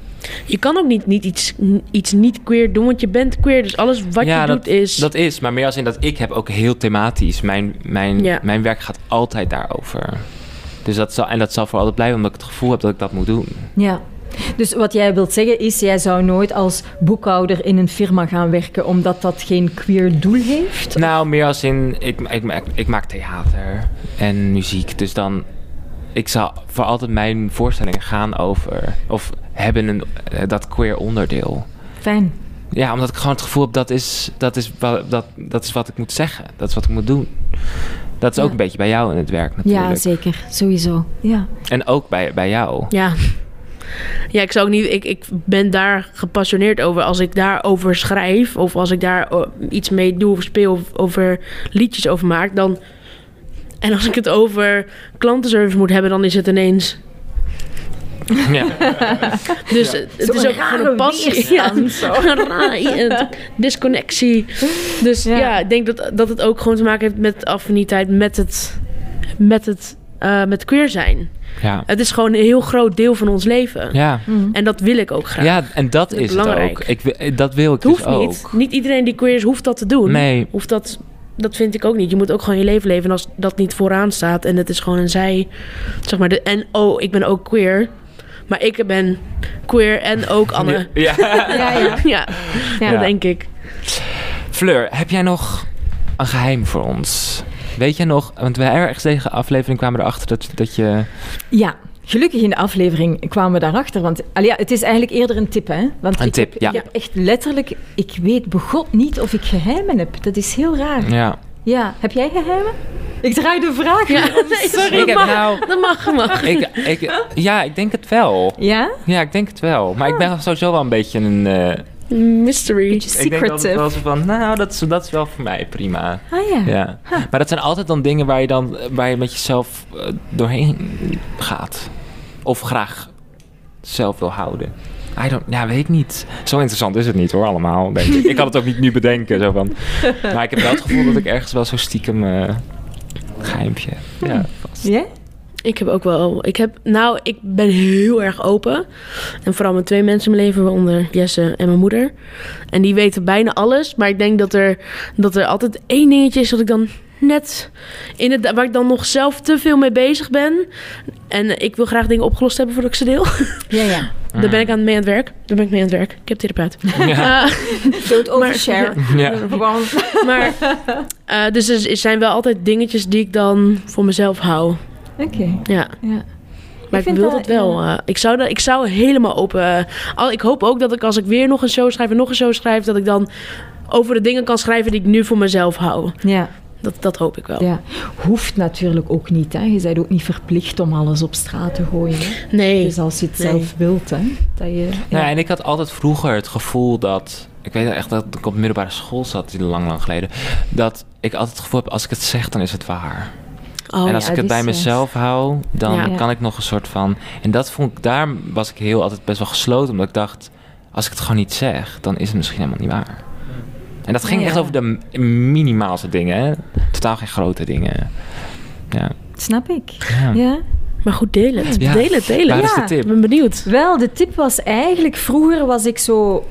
Speaker 2: Je kan ook niet, niet iets, iets niet queer doen, want je bent queer. Dus alles wat
Speaker 1: ja,
Speaker 2: je
Speaker 1: dat
Speaker 2: doet is...
Speaker 1: Dat is, maar meer als in dat ik heb ook heel thematisch. Mijn, mijn,
Speaker 2: Ja.
Speaker 1: mijn werk gaat altijd daarover. Dus dat zal, en dat zal voor altijd blijven, omdat ik het gevoel heb dat ik dat moet doen.
Speaker 3: Ja. Dus wat jij wilt zeggen is, jij zou nooit als boekhouder in een firma gaan werken omdat dat geen queer doel heeft?
Speaker 1: Nou, meer als in, ik, ik, maak- ik maak theater en muziek. Dus dan, ik zal voor altijd mijn voorstellingen gaan over, of hebben een, eh, dat queer onderdeel.
Speaker 3: Fijn.
Speaker 1: Ja, omdat ik gewoon het gevoel heb, dat is, dat, is, wa- dat, dat is wat ik moet zeggen. Dat is wat ik moet doen. Dat is ook
Speaker 3: Ja.
Speaker 1: een beetje bij jou in het werk natuurlijk.
Speaker 3: Ja, zeker. Sowieso. Ja.
Speaker 1: en ook bij, bij jou.
Speaker 2: Ja. Ja, ik zou ook niet. Ik, ik ben daar gepassioneerd over. Als ik daarover schrijf, of als ik daar o- iets mee doe of speel, of over liedjes over maak, dan. En als ik het over klantenservice moet hebben, dan is het ineens.
Speaker 1: Ja.
Speaker 2: Dus eh, het is ook gewoon een passie. Ja, een raar- een disconnectie. Dus ja.
Speaker 3: Ja.
Speaker 2: ik denk dat, dat het ook gewoon te maken heeft met affiniteit, met het, met het eh, met queer zijn.
Speaker 1: Ja.
Speaker 2: Het is gewoon een heel groot deel van ons leven.
Speaker 1: Ja.
Speaker 2: En dat wil ik ook graag.
Speaker 1: ja, en dat
Speaker 2: Dat is
Speaker 1: is het
Speaker 2: belangrijk.
Speaker 1: ook. Ik, wi- dat wil ik
Speaker 2: Het hoeft
Speaker 1: dus ook.
Speaker 2: niet. Niet iedereen die queer is, hoeft dat te doen.
Speaker 1: Nee.
Speaker 2: Hoeft dat, dat vind ik ook niet. Je moet ook gewoon je leven leven. En als dat niet vooraan staat en het is gewoon een zij... Zeg maar, de, en oh, ik ben ook queer. Maar ik ben queer en ook Anne.
Speaker 1: Ja.
Speaker 3: Ja, ja.
Speaker 2: Ja,
Speaker 3: Ja.
Speaker 2: dat denk ik.
Speaker 1: Fleur, heb jij nog een geheim voor ons? Weet jij nog, want we ergens tegen aflevering kwamen erachter dat, dat je...
Speaker 3: Ja, gelukkig in de aflevering kwamen we daarachter. Want allee, ja, het is eigenlijk eerder een tip, hè? Want
Speaker 1: Een
Speaker 3: ik
Speaker 1: tip,
Speaker 3: heb,
Speaker 1: ja.
Speaker 3: ik heb echt letterlijk... Ik weet begot niet of ik geheimen heb. Dat is heel raar.
Speaker 1: Ja.
Speaker 3: Ja, heb jij geheimen? Ik draai de vraag
Speaker 2: Ja,
Speaker 3: weer om.
Speaker 2: nee,
Speaker 1: Ik
Speaker 2: sorry,
Speaker 1: heb
Speaker 2: mag,
Speaker 1: nou-
Speaker 2: dat mag, dat mag.
Speaker 1: Ik, ik, ja, ik denk het wel.
Speaker 3: Ja?
Speaker 1: Ja, ik denk het wel. Maar ik ben sowieso wel een beetje een... eh,
Speaker 2: Mystery.
Speaker 3: Beetje
Speaker 1: ik denk altijd
Speaker 3: secretive.
Speaker 1: wel zo van, nou, dat is, dat is wel voor mij prima.
Speaker 3: Ah
Speaker 2: Hm.
Speaker 3: ja.
Speaker 1: Ja. Maar dat zijn altijd dan dingen waar je dan waar je met jezelf eh, doorheen gaat. Of graag zelf wil houden. I don't, ja, weet ik niet. Zo interessant is het niet hoor, allemaal. Denk ik. ik kan het ook niet nu bedenken. Zo van. Maar ik heb wel het gevoel dat ik ergens wel zo stiekem eh geheimpje heb. Ja,
Speaker 2: Hm.
Speaker 1: vast.
Speaker 3: Ja?
Speaker 2: Ik heb ook wel. Ik heb, nou, ik ben heel erg open. En vooral met twee mensen in mijn leven, waaronder Jesse en mijn moeder. En die weten bijna alles. Maar ik denk dat er, dat er altijd één dingetje is dat ik dan net. In het, waar ik dan nog zelf te veel mee bezig ben. En ik wil graag dingen opgelost hebben voordat ik ze deel.
Speaker 3: Ja, ja.
Speaker 2: Daar ben ik aan mee aan het werk. Daar ben ik mee aan het werk. Ik heb therapeut.
Speaker 1: Mhm. Ja.
Speaker 2: Eh,
Speaker 3: Don't
Speaker 2: Maar-
Speaker 3: overshare.
Speaker 1: Ja.
Speaker 3: Gewoon.
Speaker 2: maar. eh, dus er zijn wel altijd dingetjes die ik dan voor mezelf hou.
Speaker 3: Oké.
Speaker 2: Ja.
Speaker 3: Ja.
Speaker 2: Maar
Speaker 3: Ik
Speaker 2: ik,
Speaker 3: vind
Speaker 2: wil
Speaker 3: dat-
Speaker 2: dat wel. eh, ik, zou dat, ik zou helemaal open. eh, al, ik hoop ook dat ik als ik weer nog een show schrijf en nog een show schrijf, dat ik dan over de dingen kan schrijven die ik nu voor mezelf hou.
Speaker 3: Ja,
Speaker 2: Dat, dat hoop ik wel.
Speaker 3: ja. Hoeft natuurlijk ook niet, hè. Je bent ook niet verplicht om alles op straat te gooien, hè.
Speaker 2: Nee.
Speaker 3: Dus als je het
Speaker 2: Nee.
Speaker 3: zelf wilt, hè. Dat je...
Speaker 1: Nou, en ik had altijd vroeger het gevoel dat. Ik weet echt dat ik op middelbare school zat, lang, lang geleden. Dat ik altijd het gevoel heb: als ik het zeg, dan is het waar.
Speaker 2: Oh,
Speaker 1: en als
Speaker 3: ja,
Speaker 1: ik het bij
Speaker 3: die is, eh,
Speaker 1: mezelf hou, dan
Speaker 2: Ja.
Speaker 1: kan ik nog een soort van. En dat vond ik, daar was ik heel altijd best wel gesloten, omdat ik dacht: als ik het gewoon niet zeg, dan is het misschien helemaal niet waar. En dat ging
Speaker 3: Ja,
Speaker 1: echt
Speaker 3: ja.
Speaker 1: over de m- minimaalste dingen, hè? totaal geen grote dingen. Ja.
Speaker 3: Snap ik.
Speaker 1: Ja.
Speaker 3: ja.
Speaker 2: Maar goed, deel het.
Speaker 1: Ja.
Speaker 2: Deel het, deel
Speaker 1: Waar
Speaker 2: het.
Speaker 1: is de
Speaker 3: Ja.
Speaker 2: Ik
Speaker 1: tip?
Speaker 2: ben benieuwd.
Speaker 3: Wel, de tip was eigenlijk... Vroeger was ik zo...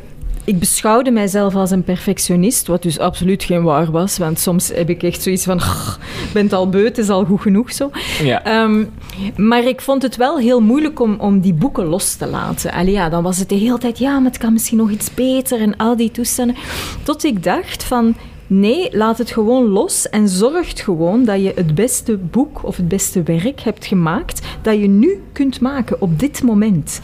Speaker 3: Ik beschouwde mijzelf als een perfectionist, wat dus absoluut geen waar was. Want soms heb ik echt zoiets van... "Grr, Ik ben het al beu, het is al goed genoeg zo.
Speaker 1: Ja.
Speaker 3: Ehm, maar ik vond het wel heel moeilijk om, om die boeken los te laten. Allee, ja, dan was het de hele tijd... Ja, maar het kan misschien nog iets beter en al die toestanden. Tot ik dacht van... Nee, laat het gewoon los en zorg gewoon dat je het beste boek of het beste werk hebt gemaakt dat je nu kunt maken op dit moment.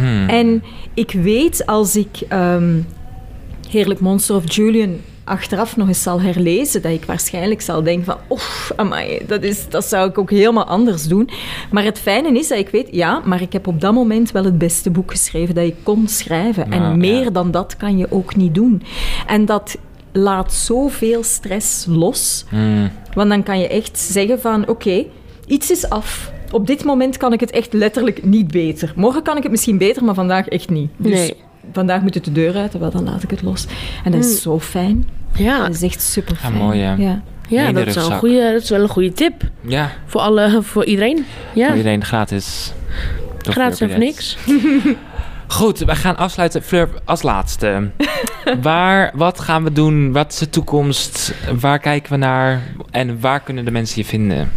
Speaker 1: Hmm.
Speaker 3: En ik weet als ik ehm, Heerlijk Monster of Julian achteraf nog eens zal herlezen, dat ik waarschijnlijk zal denken van, oef, amai, dat, is, dat zou ik ook helemaal anders doen. Maar het fijne is dat ik weet, ja, maar ik heb op dat moment wel het beste boek geschreven dat ik kon schrijven.
Speaker 1: Nou,
Speaker 3: en meer
Speaker 1: ja.
Speaker 3: dan dat kan je ook niet doen. En dat laat zoveel stress los,
Speaker 1: Mm,
Speaker 3: want dan kan je echt zeggen van, oké, iets is af. Op dit moment kan ik het echt letterlijk niet beter. Morgen kan ik het misschien beter, maar vandaag echt niet. Dus
Speaker 2: Nee.
Speaker 3: vandaag moet het de deur uit, wel, dan laat ik het los. En dat is zo fijn.
Speaker 2: Mm. Ja,
Speaker 3: Dat is echt super fijn.
Speaker 1: Ja, mooi, hè?
Speaker 3: Ja.
Speaker 2: ja
Speaker 1: in de
Speaker 2: dat, is wel een
Speaker 1: rugzak.
Speaker 2: goede, dat is wel een goede tip.
Speaker 1: ja.
Speaker 2: Voor, alle, voor iedereen. Ja,
Speaker 1: Voor iedereen gratis. Door
Speaker 2: gratis en
Speaker 1: Fleur
Speaker 2: voor
Speaker 1: Bidet.
Speaker 2: niks.
Speaker 1: Goed, we gaan afsluiten. Fleur, als laatste. waar, wat gaan we doen? Wat is de toekomst? Waar kijken we naar? En waar kunnen de mensen je vinden?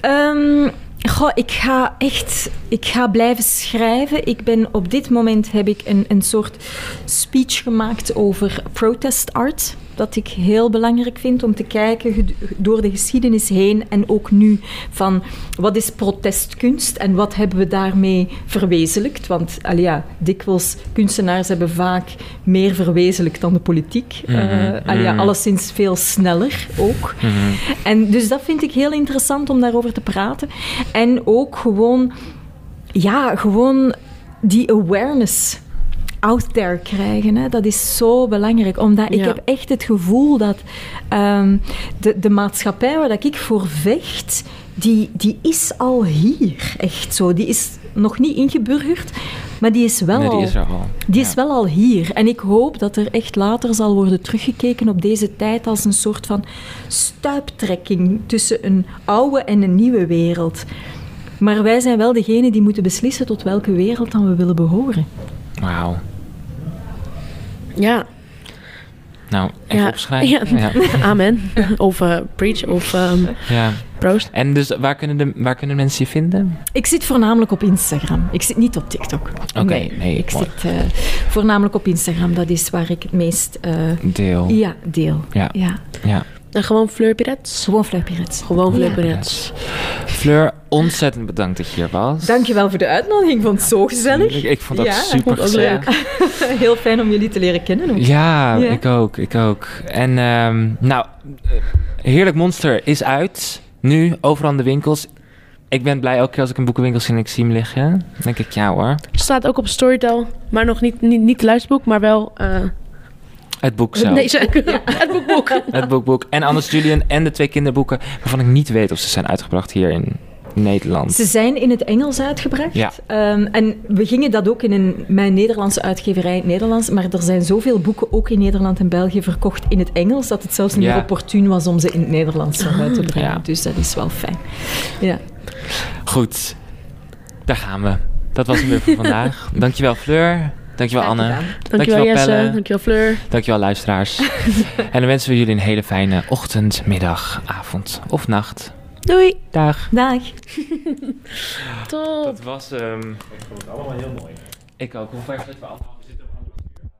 Speaker 3: Ehm, goh, ik ga echt ik ga blijven schrijven. Ik ben, op dit moment heb ik een, een soort speech gemaakt over protest art. Dat ik heel belangrijk vind om te kijken ged- door de geschiedenis heen en ook nu van wat is protestkunst en wat hebben we daarmee verwezenlijkt. Want allee, ja, dikwijls kunstenaars hebben vaak meer verwezenlijkt dan de politiek. Eh
Speaker 1: Mhm,
Speaker 3: allee, ja,
Speaker 1: mhm.
Speaker 3: alleszins veel sneller ook. En dus dat vind ik heel interessant om daarover te praten. En ook gewoon, ja, gewoon die awareness out there krijgen. Hè. Dat is zo belangrijk. Omdat ik
Speaker 2: Ja.
Speaker 3: heb echt het gevoel dat ehm, de, de maatschappij waar dat ik voor vecht, die, die is al hier. Echt zo. Die is nog niet ingeburgerd, maar die is wel
Speaker 1: Nee, die
Speaker 3: al
Speaker 1: is er al.
Speaker 3: die is
Speaker 1: Ja.
Speaker 3: wel al hier. En ik hoop dat er echt later zal worden teruggekeken op deze tijd als een soort van stuiptrekking tussen een oude en een nieuwe wereld. Maar wij zijn wel degene die moeten beslissen tot welke wereld dan we willen behoren.
Speaker 1: Wauw.
Speaker 2: Ja,
Speaker 1: Nou, even
Speaker 2: Ja.
Speaker 1: opschrijven. Ja.
Speaker 2: Ja. amen. of eh, preach, of ehm,
Speaker 1: Ja.
Speaker 2: proost.
Speaker 1: En dus waar kunnen, de, waar kunnen mensen je vinden?
Speaker 3: Ik zit voornamelijk op Instagram. Ik zit niet op TikTok.
Speaker 1: Oké, nee,
Speaker 3: ik
Speaker 1: mooi.
Speaker 3: zit eh, voornamelijk op Instagram. Dat is waar ik het meest eh,
Speaker 1: Deel.
Speaker 3: ja, deel.
Speaker 1: Ja.
Speaker 3: Ja.
Speaker 1: ja.
Speaker 2: En gewoon Fleur Pirets.
Speaker 3: Gewoon Fluipirets.
Speaker 2: Gewoon Fleur
Speaker 3: Ja.
Speaker 2: Pirets.
Speaker 1: Fleur, ontzettend bedankt dat je hier was.
Speaker 3: Dankjewel voor de uitnodiging. Ik vond het zo gezellig.
Speaker 1: Ik, ik vond dat
Speaker 3: Ja, ik
Speaker 1: super
Speaker 2: vond het ook
Speaker 1: gezellig.
Speaker 3: Heel fijn om jullie te leren kennen. ook.
Speaker 1: Ja,
Speaker 3: Ja.
Speaker 1: ik ook, ik ook. En ehm, nou, eh, Heerlijk Monster is uit. Nu, overal in de winkels. Ik ben blij elke keer als ik een boekenwinkel zie en ik zie hem liggen. Dan denk ik, ja hoor,
Speaker 2: Staat ook op Storytel, maar nog niet, niet, niet het luisterboek, maar wel... eh,
Speaker 1: het boek zelf.
Speaker 2: nee, ze- het boekboek.
Speaker 1: Het boekboek. En Anders Julian en de twee kinderboeken... waarvan ik niet weet of ze zijn uitgebracht hier in Nederland.
Speaker 3: Ze zijn in het Engels uitgebracht.
Speaker 1: Ja.
Speaker 3: Ehm, en we gingen dat ook in een, mijn Nederlandse uitgeverij in het Nederlands. Maar er zijn zoveel boeken ook in Nederland en België verkocht in het Engels. dat het zelfs niet
Speaker 1: Ja. Ah,
Speaker 3: meer opportun was om ze in het Nederlands nog uit te brengen.
Speaker 1: Ja.
Speaker 3: Dus dat is wel fijn. Ja.
Speaker 1: Goed, daar gaan we. Dat was hem weer voor vandaag. Dankjewel Fleur. Dankjewel
Speaker 3: Graag
Speaker 1: Anne.
Speaker 3: gedaan.
Speaker 2: Dankjewel Jesse,
Speaker 1: Pelle.
Speaker 2: dankjewel Fleur.
Speaker 1: Dankjewel luisteraars. en dan wensen we jullie een hele fijne ochtend, middag, avond of nacht.
Speaker 2: Doei.
Speaker 1: Dag.
Speaker 3: Dag.
Speaker 2: Tot.
Speaker 1: Dat was. ehm Ik vond het allemaal heel mooi. Ik ook. Hoe ver zitten we allemaal?